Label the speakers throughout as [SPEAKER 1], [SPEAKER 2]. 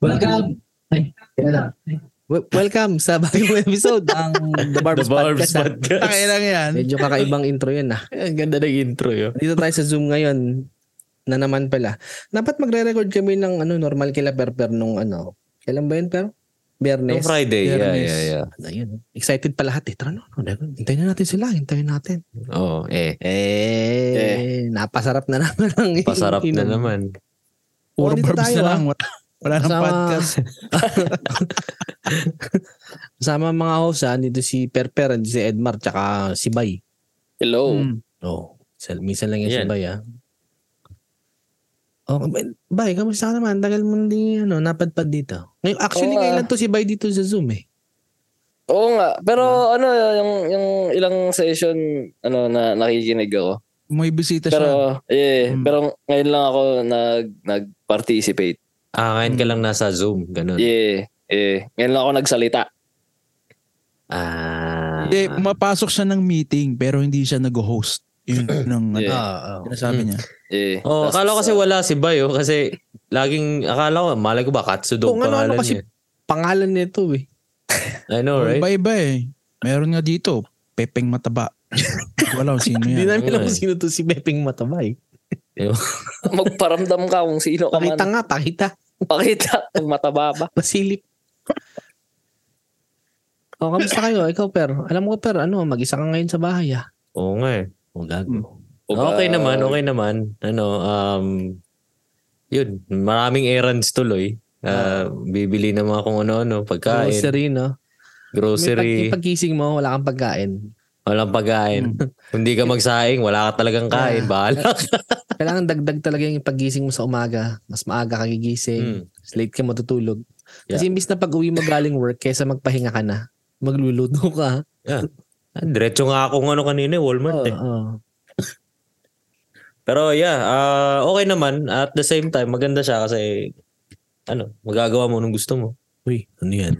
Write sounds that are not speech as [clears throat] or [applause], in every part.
[SPEAKER 1] Welcome! Ay, kaya na.
[SPEAKER 2] Wel- Welcome sa bagong [laughs] episode ng The Barbers,
[SPEAKER 3] The Barbs
[SPEAKER 2] Podcast. ah.
[SPEAKER 3] Podcast.
[SPEAKER 4] Tangin lang yan.
[SPEAKER 2] Medyo kakaibang intro yun ah.
[SPEAKER 3] Ang ganda ng intro yun.
[SPEAKER 2] Dito tayo sa Zoom ngayon na naman pala. Dapat magre-record kami ng ano normal kila Perper nung ano. Kailan ba yun pero?
[SPEAKER 3] Noong
[SPEAKER 2] Biyernes.
[SPEAKER 3] Friday, yeah,
[SPEAKER 4] Biyernes.
[SPEAKER 3] yeah, yeah.
[SPEAKER 2] Ano yun? Excited pa lahat eh. Tara no, no, no. Hintayin na natin sila. Hintayin natin.
[SPEAKER 3] Oo, oh, eh.
[SPEAKER 2] Eh, napasarap na naman ang
[SPEAKER 3] Pasarap na
[SPEAKER 2] inom.
[SPEAKER 3] naman.
[SPEAKER 2] Oh,
[SPEAKER 4] Puro
[SPEAKER 2] dito
[SPEAKER 4] verbs
[SPEAKER 2] tayo,
[SPEAKER 4] na
[SPEAKER 2] ah.
[SPEAKER 4] lang. Wala, wala nang
[SPEAKER 2] Kasama-
[SPEAKER 4] podcast.
[SPEAKER 2] Kasama ang mga host ah. Dito si Perper, dito si Edmar, tsaka si Bay.
[SPEAKER 5] Hello.
[SPEAKER 4] Mm.
[SPEAKER 3] Hmm.
[SPEAKER 2] Oo. Oh, minsan lang yan, si
[SPEAKER 3] Yan.
[SPEAKER 2] Bay ah. Oh, Bay- Bay, kamusta ka naman? Tagal mo hindi ano, napadpad dito. Ngayon, actually,
[SPEAKER 5] Oo, ah.
[SPEAKER 2] kailan to si Bay dito sa Zoom eh.
[SPEAKER 5] Oo nga, pero
[SPEAKER 3] Hmm.
[SPEAKER 5] ano yung yung ilang session ano na nakikinig ako.
[SPEAKER 4] May bisita
[SPEAKER 5] Pero
[SPEAKER 4] siya.
[SPEAKER 5] yeah,
[SPEAKER 4] Mm.
[SPEAKER 3] Hmm.
[SPEAKER 5] pero ngayon lang ako nag nag-participate.
[SPEAKER 3] Ah, ngayon ka lang nasa Zoom, ganun.
[SPEAKER 5] Yeah, yeah. Ngayon lang ako nagsalita.
[SPEAKER 3] Ah.
[SPEAKER 4] Eh, mapasok siya ng meeting pero hindi siya nag-host. Yun ng ano,
[SPEAKER 5] Yeah.
[SPEAKER 2] Ah, ah.
[SPEAKER 4] sinasabi niya.
[SPEAKER 5] Yeah.
[SPEAKER 3] Oh,
[SPEAKER 5] Tas-
[SPEAKER 3] akala ko kasi wala si Bayo kasi laging akala ko malay ko ba Katsudong
[SPEAKER 2] Kung ano-ano
[SPEAKER 3] pangalan
[SPEAKER 2] kasi-
[SPEAKER 3] niya.
[SPEAKER 2] Pangalan nito eh.
[SPEAKER 3] I know, right?
[SPEAKER 4] Iba-iba eh. Meron nga dito, Pepeng Mataba. wala kung sino
[SPEAKER 2] Hindi
[SPEAKER 4] yan.
[SPEAKER 2] namin alam
[SPEAKER 3] Oo,
[SPEAKER 2] kung
[SPEAKER 3] eh.
[SPEAKER 2] sino to si Beping Matabay.
[SPEAKER 5] [laughs] magparamdam ka kung sino ka
[SPEAKER 2] Pakita
[SPEAKER 5] man.
[SPEAKER 2] nga, pakita.
[SPEAKER 3] [laughs]
[SPEAKER 5] Pakita kung mataba ba.
[SPEAKER 2] Masilip. Oh, kamusta kayo? Ikaw, Per. Alam ko, Per, ano, mag-isa ka ngayon sa bahay, ah.
[SPEAKER 3] Oo nga eh.
[SPEAKER 2] Oh,
[SPEAKER 5] Mm.
[SPEAKER 2] gago.
[SPEAKER 5] O ba-
[SPEAKER 3] Okay naman, okay naman. Ano, um, yun, maraming errands tuloy. Ah, bibili ng mga kung ano-ano, pagkain,
[SPEAKER 2] Grocery,
[SPEAKER 3] grocery.
[SPEAKER 2] no? Yung pag- yung pagkising mo, wala kang pagkain.
[SPEAKER 3] Walang pagkain.
[SPEAKER 5] Mm.
[SPEAKER 3] [laughs] Kung di ka magsaing, wala ka talagang
[SPEAKER 2] Ah.
[SPEAKER 3] kain. Bahala ka.
[SPEAKER 2] Kailangan dagdag talaga yung paggising mo sa umaga. Mas maaga ka gigising.
[SPEAKER 3] Mm.
[SPEAKER 2] Late ka matutulog. Kasi imbis na pag-uwi mo galing work, kesa magpahinga ka na, magluluto ka.
[SPEAKER 3] Ah, Diretso nga akong ano kanina,
[SPEAKER 5] Oh.
[SPEAKER 3] Walmart
[SPEAKER 2] Oo,
[SPEAKER 3] eh.
[SPEAKER 2] oo.
[SPEAKER 3] Pero yeah, ah, okay naman. At the same time, maganda siya kasi ano, magagawa mo nung gusto mo.
[SPEAKER 2] Uy, ano yan?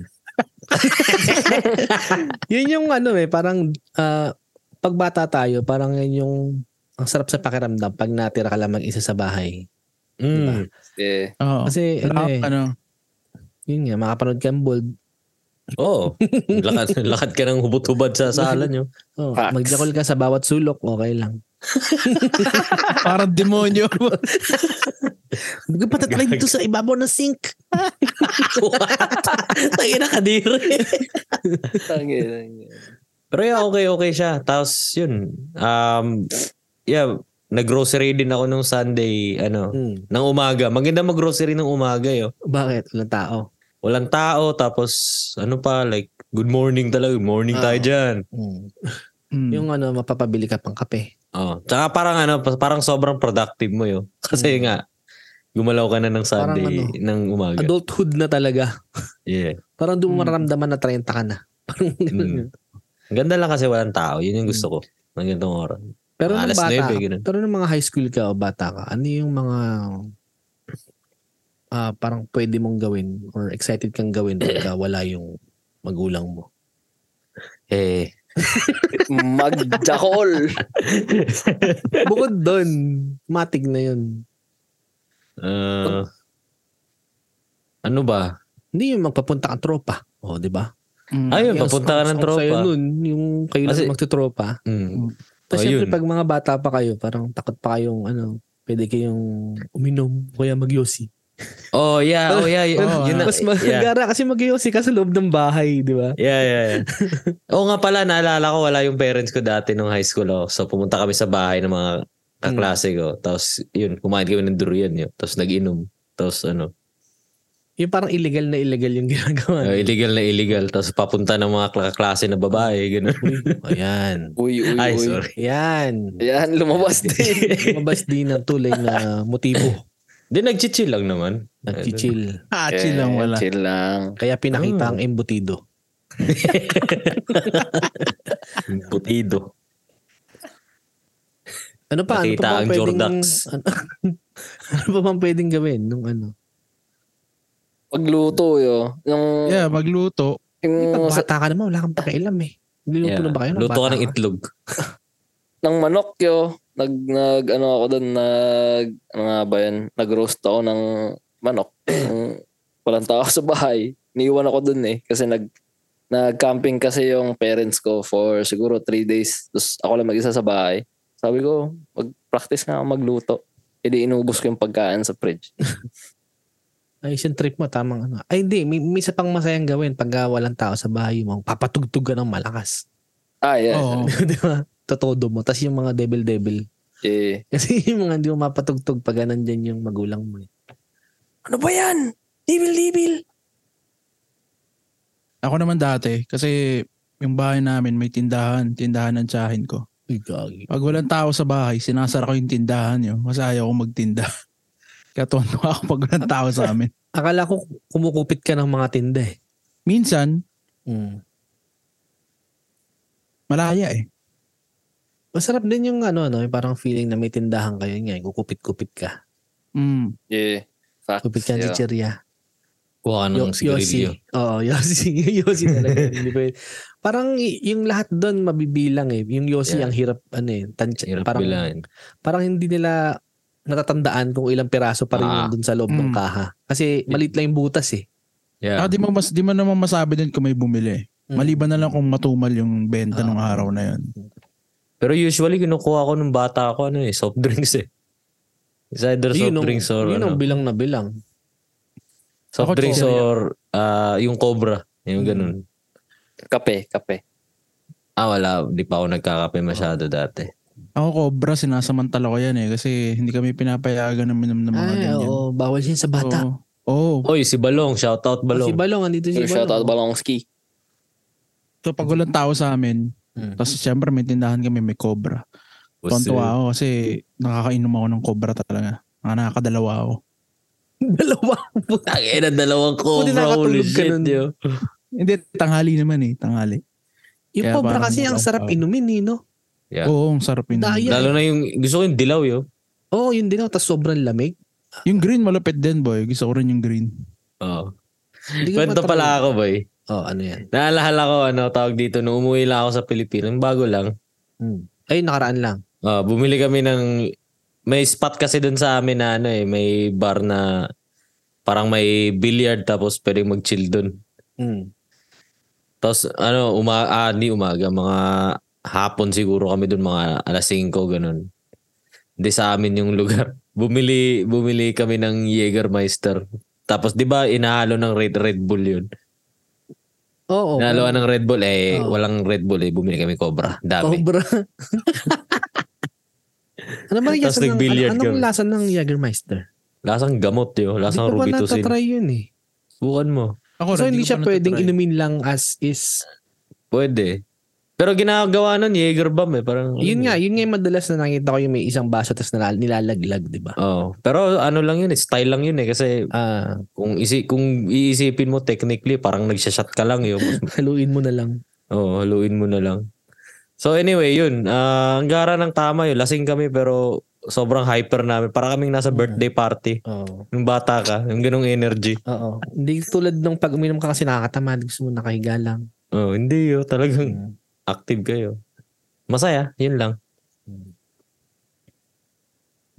[SPEAKER 2] yun yung ano eh, parang ah, pagbata tayo, parang yun yung ang sarap sa pakiramdam pag natira ka lang mag-isa sa bahay.
[SPEAKER 3] Mm.
[SPEAKER 5] Yeah.
[SPEAKER 4] Oo.
[SPEAKER 2] Kasi
[SPEAKER 4] Wala
[SPEAKER 2] ano
[SPEAKER 4] kang
[SPEAKER 2] eh,
[SPEAKER 4] ano,
[SPEAKER 2] yun nga, makapanood ka ng bold.
[SPEAKER 3] Oo. Oh, lakad, [laughs] lakad ka ng hubot-hubad sa sala
[SPEAKER 2] [laughs]
[SPEAKER 3] nyo.
[SPEAKER 2] Oh,
[SPEAKER 5] Facts.
[SPEAKER 2] magjakol ka sa bawat sulok, okay lang.
[SPEAKER 4] parang [laughs] demonyo.
[SPEAKER 2] Hindi ko patatlay dito sa ibabaw ng sink.
[SPEAKER 3] Tayo na kadiri.
[SPEAKER 5] Tangin.
[SPEAKER 3] Pero yeah, okay, okay siya. Tapos yun, um, yeah, nag-grocery din ako nung Sunday, ano,
[SPEAKER 2] Hmm,
[SPEAKER 3] ng umaga. Maganda mag-grocery ng umaga, yo.
[SPEAKER 2] bakit? Walang tao.
[SPEAKER 3] Walang tao, tapos ano pa, like, good morning talaga. Good morning tayo
[SPEAKER 2] Ah.
[SPEAKER 3] dyan.
[SPEAKER 2] Hmm.
[SPEAKER 4] Mm.
[SPEAKER 2] Yung ano, mapapabili ka pang kape.
[SPEAKER 3] Oh, tsaka parang ano, pa- parang sobrang productive mo yo. [laughs] Kasi
[SPEAKER 2] Mm.
[SPEAKER 3] nga gumalaw ka na ng
[SPEAKER 2] Parang
[SPEAKER 3] Sunday
[SPEAKER 2] ano,
[SPEAKER 3] ng umaga.
[SPEAKER 2] Adulthood na talaga.
[SPEAKER 3] yeah. Mm.
[SPEAKER 2] Parang doon mo
[SPEAKER 4] Hmm.
[SPEAKER 2] mararamdaman na 30 ka na. Parang [laughs] ganun. Mm.
[SPEAKER 3] Ang ganda lang kasi walang tao. Yun yung gusto ko. Ng ganitong oras.
[SPEAKER 2] Pero nung
[SPEAKER 3] Alas
[SPEAKER 2] bata,
[SPEAKER 3] 9, ganun.
[SPEAKER 2] pero nung mga high school ka o bata ka, ano yung mga ah parang pwede mong gawin or excited kang gawin pagka wala yung magulang mo?
[SPEAKER 3] Eh,
[SPEAKER 5] Magjakol.
[SPEAKER 2] Bukod doon, matig na yun.
[SPEAKER 3] uh, ano ba?
[SPEAKER 2] Hindi yung magpapunta kang tropa. O, di ba?
[SPEAKER 4] Mm.
[SPEAKER 3] Ayun,
[SPEAKER 2] Yung
[SPEAKER 3] papunta ka
[SPEAKER 2] ang-
[SPEAKER 3] ng
[SPEAKER 2] ang Sa'yo
[SPEAKER 3] tropa.
[SPEAKER 2] nun, yung kayo lang
[SPEAKER 3] Kasi-
[SPEAKER 2] magtutropa.
[SPEAKER 3] Mm.
[SPEAKER 2] Tapos
[SPEAKER 3] Oh,
[SPEAKER 2] syempre,
[SPEAKER 3] yun.
[SPEAKER 2] pag mga bata pa kayo, parang takot pa kayong ano, pwede kayong uminom o kaya magyosi.
[SPEAKER 3] Oh, yeah. Oh, yeah. Yun,
[SPEAKER 4] Oh,
[SPEAKER 3] yun
[SPEAKER 2] [laughs]
[SPEAKER 3] na,
[SPEAKER 2] Mas magagara kasi magyosi ka sa loob ng bahay, di ba?
[SPEAKER 3] Yeah, yeah, yeah. [laughs] Oo nga pala, naalala ko wala yung parents ko dati nung high school ako. So pumunta kami sa bahay ng mga kaklase
[SPEAKER 2] Mm.
[SPEAKER 3] ko. Tapos yun, kumain kami ng durian yun. Tapos nag-inom. Tapos ano,
[SPEAKER 2] Yung parang illegal na illegal yung ginagawa.
[SPEAKER 3] uh, illegal na illegal. Tapos papunta ng mga kaklase na babae. Ganun.
[SPEAKER 2] Ayan.
[SPEAKER 5] Uy, uy,
[SPEAKER 3] Ay,
[SPEAKER 5] uy.
[SPEAKER 3] sorry.
[SPEAKER 2] Yan.
[SPEAKER 5] Ayan, lumabas din.
[SPEAKER 3] [laughs]
[SPEAKER 2] Lumabas din ang tulay na motibo.
[SPEAKER 3] Di nag-chill lang naman.
[SPEAKER 2] Nag-chill.
[SPEAKER 4] Ah, chill lang
[SPEAKER 5] Eh,
[SPEAKER 4] wala.
[SPEAKER 5] Chill lang.
[SPEAKER 2] Kaya
[SPEAKER 3] Hmm.
[SPEAKER 2] pinakita ang embutido.
[SPEAKER 3] Putido.
[SPEAKER 2] Ano pa? Ano
[SPEAKER 3] Nakita
[SPEAKER 2] pa bang
[SPEAKER 3] ang
[SPEAKER 2] pwedeng,
[SPEAKER 3] Jordax.
[SPEAKER 2] [laughs] ano, ano pa bang pwedeng gawin nung ano?
[SPEAKER 5] Pagluto yo. Yung,
[SPEAKER 4] Yeah, magluto.
[SPEAKER 2] Eh,
[SPEAKER 5] yung
[SPEAKER 2] pag
[SPEAKER 5] sa,
[SPEAKER 2] bata ka naman, wala kang pakialam eh. Niluto
[SPEAKER 3] Yeah.
[SPEAKER 2] na ba kayo? ng
[SPEAKER 3] Luto ka
[SPEAKER 2] bata
[SPEAKER 3] ng itlog.
[SPEAKER 5] ng manok yo. nag nag ano ako doon nag ano nga ba yan nag-roast ako ng manok [clears throat] ng walang tao sa bahay niiwan ako doon eh kasi nag nag-camping kasi yung parents ko for siguro three days tapos ako lang mag-isa sa bahay sabi ko mag-practice nga ako magluto e di inubos ko yung pagkain sa fridge
[SPEAKER 2] Ay, yung trip mo, tamang ano. Ay, hindi. May, may isa pang masayang gawin pag ah, walang tao sa bahay mo. Papatugtog ka ng malakas.
[SPEAKER 5] ah yeah
[SPEAKER 4] Oo.
[SPEAKER 3] Oh.
[SPEAKER 2] [laughs] Di ba? Totodo mo. Tapos yung mga devil-devil. [laughs]
[SPEAKER 5] eh,
[SPEAKER 2] Kasi yung mga hindi mo mapatugtog pag ah, nandyan yung magulang mo. eh.
[SPEAKER 5] ano ba yan dibil dibil
[SPEAKER 4] Ako naman dati, kasi yung bahay namin may tindahan, tindahan ng tsahin ko.
[SPEAKER 2] Uy, gagi.
[SPEAKER 4] Pag walang tao sa bahay, sinasara ko yung tindahan yun. Kasi ayaw ko magtinda. [laughs] Kaya tonto ako pag walang tao sa amin.
[SPEAKER 2] Akala ko kumukupit ka ng mga tinda eh.
[SPEAKER 4] Minsan,
[SPEAKER 2] Mm.
[SPEAKER 4] malaya eh.
[SPEAKER 2] Masarap din yung ano, ano, yung parang feeling na may tindahan kayo. Yun nga, yung kukupit-kupit ka.
[SPEAKER 4] Mm.
[SPEAKER 5] yeah Facts,
[SPEAKER 2] Kupit ka ng
[SPEAKER 5] yeah.
[SPEAKER 2] chichirya.
[SPEAKER 3] Kuha ka ng sigarilyo.
[SPEAKER 2] Oo, Yossi. [laughs] Yossi talaga. Hindi pwede. Parang y- yung lahat doon mabibilang eh. Yung Yossi
[SPEAKER 3] Yeah.
[SPEAKER 2] ang hirap ano eh. Tansya,
[SPEAKER 3] Hirap
[SPEAKER 2] parang,
[SPEAKER 3] bilahin.
[SPEAKER 2] parang hindi nila natatandaan kung ilang piraso pa rin
[SPEAKER 3] Ah.
[SPEAKER 2] yun doon sa loob
[SPEAKER 4] Mm.
[SPEAKER 2] ng kaha. Kasi maliit lang yung butas eh.
[SPEAKER 3] Yeah.
[SPEAKER 4] Ah, di mo mas di mo naman masabi din kung may bumili.
[SPEAKER 2] Mm.
[SPEAKER 4] Maliban na lang kung matumal yung benta ng
[SPEAKER 2] Ah.
[SPEAKER 4] araw na yun.
[SPEAKER 3] Pero usually, kinukuha ko nung bata ako, ano eh, soft drinks eh. It's either soft
[SPEAKER 2] ang-
[SPEAKER 3] drinks or
[SPEAKER 2] yun
[SPEAKER 3] ano.
[SPEAKER 2] ang bilang na bilang.
[SPEAKER 3] soft
[SPEAKER 4] Ako,
[SPEAKER 3] drinks
[SPEAKER 4] chichirya.
[SPEAKER 3] or ah, yung cobra.
[SPEAKER 2] Hmm.
[SPEAKER 3] Yung ganun.
[SPEAKER 5] kape kape
[SPEAKER 3] Ah, wala. Di pa ako nagkakape
[SPEAKER 2] Oh.
[SPEAKER 3] masyado dati.
[SPEAKER 4] Ako cobra, sinasamantala ko yan eh. Kasi hindi kami pinapayagan ng minom ng mga
[SPEAKER 2] Ay,
[SPEAKER 4] ganyan.
[SPEAKER 2] oo. Bawal yan sa bata.
[SPEAKER 4] Oo. Oh,
[SPEAKER 3] Oy, si Balong. Shoutout
[SPEAKER 2] Oh, Si
[SPEAKER 3] Balong.
[SPEAKER 2] Balong, andito si
[SPEAKER 5] shout out
[SPEAKER 2] Balong.
[SPEAKER 5] Balongski
[SPEAKER 4] so pag walang tao sa amin,
[SPEAKER 2] Mm.
[SPEAKER 4] tapos siyempre may tindahan kami, may cobra.
[SPEAKER 3] Pusi.
[SPEAKER 4] Tontuwa
[SPEAKER 3] [laughs]
[SPEAKER 4] ako kasi nakakainom ako ng cobra talaga. Mga nakakadalawa ako.
[SPEAKER 2] [laughs] Dalawa.
[SPEAKER 3] Ang ina, dalawang
[SPEAKER 2] Buti
[SPEAKER 3] cobra. Holy
[SPEAKER 2] nakatulog ka
[SPEAKER 3] shit,
[SPEAKER 2] nun.
[SPEAKER 3] yo.
[SPEAKER 4] Hindi, tanghali naman eh, tanghali.
[SPEAKER 2] Yung
[SPEAKER 4] Kaya
[SPEAKER 2] cobra
[SPEAKER 4] parang
[SPEAKER 2] kasi ang
[SPEAKER 4] walang
[SPEAKER 2] sarap
[SPEAKER 4] tao.
[SPEAKER 2] inumin eh, no?
[SPEAKER 3] Yeah.
[SPEAKER 4] Oo, ang sarap yun.
[SPEAKER 2] Dahil-
[SPEAKER 3] Lalo na yung, gusto ko yung dilaw, yo.
[SPEAKER 2] Oo, oh, yun din. oh. Tapos sobrang lamig.
[SPEAKER 4] Yung green, malupit din boy. Gusto ko rin yung green.
[SPEAKER 3] Oh.
[SPEAKER 2] Hindi ko
[SPEAKER 3] Kwento
[SPEAKER 2] matry.
[SPEAKER 3] pala ako, boy.
[SPEAKER 2] Oo, ano yan.
[SPEAKER 3] Naalala ko, ano, tawag dito, nung umuwi lang ako sa Pilipinas, bago lang,
[SPEAKER 2] Ay, nakaraan lang.
[SPEAKER 3] Ah, bumili kami ng may spot kasi dun sa amin na ano eh, may bar na parang may billiard tapos pwedeng mag-chill dun.
[SPEAKER 2] Mm.
[SPEAKER 3] Hmm. Tapos ano, uma ah, di umaga, mga hapon siguro kami dun, mga alas 5 ganun. Hindi sa amin yung lugar. [laughs] Bumili bumili kami ng Jägermeister. Tapos 'di ba inahalo ng Red Red Bull 'yun.
[SPEAKER 2] Oo.
[SPEAKER 3] Inahalo ng Red Bull eh
[SPEAKER 2] Oo.
[SPEAKER 3] walang Red Bull eh bumili kami Cobra. Dami. [laughs]
[SPEAKER 2] Cobra. ano ba yung
[SPEAKER 3] Tapos
[SPEAKER 2] lasa ng,
[SPEAKER 3] nag-billiard
[SPEAKER 2] ano, anong
[SPEAKER 3] kami.
[SPEAKER 2] lasa ng Jägermeister?
[SPEAKER 3] Lasang gamot 'yo,
[SPEAKER 2] Hindi ko
[SPEAKER 3] lasang
[SPEAKER 2] pa
[SPEAKER 3] Robitussin.
[SPEAKER 2] natatry yun eh.
[SPEAKER 3] Subukan mo.
[SPEAKER 4] Ako,
[SPEAKER 2] so
[SPEAKER 4] rin,
[SPEAKER 2] hindi
[SPEAKER 4] ko
[SPEAKER 2] siya
[SPEAKER 4] pa
[SPEAKER 2] pwedeng
[SPEAKER 4] natatry.
[SPEAKER 2] inumin lang as is.
[SPEAKER 3] Pwede. Pero ginagawa nun, Jaeger bomb eh. Parang,
[SPEAKER 2] Yun nga, yun nga yung madalas na nakita ko yung may isang baso tapos nilal- nilalaglag, di ba?
[SPEAKER 3] Oo. Pero ano lang yun, eh, style lang yun eh. Kasi
[SPEAKER 2] Ah,
[SPEAKER 3] kung, isi, kung iisipin mo technically, parang nagsashot ka lang yun.
[SPEAKER 2] haluin mo na lang.
[SPEAKER 3] [laughs] Oo, haluin mo na lang. So anyway, yun. ah, ang gara ng tama yun. Lasing kami pero sobrang hyper namin. Para kaming nasa birthday party.
[SPEAKER 2] Oo.
[SPEAKER 3] Nung bata ka, yung ganong energy.
[SPEAKER 2] Oo. Hindi tulad nung pag uminom ka kasi nakakatamad, gusto mo nakahiga lang.
[SPEAKER 3] Oh, hindi yun. Talagang
[SPEAKER 2] Mm.
[SPEAKER 3] active kayo. Masaya, yun lang.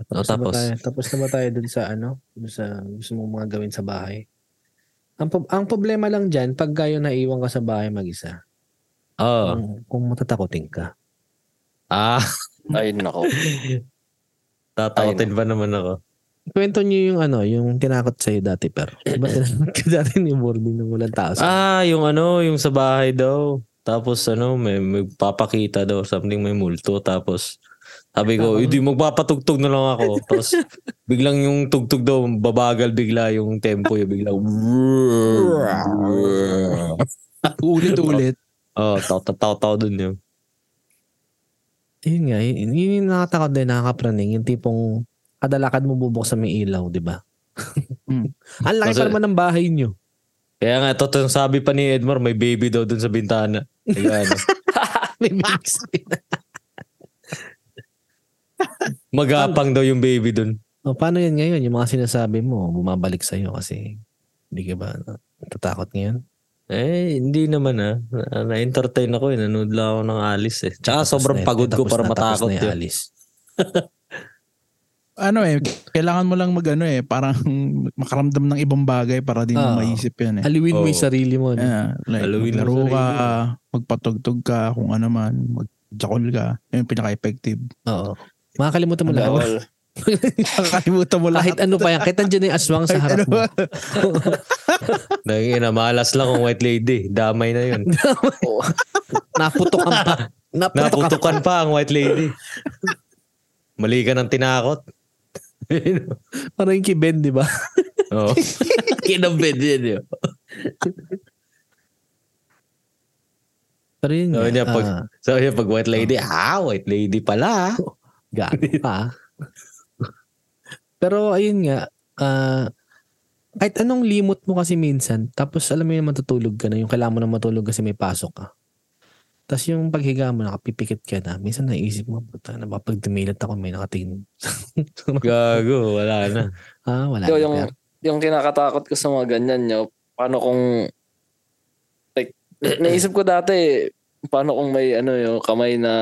[SPEAKER 3] Oh,
[SPEAKER 2] na ba
[SPEAKER 3] tapos.
[SPEAKER 2] tayo- Hmm. tapos na ba tayo dun sa ano? Dun sa gusto mong mga gawin sa bahay? Ang, prob- ang problema lang dyan, pag kayo naiwan ka sa bahay mag-isa,
[SPEAKER 3] Oo.
[SPEAKER 2] kung, kung matatakotin ka.
[SPEAKER 3] Ah, [laughs]
[SPEAKER 5] ay nako
[SPEAKER 3] tatakotin pa naman ako.
[SPEAKER 2] Kwento niyo yung ano, yung tinakot sa'yo dati,
[SPEAKER 3] [clears throat]
[SPEAKER 2] pero. Diba tinakot ka [laughs] dati ni Mordi nung walang tao sa
[SPEAKER 3] Ah, yung ano, yung sa bahay daw. Tapos ano, may magpapakita daw, something may multo. Tapos sabi ko, hindi magpapatugtog na lang ako.
[SPEAKER 2] [laughs]
[SPEAKER 3] Tapos biglang yung tugtog daw, babagal bigla yung tempo. Yung biglang,
[SPEAKER 4] Ulit-ulit.
[SPEAKER 3] oh, taw-taw-taw dun yun.
[SPEAKER 2] Yun nga, yun, yun yung nakatakot din, nakakapraning. Yung tipong, kadalakad mo bubuksan may ilaw, di ba?
[SPEAKER 4] Mm.
[SPEAKER 2] [laughs] Ang laki
[SPEAKER 3] Kasi-
[SPEAKER 2] pa naman ng bahay
[SPEAKER 3] [laughs]
[SPEAKER 2] niyo.
[SPEAKER 3] Kaya nga, totoo sabi pa ni Edmar, may baby daw dun sa bintana. Kaya ano,
[SPEAKER 2] May box.
[SPEAKER 3] magapang daw yung baby dun.
[SPEAKER 2] o, Oh, paano yan ngayon? Yung mga sinasabi mo, bumabalik sa'yo kasi hindi ka ba natatakot ngayon?
[SPEAKER 3] Eh, hindi naman ah. Na- Na-entertain ako eh. Nanood lang ako ng Alice eh. Tsaka
[SPEAKER 2] Tapos
[SPEAKER 3] sobrang
[SPEAKER 2] na-
[SPEAKER 3] pagod ko
[SPEAKER 2] tapos
[SPEAKER 3] para
[SPEAKER 2] na- tapos
[SPEAKER 3] matakot eh.
[SPEAKER 2] na yung
[SPEAKER 3] yun.
[SPEAKER 2] alis.
[SPEAKER 4] ano eh, kailangan mo lang mag ano eh, parang makaramdam ng ibang bagay para di mo
[SPEAKER 2] Oo.
[SPEAKER 4] maisip yan eh.
[SPEAKER 2] Aliwin mo
[SPEAKER 3] Oo.
[SPEAKER 2] yung sarili mo. no?
[SPEAKER 4] Yeah, like,
[SPEAKER 3] Haluin mo
[SPEAKER 4] maglaro
[SPEAKER 3] sarili
[SPEAKER 4] ka,
[SPEAKER 3] mo.
[SPEAKER 4] magpatugtog ka, kung ano man, magjakol ka. Yun yung pinaka-effective.
[SPEAKER 2] Oo. Makakalimutan mo lahat.
[SPEAKER 5] Bawal.
[SPEAKER 4] Nakakalimutan mo Ano
[SPEAKER 2] Kahit
[SPEAKER 4] lahat.
[SPEAKER 2] ano pa yan. Kahit nandiyan na yung aswang sa harap
[SPEAKER 3] ano?
[SPEAKER 2] mo.
[SPEAKER 3] [laughs] Naging malas lang kung white lady. Damay na yun.
[SPEAKER 2] Naputok ang pa.
[SPEAKER 3] [laughs]
[SPEAKER 2] Naputok ang
[SPEAKER 3] Naputukan pa ang white lady. Mali ka ng tinakot.
[SPEAKER 2] [laughs] Parang yung kay Ben, di ba?
[SPEAKER 3] Oo. Kinabed yun yun.
[SPEAKER 2] Pero yun.
[SPEAKER 3] Oo,
[SPEAKER 2] nga,
[SPEAKER 3] niya, Oh, pag,
[SPEAKER 2] ah,
[SPEAKER 3] so, yun, pag white lady, ah, white lady pala. ah.
[SPEAKER 2] Gago pa. Pero ayun nga, ah, kahit anong limot mo kasi minsan, tapos alam mo yun, matutulog ka na, yung kailangan mo na matulog kasi may pasok ka. Tapos yung paghiga mo, nakapipikit ka na, minsan naisip mo, puta na ba, pag dumilat ako, may nakatingin.
[SPEAKER 3] Gago, wala na.
[SPEAKER 2] ah, wala.
[SPEAKER 5] Yo,
[SPEAKER 2] na,
[SPEAKER 5] yung,
[SPEAKER 2] pero-
[SPEAKER 5] yung kinakatakot ko sa mga ganyan, yo, paano kung, like, naisip ko dati, paano kung may, ano, yo, kamay na,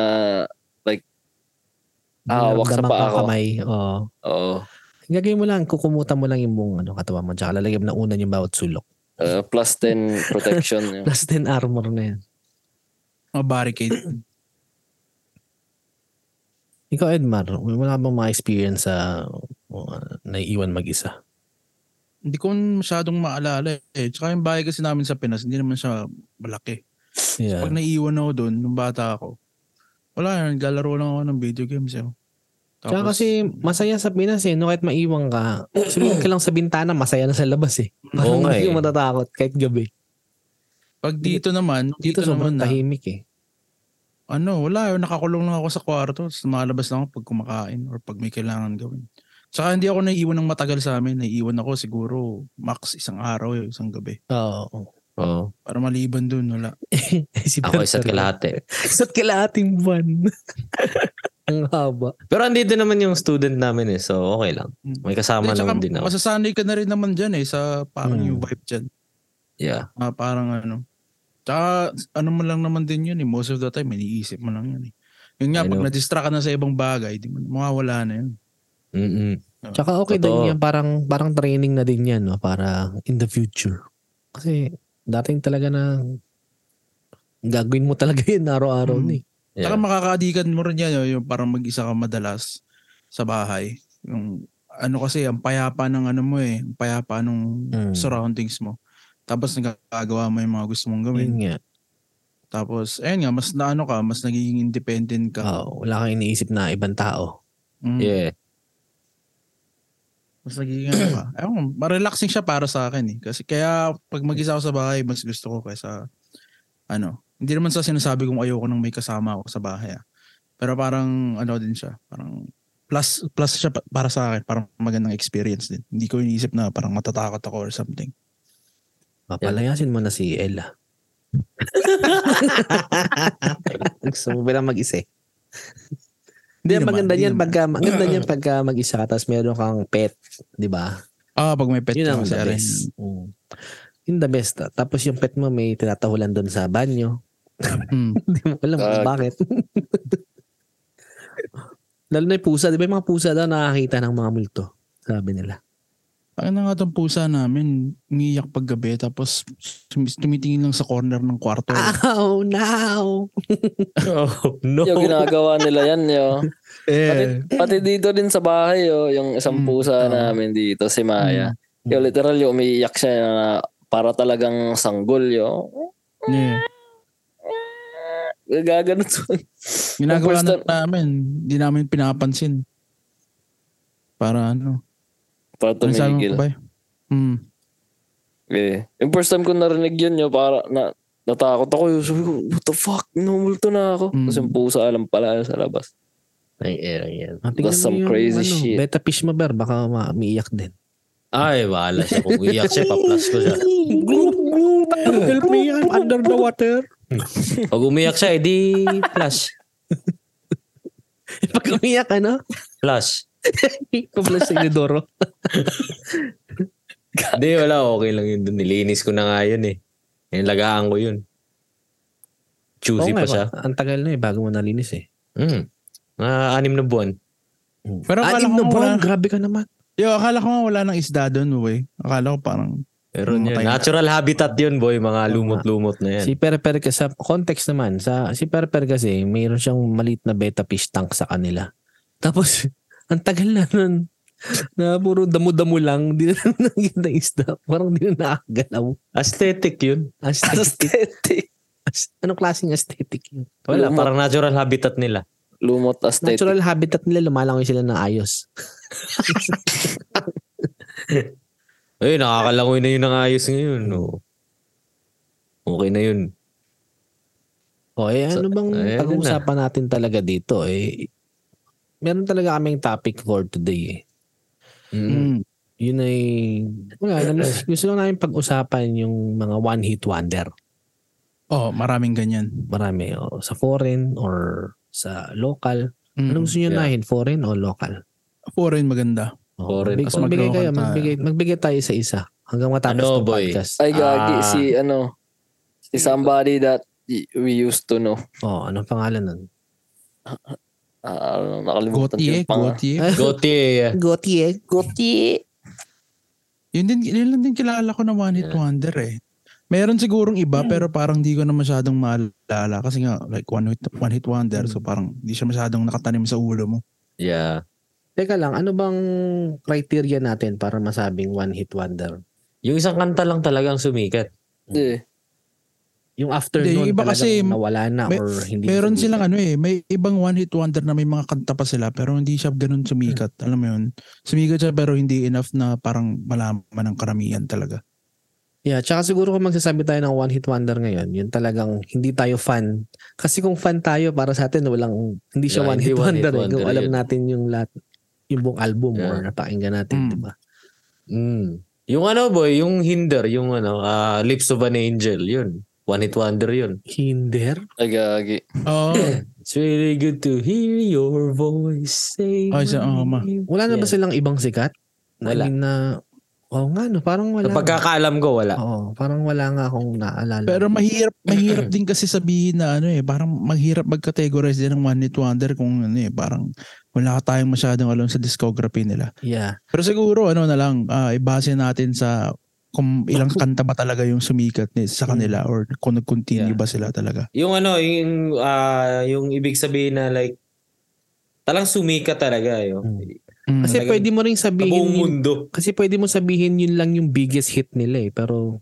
[SPEAKER 5] ahawak sa
[SPEAKER 2] Nararamdaman
[SPEAKER 5] paa
[SPEAKER 2] kang
[SPEAKER 5] ko.
[SPEAKER 2] Kamay, oo.
[SPEAKER 5] oh,
[SPEAKER 2] Gagawin mo lang, kukumutan mo lang yung buong ano, katawan mo, tsaka lalagyan mo na unan yung bawat sulok. [laughs]
[SPEAKER 5] uh, plus 10 protection. yo.
[SPEAKER 2] Plus 10 armor na yan.
[SPEAKER 4] Mga barricade.
[SPEAKER 2] Ikaw, Edmar, wala bang mga experience sa uh, naiiwan mag-isa?
[SPEAKER 4] Hindi ko masyadong maalala eh. Tsaka yung bahay kasi namin sa Pinas, hindi naman siya malaki.
[SPEAKER 2] Yeah.
[SPEAKER 4] Pag naiiwan ako doon, nung bata ako, wala yan, galaro lang ako ng video games. eh. Yo.
[SPEAKER 2] Tsaka kasi masaya sa Pinas eh. No, kahit maiwang ka, sumilip ka lang sa bintana, masaya na sa labas eh.
[SPEAKER 3] Oo
[SPEAKER 2] Parang
[SPEAKER 3] nga
[SPEAKER 2] hindi
[SPEAKER 3] eh.
[SPEAKER 2] ka matatakot kahit gabi.
[SPEAKER 4] pag dito naman,
[SPEAKER 2] Dito,
[SPEAKER 4] dito,
[SPEAKER 2] sobrang
[SPEAKER 4] naman na,
[SPEAKER 2] tahimik eh.
[SPEAKER 4] ano, wala, yun, nakakulong lang ako sa kwarto, tapos lumalabas lang ako pag kumakain or pag may kailangan gawin. Tsaka hindi ako naiiwan ng matagal sa amin, naiiwan ako siguro max isang araw, eh, isang gabi.
[SPEAKER 2] Oo.
[SPEAKER 3] Oo.
[SPEAKER 4] Para maliban dun, wala.
[SPEAKER 2] si
[SPEAKER 3] Ako isa't
[SPEAKER 2] Bertrand.
[SPEAKER 3] kalahati.
[SPEAKER 2] Isa't kalahating buwan. Ang haba.
[SPEAKER 3] Pero andito naman yung student namin eh. So, okay lang. May kasama
[SPEAKER 4] Hindi, tsaka
[SPEAKER 3] naman din ako.
[SPEAKER 4] Masasanay ka na rin naman dyan eh, sa parang
[SPEAKER 2] Hmm.
[SPEAKER 4] yung vibe dyan.
[SPEAKER 3] Yeah.
[SPEAKER 4] Ah, parang ano. Tsaka ano mo lang naman din yun eh, most of the time, iniisip mo lang yun eh. Yun nga,
[SPEAKER 3] I
[SPEAKER 4] pag
[SPEAKER 3] know.
[SPEAKER 4] na-distract ka na sa ibang bagay, di mo, mawawala na yun.
[SPEAKER 3] Mm-mm.
[SPEAKER 2] Tsaka okay
[SPEAKER 3] Totoo.
[SPEAKER 2] din yan. Parang, parang training na din yan. No? Para in the future. Kasi dating talaga na gagawin mo talaga [laughs] yun araw-araw
[SPEAKER 4] Mm.
[SPEAKER 2] na eh.
[SPEAKER 3] Yeah.
[SPEAKER 4] Saka makakaadikan mo rin yan, oh, yung parang mag-isa ka madalas sa bahay. Yung ano kasi, ang payapa ng ano mo eh, ang payapa ng
[SPEAKER 2] Mm.
[SPEAKER 3] Hmm.
[SPEAKER 4] surroundings mo. Tapos nagagawa mo yung mga gusto mong gawin.
[SPEAKER 2] Yun
[SPEAKER 3] Hmm.
[SPEAKER 2] nga.
[SPEAKER 4] Tapos, ayun nga, mas naano ka, mas nagiging independent
[SPEAKER 3] Ah,
[SPEAKER 4] ka.
[SPEAKER 2] Oo, wala kang iniisip na ibang tao.
[SPEAKER 4] Mm.
[SPEAKER 3] Yeah.
[SPEAKER 4] Mas nagiging ano
[SPEAKER 2] [clears throat]
[SPEAKER 4] ka. Ayun, relaxing siya para sa akin eh. Kasi kaya pag mag-isa ako sa bahay, mas gusto ko kaysa ano. Hindi naman sa sinasabi kong ayoko nang may kasama ako sa bahay. ah. Pero parang ano din siya. Parang plus plus siya pa- para sa akin. Parang magandang experience din. Hindi ko iniisip na parang matatakot ako or something.
[SPEAKER 2] Papalayasin mo na si Ella. [laughs] Gusto mo ba lang mag-isa eh? Hindi,
[SPEAKER 4] Hindi
[SPEAKER 2] ang
[SPEAKER 4] naman,
[SPEAKER 2] maganda
[SPEAKER 4] hindi
[SPEAKER 2] niyan
[SPEAKER 4] naman.
[SPEAKER 2] pagka, ang ganda niyan pagka mag-isa ka tapos meron kang pet, di ba?
[SPEAKER 4] Ah, pag may pet
[SPEAKER 2] Yun
[SPEAKER 4] ka
[SPEAKER 2] ang
[SPEAKER 4] kasi,
[SPEAKER 2] the
[SPEAKER 4] aray, [laughs]
[SPEAKER 2] best. Mm. Yun the best. ah. Tapos yung pet mo may tinatahulan doon sa banyo.
[SPEAKER 4] mm,
[SPEAKER 2] Hindi mo alam kung
[SPEAKER 5] Gag.
[SPEAKER 2] bakit. [laughs] Lalo na yung pusa. Di ba yung mga pusa daw nakakita ng mga multo? Sabi nila.
[SPEAKER 4] Ang na nga tong pusa namin, umiiyak pag gabi tapos tumi- tumitingin lang sa corner ng kwarto.
[SPEAKER 2] Ah, Ow, [laughs] now!
[SPEAKER 3] Oh, no.
[SPEAKER 5] Yo, ginagawa nila yan, yo.
[SPEAKER 4] [laughs] eh,
[SPEAKER 5] Pati dito din sa bahay, yo, yung
[SPEAKER 4] Mm,
[SPEAKER 5] isang
[SPEAKER 4] oo.
[SPEAKER 5] pusa namin dito, si Maya.
[SPEAKER 2] Mm.
[SPEAKER 5] Yo, literal, yo, umiiyak siya na para talagang sanggol, yo.
[SPEAKER 4] yeah.
[SPEAKER 5] Gaganon [laughs] to.
[SPEAKER 4] Ginagawa
[SPEAKER 5] First
[SPEAKER 4] na
[SPEAKER 5] time-
[SPEAKER 4] namin. Hindi namin pinapansin. Para ano.
[SPEAKER 5] Para
[SPEAKER 4] ano sabi
[SPEAKER 5] tumigil.
[SPEAKER 4] mo ba? Hmm.
[SPEAKER 5] Eh, yung first time ko narinig yun, yo, para na, natakot ako. Yo, sabi ko, what the fuck? Namulto na ako.
[SPEAKER 4] Mm.
[SPEAKER 5] Tapos yung pusa alam pala sa labas.
[SPEAKER 3] Ay, eh, yan.
[SPEAKER 2] Ah, tingnan
[SPEAKER 5] That's
[SPEAKER 2] mo
[SPEAKER 5] some
[SPEAKER 2] yung,
[SPEAKER 5] crazy shit.
[SPEAKER 2] Beta fish mo, Ber. Baka ma- umiiyak [laughs] din.
[SPEAKER 3] Ay, bahala siya. Kung iyak siya, paplas ko siya.
[SPEAKER 2] Help me, I'm under the water.
[SPEAKER 3] Pag umiyak siya, edi plus.
[SPEAKER 2] [laughs] Pag umiyak, [laughs] ano?
[SPEAKER 3] Plus.
[SPEAKER 2] Pablas sa [laughs] inidoro.
[SPEAKER 3] Hindi, wala. Okay lang yun dun. Nilinis ko na nga yun eh. Nilagaan ko yun. Choosy pa siya.
[SPEAKER 2] Ang tagal na eh, bago mo nalinis eh.
[SPEAKER 3] Mm. Mga anim na buwan.
[SPEAKER 4] Pero akala
[SPEAKER 2] Anim
[SPEAKER 4] ko
[SPEAKER 2] na
[SPEAKER 4] nga
[SPEAKER 2] buwan,
[SPEAKER 3] ah?
[SPEAKER 4] wala-
[SPEAKER 2] grabe ka naman.
[SPEAKER 4] Yo, akala ko nga wala nang isda doon, boy. Akala ko parang
[SPEAKER 3] Meron yun.
[SPEAKER 4] Mamatay na.
[SPEAKER 3] Natural habitat yun, boy. Mga lumot-lumot na yan.
[SPEAKER 2] Si Perper kasi sa context naman sa si Perper kasi mayroon siyang maliit na beta fish tank sa kanila. [laughs] Tapos ang tagal na nun na puro damo-damo lang, hindi na lang [laughs] nakikita yung isda. Parang hindi na nakagalaw.
[SPEAKER 3] Aesthetic yun.
[SPEAKER 2] Aesthetic.
[SPEAKER 5] Aesthetic.
[SPEAKER 2] as- anong klaseng aesthetic yun?
[SPEAKER 3] Wala,
[SPEAKER 5] Lumot.
[SPEAKER 3] parang natural habitat nila.
[SPEAKER 5] Lumot aesthetic.
[SPEAKER 2] Natural habitat nila, lumalangoy sila ng ayos.
[SPEAKER 3] Ay, nakakalangoy na yun ng ayos ngayon. No. Okay na yun.
[SPEAKER 2] O eh,
[SPEAKER 3] So,
[SPEAKER 2] ano bang
[SPEAKER 3] ayun
[SPEAKER 2] pag-uusapan natin talaga dito? Eh, meron talaga kaming topic for today eh.
[SPEAKER 3] Mm.
[SPEAKER 4] mm.
[SPEAKER 2] Yun ay, wala,
[SPEAKER 3] [coughs]
[SPEAKER 2] alam mo, gusto lang namin pag-usapan yung mga one-hit wonder.
[SPEAKER 4] Oh, maraming ganyan.
[SPEAKER 2] marami o sa foreign or sa local.
[SPEAKER 4] Mm.
[SPEAKER 2] Anong gusto nyo
[SPEAKER 3] Mm-hmm. Yeah.
[SPEAKER 2] nahin? Foreign o local?
[SPEAKER 4] Foreign maganda.
[SPEAKER 2] O,
[SPEAKER 3] Foreign.
[SPEAKER 2] Mag-
[SPEAKER 4] Mas
[SPEAKER 2] magbigay
[SPEAKER 4] mag-local
[SPEAKER 2] kayo.
[SPEAKER 4] tayo.
[SPEAKER 2] Magbigay, magbigay tayo sa isa. Hanggang matapos
[SPEAKER 3] Ano,
[SPEAKER 2] ng
[SPEAKER 3] boy?
[SPEAKER 2] podcast.
[SPEAKER 5] Ay, gagi.
[SPEAKER 3] Ah.
[SPEAKER 5] si ano, si somebody that y- we used to know.
[SPEAKER 2] O, anong pangalan nun?
[SPEAKER 5] Ah, ano, nakalimutan ko
[SPEAKER 4] Gautier,
[SPEAKER 5] yung pang...
[SPEAKER 4] Gautier.
[SPEAKER 3] Gautier.
[SPEAKER 2] Gautier.
[SPEAKER 5] Goti.
[SPEAKER 4] Yun din, yun lang din kilala ko na One Hit
[SPEAKER 3] Yeah.
[SPEAKER 4] Wonder eh. Meron sigurong iba pero parang di ko na masyadong maalala kasi nga like One Hit, one hit Wonder so parang di siya masyadong nakatanim sa ulo mo.
[SPEAKER 3] Yeah.
[SPEAKER 2] Teka lang, ano bang criteria natin para masabing one-hit wonder?
[SPEAKER 3] Yung isang kanta lang talagang sumikat.
[SPEAKER 5] Eh,
[SPEAKER 2] Yung after nun,
[SPEAKER 4] Hindi, yung iba
[SPEAKER 2] talagang
[SPEAKER 4] kasi-
[SPEAKER 2] nawala na
[SPEAKER 4] may-
[SPEAKER 2] or hindi.
[SPEAKER 4] Meron
[SPEAKER 2] siya
[SPEAKER 4] silang ano eh, may ibang One Hit Wonder na may mga kanta pa sila pero hindi siya ganun
[SPEAKER 2] Hmm.
[SPEAKER 4] sumikat. Alam mo yun? Sumikat siya pero hindi enough na parang malaman ng karamihan talaga.
[SPEAKER 2] Yeah, tsaka siguro kung magsasabi tayo ng one hit wonder ngayon, yun talagang hindi tayo fan. Kasi kung fan tayo, para sa atin, walang, hindi siya
[SPEAKER 3] Yeah,
[SPEAKER 2] one,
[SPEAKER 3] hindi
[SPEAKER 2] hit
[SPEAKER 3] one
[SPEAKER 2] wonder,
[SPEAKER 3] hit
[SPEAKER 2] eh. Kung
[SPEAKER 3] wonder
[SPEAKER 2] alam
[SPEAKER 3] yun.
[SPEAKER 2] natin yung lahat, yung buong album
[SPEAKER 3] Yeah.
[SPEAKER 2] or napakinggan
[SPEAKER 4] Mm.
[SPEAKER 2] natin, diba? di ba?
[SPEAKER 3] Mm. Yung ano, boy, yung Hinder, yung ano, ah, Lips of an Angel, yun. One hit wonder yun.
[SPEAKER 2] Hinder?
[SPEAKER 5] ay, gagi.
[SPEAKER 4] Oo.
[SPEAKER 2] Oh.
[SPEAKER 3] It's really good to hear your voice say
[SPEAKER 4] [laughs] Ay, sa-
[SPEAKER 2] Hmm.
[SPEAKER 4] oh, ma.
[SPEAKER 2] Wala na ba
[SPEAKER 3] Yeah.
[SPEAKER 2] silang ibang sikat?
[SPEAKER 3] Wala.
[SPEAKER 2] I mean, na, oh nga, no, parang
[SPEAKER 4] ah.
[SPEAKER 2] wala.
[SPEAKER 3] Sa pagkakaalam ko, wala.
[SPEAKER 2] Oo, parang wala nga akong naalala.
[SPEAKER 4] Pero mahirap, mahirap din kasi sabihin na ano eh, parang mahirap mag-categorize din ng One Hit Wonder kung ano eh, parang wala ka tayong masyadong alam sa discography nila.
[SPEAKER 2] yeah.
[SPEAKER 4] Pero siguro ano na lang, ah, ibase natin sa kung
[SPEAKER 2] [laughs]
[SPEAKER 4] ilang kanta ba talaga yung sumikat ni sa
[SPEAKER 2] Hmm.
[SPEAKER 4] kanila or kung nag-continue
[SPEAKER 3] Yeah.
[SPEAKER 4] ba sila talaga.
[SPEAKER 3] Yung ano, yung, ah, yung ibig sabihin na like, talang sumikat talaga. Yung,
[SPEAKER 2] Mm.
[SPEAKER 4] Mm.
[SPEAKER 2] Kasi
[SPEAKER 3] Talagang-
[SPEAKER 2] pwede mo rin
[SPEAKER 3] sa
[SPEAKER 2] sabihin,
[SPEAKER 3] buong
[SPEAKER 2] yun-
[SPEAKER 3] mundo.
[SPEAKER 2] kasi pwede mo sabihin yun lang yung biggest hit nila eh. Pero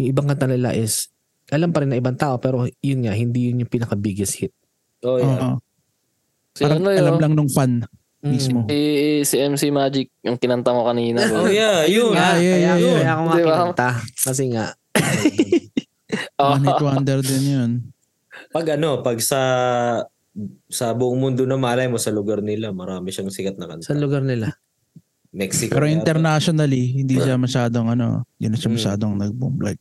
[SPEAKER 2] yung ibang kanta nila is, alam pa rin na ibang tao, pero yun nga, hindi yun yung pinaka-biggest hit.
[SPEAKER 3] Oh, yeah.
[SPEAKER 4] Oo.
[SPEAKER 5] Si
[SPEAKER 4] parang
[SPEAKER 5] ano
[SPEAKER 4] alam
[SPEAKER 5] yun?
[SPEAKER 4] lang nung fan
[SPEAKER 2] Mm.
[SPEAKER 4] mismo.
[SPEAKER 5] Si, si MC Magic, yung kinanta mo kanina.
[SPEAKER 3] Oh,
[SPEAKER 5] bro.
[SPEAKER 4] [laughs]
[SPEAKER 3] yeah, yun.
[SPEAKER 4] Ah, yeah,
[SPEAKER 2] kaya,
[SPEAKER 4] yeah, yeah.
[SPEAKER 2] kaya ako nga
[SPEAKER 5] Di ba?
[SPEAKER 2] kinanta. Kasi nga,
[SPEAKER 5] Ah,
[SPEAKER 4] One Hit Wonder din yun.
[SPEAKER 3] Pag ano, pag sa sa buong mundo na malay mo sa lugar nila, marami siyang sikat na kanta.
[SPEAKER 2] sa lugar nila.
[SPEAKER 3] Mexico.
[SPEAKER 4] Pero
[SPEAKER 3] yata.
[SPEAKER 4] internationally, hindi siya masyadong ano, hindi na siya
[SPEAKER 3] Mm.
[SPEAKER 4] masyadong nag-boom. Like,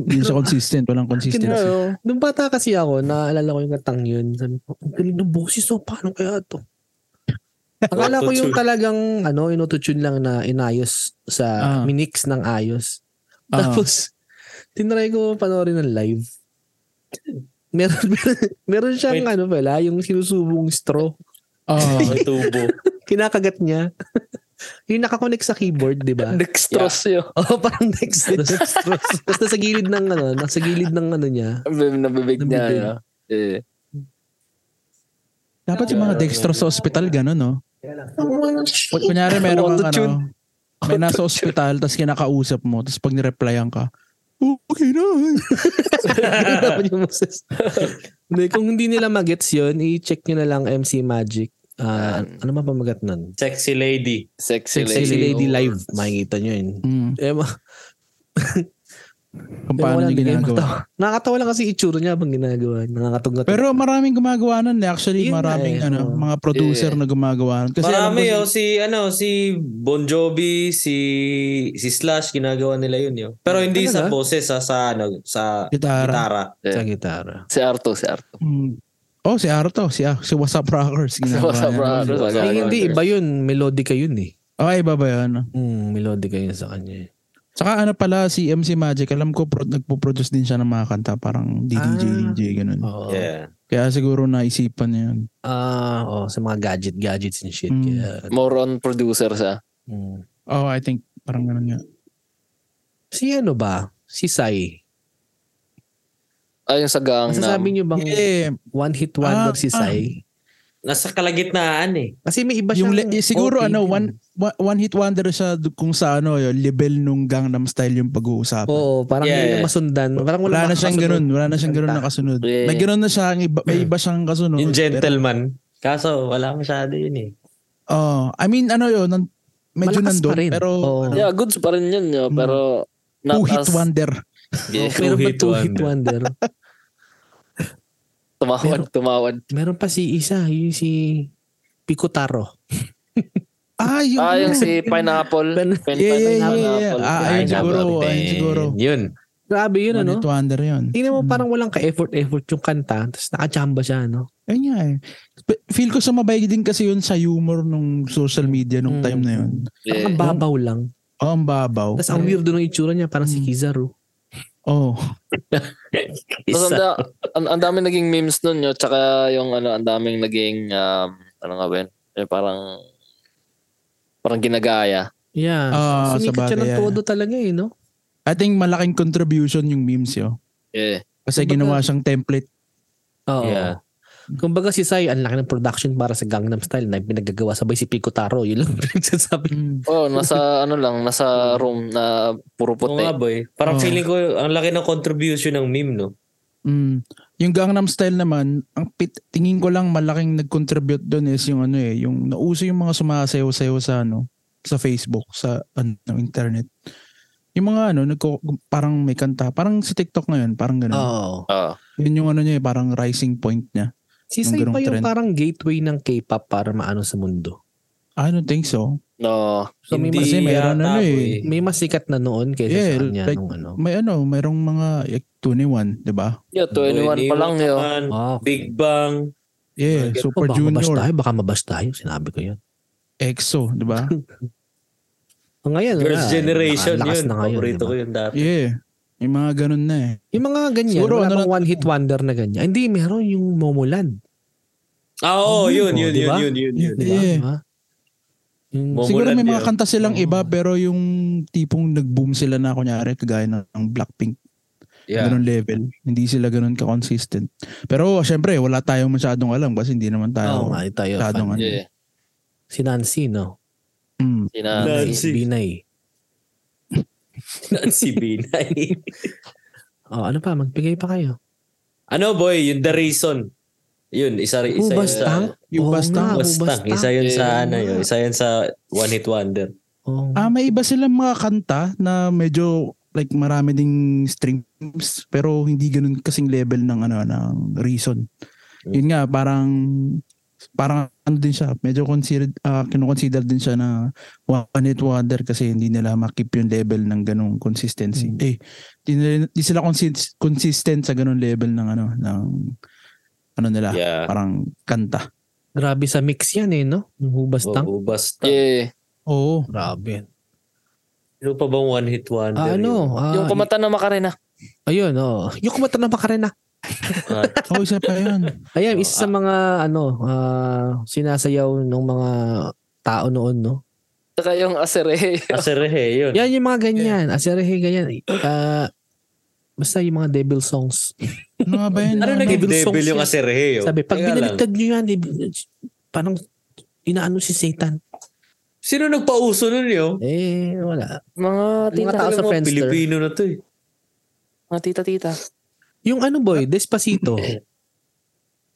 [SPEAKER 4] hindi siya consistent, walang consistency.
[SPEAKER 5] Kinaro.
[SPEAKER 2] Nung bata kasi ako, naalala ko yung katang yun. Sabi ko, ang galing ng boses, so paano kaya to? Akala ko yung
[SPEAKER 3] Autotune.
[SPEAKER 2] talagang ano, inototune lang na inayos sa
[SPEAKER 4] Ah.
[SPEAKER 2] minix ng ayos.
[SPEAKER 4] Ah.
[SPEAKER 2] Tapos, tinry ko panoorin ng live. Meron, [laughs] meron, meron siyang
[SPEAKER 3] Wait.
[SPEAKER 2] ano pala, yung sinusubong straw.
[SPEAKER 4] Oo.
[SPEAKER 3] May tubo.
[SPEAKER 2] Kinakagat niya. [laughs] yung nakakonect sa keyboard, di ba?
[SPEAKER 5] [laughs] [laughs] Dextrose
[SPEAKER 2] [laughs]
[SPEAKER 5] yun.
[SPEAKER 2] Oo, parang dextrose. Tapos nasa gilid ng ano, nasa gilid ng ano niya.
[SPEAKER 5] Bib- Nabibig niya.
[SPEAKER 2] Nabibig.
[SPEAKER 5] Ano? Eh,
[SPEAKER 4] Dapat yung mga
[SPEAKER 3] Yeah,
[SPEAKER 4] dextrose sa ospital, gano'n, no? Pag
[SPEAKER 2] [laughs]
[SPEAKER 4] kunyari meron kang ano, may nasa ospital, tapos kinakausap mo, tapos pag nireplyan ka, "Oh, okay na.
[SPEAKER 2] Ganun naman yung boses. Hindi, kung hindi nila magets yun, i-check nyo na lang MC Magic. Ah, ano man pamagat nun?
[SPEAKER 3] Sexy lady.
[SPEAKER 5] sexy,
[SPEAKER 2] Sexy
[SPEAKER 5] lady.
[SPEAKER 2] Lady Live. Makikita nyo yun.
[SPEAKER 4] Mm,
[SPEAKER 2] Eh, ma-
[SPEAKER 4] kung paano niya
[SPEAKER 2] wala, hindi kayo
[SPEAKER 4] eh, ginagawa.
[SPEAKER 2] matawa. Nakakatawa lang kasi itsura niya habang ginagawa. Nakakatunggat.
[SPEAKER 4] Pero maraming gumagawa nun. eh. Actually,
[SPEAKER 2] Yun nga
[SPEAKER 4] maraming
[SPEAKER 2] eh,
[SPEAKER 4] ano,
[SPEAKER 2] oo.
[SPEAKER 4] mga producer
[SPEAKER 5] Yeah.
[SPEAKER 4] na gumagawa nun. Kasi alam
[SPEAKER 3] Marami
[SPEAKER 4] ko,
[SPEAKER 3] yo si ano si Bon Jovi, si si Slash ginagawa nila yun yo. Pero hindi sa
[SPEAKER 2] Talaga?
[SPEAKER 3] boses sa sa ano sa
[SPEAKER 4] Ah, gitara.
[SPEAKER 3] gitara.
[SPEAKER 2] sa gitara.
[SPEAKER 5] Si Arto, si Arto.
[SPEAKER 4] Mm. Oh, si Arto, si, ah, si What's Up Rockers.
[SPEAKER 5] Si
[SPEAKER 4] ginagawa
[SPEAKER 5] Wasa
[SPEAKER 4] niya.
[SPEAKER 5] Brothers. ang
[SPEAKER 2] Ay,
[SPEAKER 5] gagawin
[SPEAKER 2] hindi,
[SPEAKER 5] ko.
[SPEAKER 2] iba yun. Melodica yun eh.
[SPEAKER 4] Okay, iba ba yun?
[SPEAKER 2] Mm, melodica yun sa kanya. eh.
[SPEAKER 4] Saka ano pala, si MC Magic, alam ko pro- nagpo-produce din siya ng mga kanta, parang DDJ,
[SPEAKER 2] Ah.
[SPEAKER 4] DJ, ganun.
[SPEAKER 2] Oo.
[SPEAKER 3] Yeah.
[SPEAKER 4] Kaya siguro naisipan niya yun.
[SPEAKER 2] Ah, oh, sa mga gadget gadgets and shit.
[SPEAKER 4] Mm.
[SPEAKER 2] Kaya,
[SPEAKER 5] More on producer siya.
[SPEAKER 2] mm.
[SPEAKER 4] Oh, I think parang ganun nga.
[SPEAKER 2] Si ano ba? Si Sai.
[SPEAKER 5] Ayun sa gang na
[SPEAKER 2] Masasabi niyo bang
[SPEAKER 4] Eh,
[SPEAKER 2] one hit wonder
[SPEAKER 4] Ah,
[SPEAKER 2] si Sai?
[SPEAKER 3] Nasa kalagitnaan eh.
[SPEAKER 2] Kasi may iba
[SPEAKER 4] Yung
[SPEAKER 2] siyang
[SPEAKER 4] le- eh, siguro
[SPEAKER 2] OT.
[SPEAKER 4] ano, one, one hit wonder siya d- kung sa ano, yung level nung Gangnam Style yung pag-uusapan.
[SPEAKER 2] Oo, parang
[SPEAKER 3] Yeah,
[SPEAKER 2] hindi na
[SPEAKER 3] yeah.
[SPEAKER 2] masundan. Parang Oh, wala,
[SPEAKER 4] wala na siyang
[SPEAKER 2] kasunod.
[SPEAKER 4] ganun. Wala na siyang ganun na kasunod.
[SPEAKER 5] Yeah.
[SPEAKER 4] May ganun na siya. ang iba- May iba siyang kasunod.
[SPEAKER 3] Yung
[SPEAKER 4] Pero-
[SPEAKER 3] gentleman. Kaso wala masyado yun eh.
[SPEAKER 4] Oo. I mean, ano yun, nan- medyo
[SPEAKER 2] Malakas
[SPEAKER 4] nandun.
[SPEAKER 2] pa rin.
[SPEAKER 4] Pero,
[SPEAKER 2] Oo.
[SPEAKER 4] ano,
[SPEAKER 5] Yeah, goods pa rin yun. Yo,
[SPEAKER 4] Mm.
[SPEAKER 5] pero not
[SPEAKER 4] two hit
[SPEAKER 5] as...
[SPEAKER 4] wonder. Oh,
[SPEAKER 5] Yeah,
[SPEAKER 2] Pero
[SPEAKER 3] Two
[SPEAKER 2] ba
[SPEAKER 3] hit
[SPEAKER 2] two hit
[SPEAKER 3] wonder.
[SPEAKER 2] wonder?
[SPEAKER 5] tumawad, tumawad.
[SPEAKER 2] Meron pa si isa, yung si Picotaro.
[SPEAKER 4] Ah, yun.
[SPEAKER 5] Ah, yung si Pineapple.
[SPEAKER 2] Ben-
[SPEAKER 5] Pin-
[SPEAKER 4] Yeah, yeah, yeah,
[SPEAKER 5] Pineapple.
[SPEAKER 4] yeah. Ah, ayun siguro. Ayun siguro.
[SPEAKER 3] Yun.
[SPEAKER 2] Grabe yun,
[SPEAKER 4] One
[SPEAKER 2] ano? Hmm.
[SPEAKER 4] hit wonder yun.
[SPEAKER 2] Tingnan mo,
[SPEAKER 4] Mm.
[SPEAKER 2] parang walang ka-effort-effort yung kanta, tapos nakachamba siya, ano? no?
[SPEAKER 4] Ayun nga eh. Pe- Feel ko sumabay din kasi yun sa humor nung social media nung
[SPEAKER 2] Mm.
[SPEAKER 4] time na yun.
[SPEAKER 5] Yeah.
[SPEAKER 2] Ang babaw lang.
[SPEAKER 4] Oh, ang babaw.
[SPEAKER 2] Tapos ang weirdo ng itsura niya, parang
[SPEAKER 4] Mm.
[SPEAKER 2] si Kizaru.
[SPEAKER 4] Oh.
[SPEAKER 5] Tapos
[SPEAKER 4] ah.
[SPEAKER 5] ang,
[SPEAKER 3] Isa.
[SPEAKER 5] da- ang, ang daming naging memes nun yun. Tsaka yung ano, ang daming naging, um, ano nga ba yun? Yung parang, parang ginagaya.
[SPEAKER 2] Yeah.
[SPEAKER 4] Ah,
[SPEAKER 2] Sumikat siya
[SPEAKER 4] sabagay,
[SPEAKER 2] ng
[SPEAKER 4] yeah.
[SPEAKER 2] todo talaga eh, no?
[SPEAKER 4] I think malaking contribution yung memes yun.
[SPEAKER 5] Yeah.
[SPEAKER 4] Kasi
[SPEAKER 2] Kumbaga-
[SPEAKER 4] ginawa siyang template.
[SPEAKER 2] Oo.
[SPEAKER 3] Yeah.
[SPEAKER 2] Kumbaga si Sai, ang laki ng production para sa Gangnam Style na pinagagawa sabay si Pico Taro. Yun lang [laughs] pinagsasabi.
[SPEAKER 4] Mm.
[SPEAKER 5] Oh,
[SPEAKER 4] [laughs]
[SPEAKER 5] nasa ano lang, nasa room na puro
[SPEAKER 3] Oo nga
[SPEAKER 5] puti.
[SPEAKER 3] boy. Parang
[SPEAKER 4] Oo.
[SPEAKER 3] feeling ko ang laki ng contribution ng meme no.
[SPEAKER 4] Mm. Yung Gangnam Style naman, ang pit, tingin ko lang malaking nag-contribute doon is yung ano eh, yung nauso yung mga sumasayaw-sayaw sa ano, sa Facebook, sa ano, internet. Yung mga ano, nagko, parang may kanta, parang sa TikTok ngayon, parang
[SPEAKER 2] Oo.
[SPEAKER 4] ganun.
[SPEAKER 5] Ah,
[SPEAKER 4] Yun yung ano niya eh, parang rising point niya.
[SPEAKER 2] Si
[SPEAKER 4] Yung
[SPEAKER 2] Sai
[SPEAKER 4] ganung
[SPEAKER 2] pa yung
[SPEAKER 4] trend.
[SPEAKER 2] parang gateway ng K-pop para maano sa mundo.
[SPEAKER 4] I don't think so.
[SPEAKER 5] no.
[SPEAKER 2] So may, mas,
[SPEAKER 4] Hindi. meron
[SPEAKER 3] yata,
[SPEAKER 4] ano eh.
[SPEAKER 3] boy.
[SPEAKER 2] may mas sikat na noon kaysa
[SPEAKER 4] Yeah,
[SPEAKER 2] sa kanya
[SPEAKER 4] like-
[SPEAKER 2] nung ano.
[SPEAKER 4] May ano, mayroong mga like, 21, di ba?
[SPEAKER 5] Yeah, 21 pa lang yun.
[SPEAKER 3] Man,
[SPEAKER 2] Oh,
[SPEAKER 3] Big Bang.
[SPEAKER 4] Yeah,
[SPEAKER 3] Mga ganun.
[SPEAKER 4] Super
[SPEAKER 2] baka mabas
[SPEAKER 4] Junior,
[SPEAKER 2] tayo, baka mabas tayo. Sinabi ko yun.
[SPEAKER 4] EXO, di ba?
[SPEAKER 2] O Ah, ngayon,
[SPEAKER 3] Girls'
[SPEAKER 4] Ah,
[SPEAKER 2] wala,
[SPEAKER 3] Generation
[SPEAKER 2] nakalakas
[SPEAKER 3] yun.
[SPEAKER 2] na ngayon,
[SPEAKER 3] Paborito
[SPEAKER 2] diba?
[SPEAKER 3] ko yun dati.
[SPEAKER 4] yeah. Yung mga ganun na eh.
[SPEAKER 2] Yung mga ganyan,
[SPEAKER 4] Siguro,
[SPEAKER 2] wala
[SPEAKER 4] ano
[SPEAKER 2] bang one hit wonder na ganyan. Ay, Hindi, meron yung Momoland.
[SPEAKER 3] Ah, oo,
[SPEAKER 4] Oh,
[SPEAKER 3] yun, yun,
[SPEAKER 2] diba?
[SPEAKER 3] yun, yun, yun, yun.
[SPEAKER 2] Di ba?
[SPEAKER 4] Yeah.
[SPEAKER 2] Diba? Yung,
[SPEAKER 3] Momo-
[SPEAKER 4] Siguro may
[SPEAKER 3] Mulan
[SPEAKER 4] mga
[SPEAKER 3] yun.
[SPEAKER 4] kanta silang
[SPEAKER 2] Oo.
[SPEAKER 4] iba pero yung tipong nag-boom sila na kunyari kagaya ng ng Blackpink
[SPEAKER 3] Yeah.
[SPEAKER 4] ganun level. Hindi sila ganun ka-consistent. Pero syempre wala tayong masyadong alam kasi hindi naman
[SPEAKER 2] Oo
[SPEAKER 4] tayo.
[SPEAKER 2] nga, tayo.
[SPEAKER 4] Ah, Masyado
[SPEAKER 2] fan.
[SPEAKER 4] nga.
[SPEAKER 5] Yeah.
[SPEAKER 2] Si Nancy, no?
[SPEAKER 4] Mm.
[SPEAKER 5] Sina,
[SPEAKER 3] Ah, Nancy.
[SPEAKER 2] Binay.
[SPEAKER 3] [laughs] si Binay.
[SPEAKER 2] Oh, ano pa? Magbigay pa kayo.
[SPEAKER 3] ano boy, yun the reason. Yun, isa rin. Isa yun sa,
[SPEAKER 2] Ubastang?
[SPEAKER 4] Yung basta.
[SPEAKER 3] Ubastang. Isa yun sa
[SPEAKER 2] Yeah.
[SPEAKER 3] ano yun. Isa yun sa One Hit Wonder.
[SPEAKER 2] Oh.
[SPEAKER 4] Ah, may iba silang mga kanta na medyo like marami ding streams pero hindi ganun kasing level ng ano ng reason. Yun nga parang parang ano din siya, medyo considered ah, kinoconsider din siya na one hit wonder kasi hindi nila makip yung level ng ganung consistency.
[SPEAKER 3] Hmm.
[SPEAKER 2] Mm.
[SPEAKER 4] Eh, hindi, nila- di sila consist, consistent sa ganung level ng ano ng ano nila,
[SPEAKER 3] Yeah.
[SPEAKER 4] parang kanta.
[SPEAKER 2] Grabe sa mix yan eh, no? Yung Ubastang.
[SPEAKER 3] Oo, Ubastang.
[SPEAKER 5] yeah.
[SPEAKER 4] Oo.
[SPEAKER 2] Grabe.
[SPEAKER 3] Ano pa bang One Hit Wonder?
[SPEAKER 2] Ah, ano? Ah,
[SPEAKER 5] Yung kumata na makarena.
[SPEAKER 2] Ayun, oh. Yung kumata na makarena.
[SPEAKER 3] yun? Ah,
[SPEAKER 4] Oh, isa pa 'yun.
[SPEAKER 2] Ayan,
[SPEAKER 3] Oh,
[SPEAKER 2] isa sa mga, ano, ah, sinasayaw ng mga tao noon, no?
[SPEAKER 5] Tsaka yung asere. [laughs]
[SPEAKER 3] Aserehe, yun.
[SPEAKER 2] Yan yung mga ganyan. Aserehe, ganyan. Ah, basta yung mga devil songs.
[SPEAKER 4] Ano nga ba 'yun?
[SPEAKER 3] Ano
[SPEAKER 2] Ano,
[SPEAKER 3] naging
[SPEAKER 2] devil
[SPEAKER 3] devil
[SPEAKER 2] songs yan.
[SPEAKER 3] yung Aserehe? yun?
[SPEAKER 2] Sabi, pag
[SPEAKER 3] Teka lang.
[SPEAKER 2] binaliktad nyo yan, eh, parang inaano si Satan.
[SPEAKER 3] Sino nagpauso nun yun?
[SPEAKER 2] Eh, wala.
[SPEAKER 5] Mga
[SPEAKER 2] Mga tao sa
[SPEAKER 5] tita.
[SPEAKER 3] Talagang mga
[SPEAKER 2] Friendster.
[SPEAKER 3] Pilipino na to eh.
[SPEAKER 5] Mga tita-tita.
[SPEAKER 2] Yung ano boy, Despacito.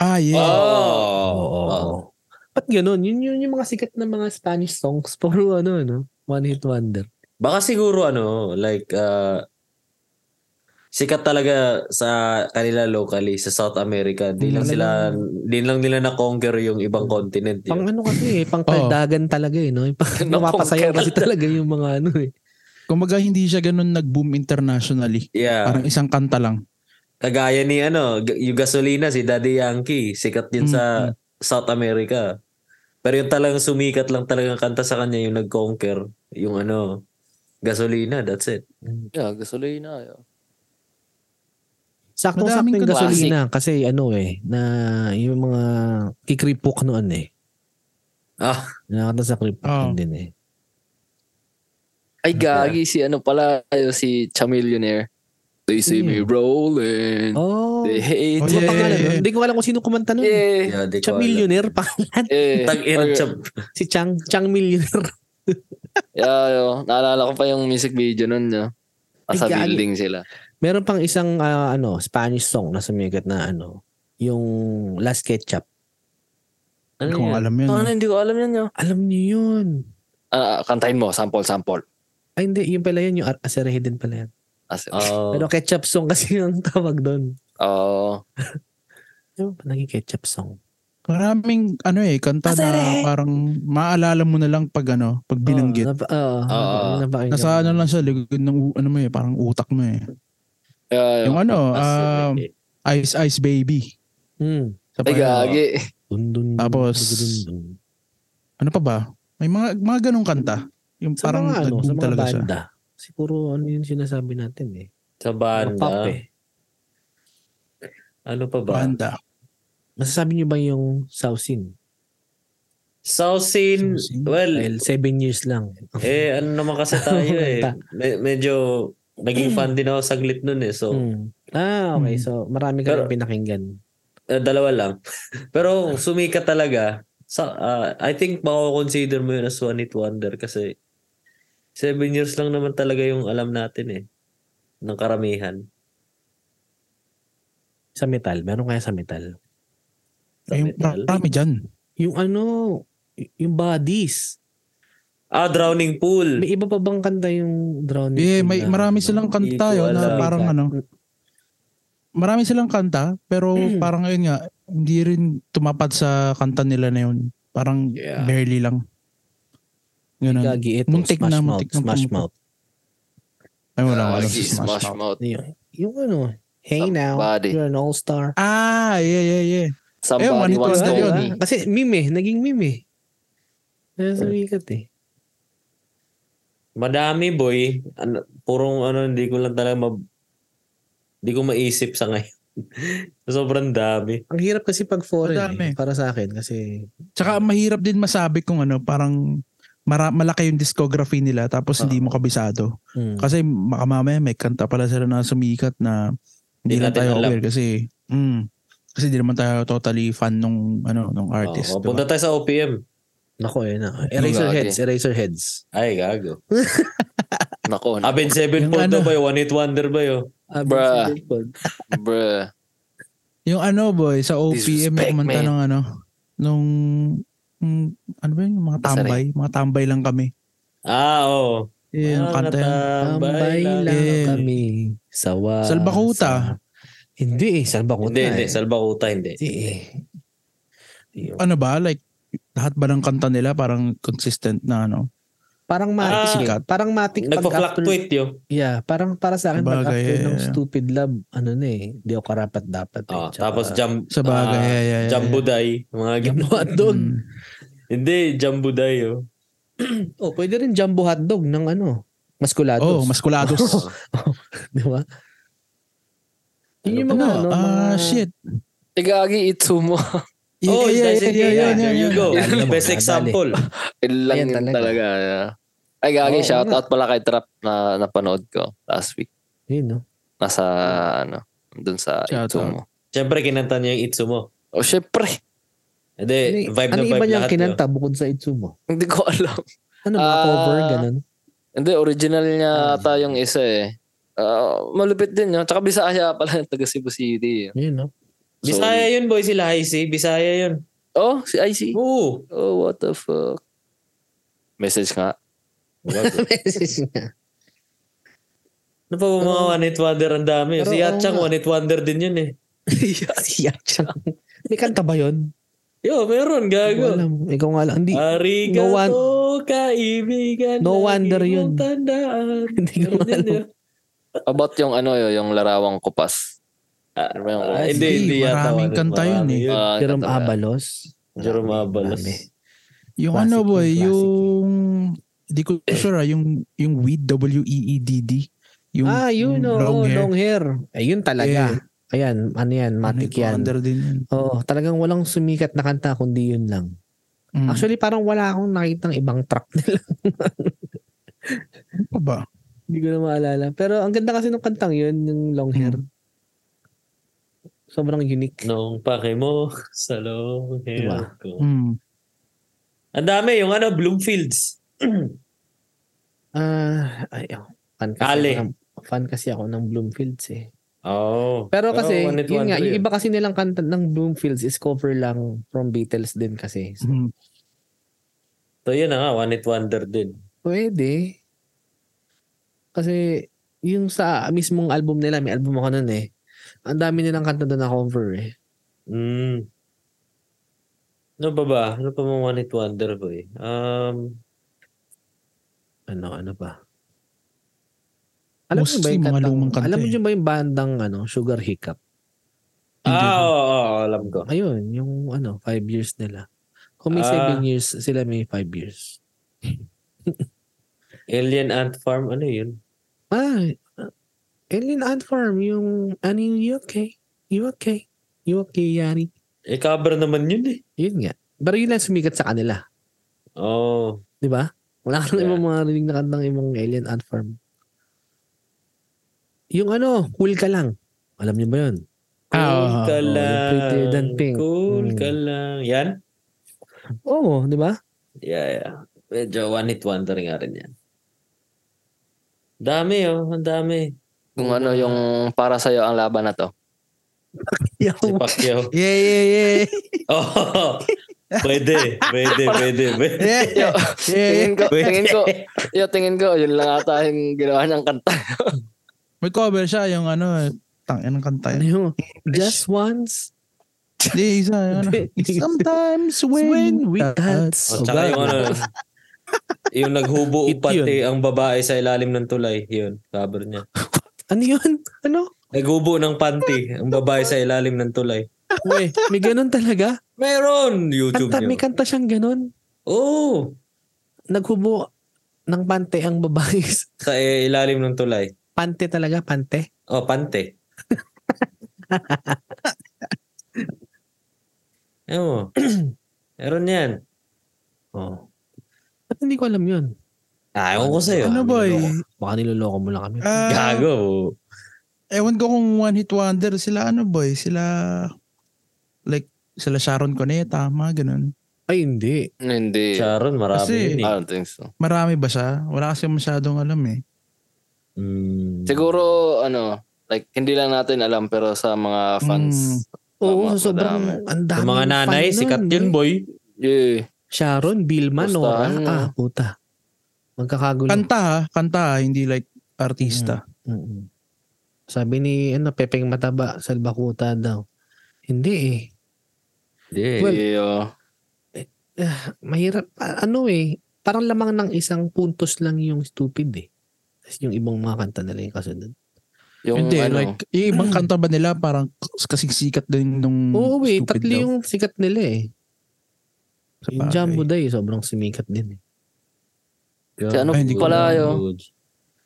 [SPEAKER 4] Ah, yeah.
[SPEAKER 3] Oh.
[SPEAKER 2] Ba't ganun? Yun, yun yung mga sikat na mga Spanish songs. [laughs] Puro ano, no? One hit wonder.
[SPEAKER 3] Baka siguro ano, like, uh, sikat talaga sa kanila locally, sa South America.
[SPEAKER 2] Hmm,
[SPEAKER 3] Di
[SPEAKER 2] ano
[SPEAKER 3] lang sila, di lang nila na-conquer yung ibang continent.
[SPEAKER 2] Pang
[SPEAKER 3] Yun.
[SPEAKER 2] ano kasi eh, pang
[SPEAKER 4] Oh.
[SPEAKER 2] kaldagan talaga eh, no? Yung Pang napapasayaw kasi talaga yung mga ano eh.
[SPEAKER 4] Kumbaga hindi siya ganun nag-boom internationally.
[SPEAKER 5] Ah.
[SPEAKER 3] Yeah.
[SPEAKER 4] Parang isang kanta lang.
[SPEAKER 3] Kagaya ni ano, g- yung gasolina, si Daddy Yankee, sikat
[SPEAKER 2] Hmm,
[SPEAKER 3] yun sa South America. Pero yung talagang sumikat lang talagang kanta sa kanya, yung nag-conquer, yung ano, gasolina, that's it.
[SPEAKER 5] Yeah, gasolina.
[SPEAKER 2] Saktong-saktong
[SPEAKER 4] Madaming
[SPEAKER 2] yung
[SPEAKER 5] classic.
[SPEAKER 2] gasolina kasi ano eh, na yung mga kikripok noon eh.
[SPEAKER 3] Ah.
[SPEAKER 2] Nakakata sa kripok
[SPEAKER 4] Oo.
[SPEAKER 2] din eh.
[SPEAKER 5] Ay, gagi si ano pala, ayo, si Chamillionaire. They see me rolling.
[SPEAKER 2] Oh.
[SPEAKER 5] They hate
[SPEAKER 4] Hmm. Oh,
[SPEAKER 2] Ano
[SPEAKER 4] yeah.
[SPEAKER 5] it.
[SPEAKER 2] pangalan nun? Hindi ko alam kung sino kumanta nun. eh.
[SPEAKER 5] Yeah.
[SPEAKER 3] Yeah, di ko
[SPEAKER 2] Chang
[SPEAKER 3] alam.
[SPEAKER 2] Millionaire pangalan.
[SPEAKER 4] [laughs]
[SPEAKER 5] Eh,
[SPEAKER 3] Tag-ina,
[SPEAKER 5] or-
[SPEAKER 3] Chang.
[SPEAKER 2] [laughs] Si Chang, Chang Millionaire. [laughs]
[SPEAKER 5] Yeah, yo. Naalala ko pa yung music video nun, yo. Nasa
[SPEAKER 2] Ay, gagi.
[SPEAKER 5] building sila.
[SPEAKER 2] Meron pang isang ah, ano, Spanish song na sumikat na ano, yung Last Ketchup.
[SPEAKER 3] Ano
[SPEAKER 4] Hindi ko
[SPEAKER 3] yan?
[SPEAKER 4] alam yun.
[SPEAKER 5] Ano,
[SPEAKER 4] eh.
[SPEAKER 5] hindi ko alam yan, yo.
[SPEAKER 2] Alam niyo yun.
[SPEAKER 5] Ah, kantahin mo, sample, sample.
[SPEAKER 2] Ay hindi, yun pala yun, yung Ar- Aserehe din pala yan.
[SPEAKER 5] As,
[SPEAKER 3] Oo.
[SPEAKER 2] Pero ketchup song [laughs] kasi yung tawag doon.
[SPEAKER 5] oh,
[SPEAKER 2] Yung Ano naging ketchup song.
[SPEAKER 4] Maraming ano eh, kanta na parang maalala mo na lang pag ano,
[SPEAKER 2] Oh,
[SPEAKER 4] pag binanggit.
[SPEAKER 2] Oo. napa- oo,
[SPEAKER 3] Oo.
[SPEAKER 2] napakinggan
[SPEAKER 4] Nasa
[SPEAKER 2] ko.
[SPEAKER 4] ano lang siya, ligod ng u- ano mo eh, parang utak mo eh.
[SPEAKER 5] yeah, yo.
[SPEAKER 4] Yung ano, um,
[SPEAKER 3] Aserehe.
[SPEAKER 4] Ice Ice Baby.
[SPEAKER 2] Hmm.
[SPEAKER 4] Sa
[SPEAKER 5] eh. Ay,
[SPEAKER 4] pa-
[SPEAKER 5] gagi.
[SPEAKER 2] Dun, dun, dun,
[SPEAKER 4] Tapos,
[SPEAKER 2] dun, dun.
[SPEAKER 4] ano pa ba? May mga, mga ganong kanta. Yung
[SPEAKER 2] sa
[SPEAKER 4] parang
[SPEAKER 2] mga ano, sa
[SPEAKER 4] nag-boom
[SPEAKER 2] mga
[SPEAKER 4] talaga siya.
[SPEAKER 2] banda. Siguro ano yung sinasabi natin eh.
[SPEAKER 3] Sa
[SPEAKER 2] Mga
[SPEAKER 3] banda.
[SPEAKER 2] Pop eh.
[SPEAKER 3] Ano pa ba?
[SPEAKER 4] Banda.
[SPEAKER 2] Masasabi niyo ba yung Sausin?
[SPEAKER 3] Sausin.
[SPEAKER 4] Sausin.
[SPEAKER 3] Well,
[SPEAKER 2] Dahil seven years lang.
[SPEAKER 3] eh, ano naman kasi tayo
[SPEAKER 4] [laughs]
[SPEAKER 3] eh. Me- medyo naging fan din ako saglit nun eh. So,
[SPEAKER 2] Hmm. Ah, okay.
[SPEAKER 4] Hmm.
[SPEAKER 2] So, marami ka
[SPEAKER 3] Pero-
[SPEAKER 2] rin pinakinggan.
[SPEAKER 3] eh, dalawa lang. [laughs] Pero sumikat talaga. Sa, ah, I think mako-consider mo yun as one hit wonder kasi seven years lang naman talaga yung alam natin eh. Ng karamihan.
[SPEAKER 2] Sa metal. Meron kaya sa metal?
[SPEAKER 4] Ayun, marami dyan.
[SPEAKER 2] Yung ano, y- yung bodies.
[SPEAKER 3] Ah, Drowning Pool.
[SPEAKER 2] May iba pa bang kanta yung drowning?
[SPEAKER 4] Eh,
[SPEAKER 2] Pool
[SPEAKER 4] may,
[SPEAKER 2] na-
[SPEAKER 4] marami silang kanta
[SPEAKER 3] Hindi ko
[SPEAKER 4] yun na
[SPEAKER 3] alam.
[SPEAKER 4] parang ano. Marami silang kanta, pero
[SPEAKER 3] Hmm.
[SPEAKER 4] parang ayun nga, hindi rin tumapad sa kanta nila na yun. Parang
[SPEAKER 3] Yeah.
[SPEAKER 4] barely lang. Ganun.
[SPEAKER 2] Gagi ito.
[SPEAKER 4] Muntik
[SPEAKER 2] smash
[SPEAKER 4] na,
[SPEAKER 2] mouth.
[SPEAKER 4] muntik na
[SPEAKER 2] smash
[SPEAKER 4] pumutok.
[SPEAKER 2] mouth.
[SPEAKER 4] Ay, wala ko alam ano
[SPEAKER 5] Gagi,
[SPEAKER 4] si Smash
[SPEAKER 5] smash
[SPEAKER 4] Mouth.
[SPEAKER 5] mouth.
[SPEAKER 2] Yung, yung ano, Hey
[SPEAKER 5] Some
[SPEAKER 2] now,
[SPEAKER 5] body.
[SPEAKER 2] you're an all-star. Ano
[SPEAKER 4] Ah, yeah, yeah, yeah.
[SPEAKER 5] Somebody
[SPEAKER 4] Ayun,
[SPEAKER 5] wants
[SPEAKER 4] Wonder
[SPEAKER 5] to
[SPEAKER 4] yun.
[SPEAKER 5] me.
[SPEAKER 2] Kasi meme eh. Naging meme eh. Nasumikat eh.
[SPEAKER 3] Madami boy. Ano, purong ano, hindi ko lang talaga ma- hindi ko maisip sa ngayon. [laughs] Sobrang dami.
[SPEAKER 2] Ang hirap kasi pag foreign
[SPEAKER 4] Madami.
[SPEAKER 2] eh, para sa akin kasi
[SPEAKER 4] Tsaka mahirap din masabi kung ano, parang mara- malaki yung discography nila tapos hindi mo kabisado.
[SPEAKER 2] mm,
[SPEAKER 4] Kasi makamamaya may kanta pala sila na sumikat na hindi
[SPEAKER 3] Hindi
[SPEAKER 4] lang
[SPEAKER 3] natin
[SPEAKER 4] tayo
[SPEAKER 3] alam.
[SPEAKER 4] aware kasi mm, kasi di naman tayo totally fan nung ano nung artist.
[SPEAKER 3] Oo,
[SPEAKER 4] diba?
[SPEAKER 3] Oh, punta tayo sa OPM.
[SPEAKER 2] nako eh na. Eraser heads, eraser heads.
[SPEAKER 3] Ay, gago.
[SPEAKER 5] Nako, nako.
[SPEAKER 3] Abin 7
[SPEAKER 4] Yung
[SPEAKER 3] po
[SPEAKER 4] ano.
[SPEAKER 3] ba yun? One hit wonder oh. ba yun?
[SPEAKER 5] Bruh. Bruh.
[SPEAKER 4] Yung ano boy sa OPM
[SPEAKER 5] Disrespect,
[SPEAKER 4] yung kumanta
[SPEAKER 5] man.
[SPEAKER 4] ng ano nung mm, ano ba yun, yung mga
[SPEAKER 5] Pasare.
[SPEAKER 4] tambay, mga tambay lang kami.
[SPEAKER 3] Ah, oo.
[SPEAKER 4] Eh, yung
[SPEAKER 3] Mga
[SPEAKER 4] kanta yun.
[SPEAKER 2] Tambay lang
[SPEAKER 4] Eh.
[SPEAKER 2] kami sa wa.
[SPEAKER 4] Salbakuta.
[SPEAKER 2] sa- Hindi eh, salbakuta
[SPEAKER 3] Hindi, hindi.
[SPEAKER 2] eh.
[SPEAKER 3] Salbakuta, hindi.
[SPEAKER 2] Hindi eh. Hindi eh.
[SPEAKER 4] Ano ba like lahat ba ng kanta nila parang consistent na ano?
[SPEAKER 2] Parang matik. eh.
[SPEAKER 4] sikat.
[SPEAKER 2] parang matik pag after.
[SPEAKER 3] Nagpa-fluctuate yun.
[SPEAKER 2] Yeah, parang para sa akin pag
[SPEAKER 4] Sabagay,
[SPEAKER 2] after
[SPEAKER 4] eh.
[SPEAKER 2] ng stupid love, ano na eh, di ako karapat dapat. Eh.
[SPEAKER 3] Ah,
[SPEAKER 2] Tsaka-
[SPEAKER 3] tapos jam,
[SPEAKER 4] Sa bagay,
[SPEAKER 3] ah,
[SPEAKER 4] yeah, yeah, yeah,
[SPEAKER 3] Jambuday. Mga
[SPEAKER 2] Jumbo
[SPEAKER 3] ginawa
[SPEAKER 2] [laughs] hotdog.
[SPEAKER 4] Mm.
[SPEAKER 3] Hindi, Jambuday. Oh.
[SPEAKER 2] Oh, pwede rin jumbo hotdog ng ano, maskulados.
[SPEAKER 4] Oh,
[SPEAKER 3] [laughs]
[SPEAKER 4] maskulados.
[SPEAKER 2] Di ba? Yun
[SPEAKER 3] Ano
[SPEAKER 2] yung
[SPEAKER 3] pa
[SPEAKER 2] mga,
[SPEAKER 4] ano,
[SPEAKER 2] ano,
[SPEAKER 4] ah,
[SPEAKER 2] mga-
[SPEAKER 4] shit.
[SPEAKER 5] Eh, gagi, itsumo.
[SPEAKER 4] Yeah,
[SPEAKER 3] oh,
[SPEAKER 4] yeah,
[SPEAKER 3] that's
[SPEAKER 4] yeah, yeah,
[SPEAKER 3] it, yeah,
[SPEAKER 4] yun,
[SPEAKER 3] There
[SPEAKER 4] yun,
[SPEAKER 3] you
[SPEAKER 4] yun.
[SPEAKER 3] go.
[SPEAKER 2] Dali mo,
[SPEAKER 3] Best
[SPEAKER 2] dali.
[SPEAKER 3] example.
[SPEAKER 5] [laughs] Yun lang
[SPEAKER 2] Ayan
[SPEAKER 5] yun
[SPEAKER 2] talaga.
[SPEAKER 5] talaga. Ay, gagi,
[SPEAKER 2] Oo,
[SPEAKER 5] shoutout pala kay Trap na napanood ko last week.
[SPEAKER 2] Yun, no?
[SPEAKER 5] Nasa, ano, dun sa
[SPEAKER 4] Shoutout.
[SPEAKER 5] itsumo.
[SPEAKER 3] Siyempre, kinanta niya yung Itsumo.
[SPEAKER 5] O, syempre.
[SPEAKER 3] Hindi,
[SPEAKER 2] Ano-
[SPEAKER 3] Eh, vibe na
[SPEAKER 2] ano
[SPEAKER 3] vibe
[SPEAKER 2] iba niyang
[SPEAKER 3] lahat yun.
[SPEAKER 2] kinanta bukod sa Itsumo?
[SPEAKER 5] Hindi ko alam. [laughs]
[SPEAKER 2] Ano ba,
[SPEAKER 5] Ah,
[SPEAKER 2] cover, ganun?
[SPEAKER 5] Hindi, original niya ata yung isa eh. Ah, malupit din yun. Tsaka Bisaya pala yung taga Cebu City. eh.
[SPEAKER 2] Yun,
[SPEAKER 3] [laughs]
[SPEAKER 2] no?
[SPEAKER 5] So-
[SPEAKER 3] Bisaya yun, boy. Sila IC. Bisaya yun.
[SPEAKER 5] Oh, si IC.
[SPEAKER 3] Oo.
[SPEAKER 5] Oh, what the fuck. Message nga.
[SPEAKER 2] Message niya.
[SPEAKER 3] Ano pa ba mga one hit wonder ang dami?
[SPEAKER 2] Pero
[SPEAKER 3] Si
[SPEAKER 2] oo
[SPEAKER 3] Yatchang
[SPEAKER 2] nga.
[SPEAKER 3] one hit wonder din yun eh.
[SPEAKER 2] si Yachang. May kanta ba yun?
[SPEAKER 3] Yo, meron
[SPEAKER 2] Hindi ko
[SPEAKER 3] gago. Ah.
[SPEAKER 2] alam. Ikaw nga alam. Hindi,
[SPEAKER 3] Arigato,
[SPEAKER 2] No one-
[SPEAKER 3] kaibigan.
[SPEAKER 2] No
[SPEAKER 3] lagi
[SPEAKER 2] wonder
[SPEAKER 3] mong
[SPEAKER 2] yun.
[SPEAKER 3] Tandaan.
[SPEAKER 2] [laughs] hindi ko
[SPEAKER 3] Ganun [laughs]
[SPEAKER 2] alam.
[SPEAKER 3] yun.
[SPEAKER 5] About yung ano, yung larawang kupas.
[SPEAKER 3] Ah,
[SPEAKER 5] Ano ba yung
[SPEAKER 3] ah,
[SPEAKER 5] kupas?
[SPEAKER 3] hindi, hindi
[SPEAKER 4] Hindi,
[SPEAKER 3] yata.
[SPEAKER 4] maraming
[SPEAKER 3] ano,
[SPEAKER 4] kanta yun
[SPEAKER 3] marami
[SPEAKER 4] eh.
[SPEAKER 5] Ah, ang
[SPEAKER 2] Jerome
[SPEAKER 5] ganda nga.
[SPEAKER 2] Abalos.
[SPEAKER 3] Jerome
[SPEAKER 2] Marami,
[SPEAKER 3] Abalos.
[SPEAKER 2] marami.
[SPEAKER 4] Yung
[SPEAKER 2] Classic
[SPEAKER 4] ano
[SPEAKER 2] yun,
[SPEAKER 4] boy,
[SPEAKER 2] classic Eh.
[SPEAKER 4] yung di ko sure ah, yung yung weed W E E D D yung
[SPEAKER 2] Ah, yun, oo.
[SPEAKER 4] long hair.
[SPEAKER 2] Long hair. Ayun talaga. Ayan, ano yan, matik
[SPEAKER 4] Ano,
[SPEAKER 2] yan.
[SPEAKER 4] under din yun.
[SPEAKER 2] Oo, talagang walang sumikat na kanta kundi yun lang.
[SPEAKER 4] Mm.
[SPEAKER 2] Actually, parang wala akong nakitang ibang track nila.
[SPEAKER 4] Ano pa ba?
[SPEAKER 2] [laughs] Hindi ko na maalala. Pero ang ganda kasi ng kantang yun, yung long hair.
[SPEAKER 3] Mm.
[SPEAKER 2] Sobrang unique.
[SPEAKER 3] Nung pake mo [laughs] sa long hair
[SPEAKER 2] Diba?
[SPEAKER 3] ko.
[SPEAKER 4] Mm.
[SPEAKER 3] Ang dami, yung ano, Bloomfields.
[SPEAKER 2] Ah, ay, oh, fan kasi,
[SPEAKER 3] Kale.
[SPEAKER 2] ako ng, fan kasi ako ng Bloomfields eh.
[SPEAKER 3] Oh.
[SPEAKER 2] Pero kasi,
[SPEAKER 3] one hit
[SPEAKER 2] yun nga,
[SPEAKER 3] wonder
[SPEAKER 2] yung
[SPEAKER 3] yun.
[SPEAKER 2] iba kasi nilang kanta ng Bloomfields is cover lang from Beatles din kasi. So,
[SPEAKER 4] Mm.
[SPEAKER 3] So yun na nga, one hit wonder din.
[SPEAKER 2] Pwede. Kasi, yung sa mismong album nila, may album ako nun eh. Ang dami nilang kanta doon na cover eh.
[SPEAKER 3] Mm. Ano pa ba? Ano pa mga one hit wonder ko eh? Um,
[SPEAKER 2] Ano, ano ba? Alam mo ba
[SPEAKER 4] Mostly
[SPEAKER 2] yung
[SPEAKER 4] mga
[SPEAKER 2] kantang,
[SPEAKER 4] lumang kanta
[SPEAKER 2] alam mo
[SPEAKER 4] eh.
[SPEAKER 2] yun ba yung bandang ano, Sugar Hiccup?
[SPEAKER 3] ah, oo, oo, oo, alam ko.
[SPEAKER 2] Ayun, yung ano, five years nila. Kung may
[SPEAKER 3] Ah.
[SPEAKER 2] seven years, sila may five years.
[SPEAKER 3] Alien Ant Farm, ano yun?
[SPEAKER 2] Ah, uh, Alien Ant Farm, yung, ano yung, you okay? You okay? You okay, Yari?
[SPEAKER 3] Eh, cover naman yun eh.
[SPEAKER 2] Yun nga. Pero yun lang sumikat sa kanila.
[SPEAKER 3] Oo.
[SPEAKER 2] Di ba? Wala ka na
[SPEAKER 3] Yeah.
[SPEAKER 2] ibang mga rinig na kantang ibang alien ant farm. Yung ano, cool ka lang. Alam niyo ba yun?
[SPEAKER 3] Cool
[SPEAKER 4] Ah,
[SPEAKER 2] oo,
[SPEAKER 3] ka
[SPEAKER 2] yung
[SPEAKER 3] lang.
[SPEAKER 2] Prettier oh, Than Pink.
[SPEAKER 3] Cool
[SPEAKER 2] Mm.
[SPEAKER 3] ka lang. Yan?
[SPEAKER 2] Oo, di ba?
[SPEAKER 3] Yeah, yeah. Medyo one hit wonder nga rin yan. Dami oh, ang dami.
[SPEAKER 5] Kung ano yung para sa'yo ang laban na to.
[SPEAKER 2] [laughs]
[SPEAKER 3] Si
[SPEAKER 4] [laughs]
[SPEAKER 3] Pacquiao. [laughs]
[SPEAKER 4] Yeah, yeah, yeah.
[SPEAKER 3] Oh, pwede, pwede, pwede, pwede.
[SPEAKER 2] [laughs]
[SPEAKER 4] Yeah,
[SPEAKER 5] Yo, tingin ko,
[SPEAKER 3] Pwede.
[SPEAKER 5] tingin ko, yo, tingin ko, yun lang ata yung ginawa niyang [laughs] kanta.
[SPEAKER 4] May cover siya yung ano, tangin ng kanta
[SPEAKER 2] Ano [laughs]
[SPEAKER 4] yun.
[SPEAKER 2] yung, just once
[SPEAKER 4] Hindi, isa yung ano. Sometimes when,
[SPEAKER 2] when we
[SPEAKER 4] touch.
[SPEAKER 2] dance.
[SPEAKER 3] Oh, tsaka yung ano, yung naghubo
[SPEAKER 2] Hit
[SPEAKER 3] upati ang babae sa ilalim ng tulay. Yun, cover niya.
[SPEAKER 2] Ano yun? Ano?
[SPEAKER 3] Naghubo ng panty ang babae sa ilalim ng tulay.
[SPEAKER 2] Uy, may ganun talaga?
[SPEAKER 3] Meron! YouTube
[SPEAKER 2] Kanta, may
[SPEAKER 3] niyo. Oh,
[SPEAKER 2] kanta siyang ganun.
[SPEAKER 3] Oo!
[SPEAKER 2] Naghubo ng pante ang babae. [laughs]
[SPEAKER 3] Sa eh, ilalim ng tulay.
[SPEAKER 2] pante talaga, pante.
[SPEAKER 3] Oh, pante.
[SPEAKER 4] [laughs]
[SPEAKER 3] Ewan mo. [clears throat] Meron yan. Oh.
[SPEAKER 2] Oo. Ba't hindi ko alam yun?
[SPEAKER 3] Ah, ewan ko sa'yo.
[SPEAKER 4] Ano ba eh?
[SPEAKER 2] Baka niloloko mo lang kami.
[SPEAKER 4] Ah,
[SPEAKER 3] Gago.
[SPEAKER 4] ewan ko kung one hit wonder sila ano boy, sila like sila Sharon Cuneta, mga ganun.
[SPEAKER 2] Ay, hindi.
[SPEAKER 5] Hindi.
[SPEAKER 3] Sharon, marami
[SPEAKER 4] Kasi- ah,
[SPEAKER 5] I
[SPEAKER 3] yun eh.
[SPEAKER 5] don't think so.
[SPEAKER 4] Marami ba siya? Wala kasi masyadong alam eh.
[SPEAKER 3] Mm.
[SPEAKER 5] Siguro, ano, like, hindi lang natin alam pero sa mga fans.
[SPEAKER 2] Oo,
[SPEAKER 5] Tama,
[SPEAKER 2] sa sobrang ang dami.
[SPEAKER 3] Sa mga
[SPEAKER 2] ng
[SPEAKER 3] nanay,
[SPEAKER 2] fan nun,
[SPEAKER 3] sikat yun,
[SPEAKER 2] eh.
[SPEAKER 3] boy.
[SPEAKER 5] Yeah.
[SPEAKER 2] Sharon, Bilma,
[SPEAKER 5] Basta,
[SPEAKER 2] Nora.
[SPEAKER 5] ano.
[SPEAKER 2] Ah, puta. Magkakagulo.
[SPEAKER 4] Kanta ha, kanta ha, hindi like artista.
[SPEAKER 5] Mm-hmm.
[SPEAKER 2] Mm-mm. Sabi ni ano, Pepeng Mataba, Salbakuta daw. Hindi eh.
[SPEAKER 3] Yeah.
[SPEAKER 2] Well,
[SPEAKER 5] yeah.
[SPEAKER 2] Mahirap. Ah, Ano eh. Parang lamang ng isang puntos lang yung stupid eh. Tapos yung ibang mga kanta nila yung kasunod.
[SPEAKER 5] Yung
[SPEAKER 4] hindi,
[SPEAKER 5] ano,
[SPEAKER 4] like, yung ibang kanta ba nila parang kasing sikat din nung
[SPEAKER 2] Oo eh.
[SPEAKER 4] stupid
[SPEAKER 2] Tatlo
[SPEAKER 4] daw.
[SPEAKER 2] yung sikat nila eh.
[SPEAKER 4] Sa bagay.
[SPEAKER 2] Yung Jumbo Day, sobrang sumikat din eh.
[SPEAKER 5] si ano
[SPEAKER 4] Ay, hindi ko
[SPEAKER 5] pala
[SPEAKER 3] Good.
[SPEAKER 5] yun.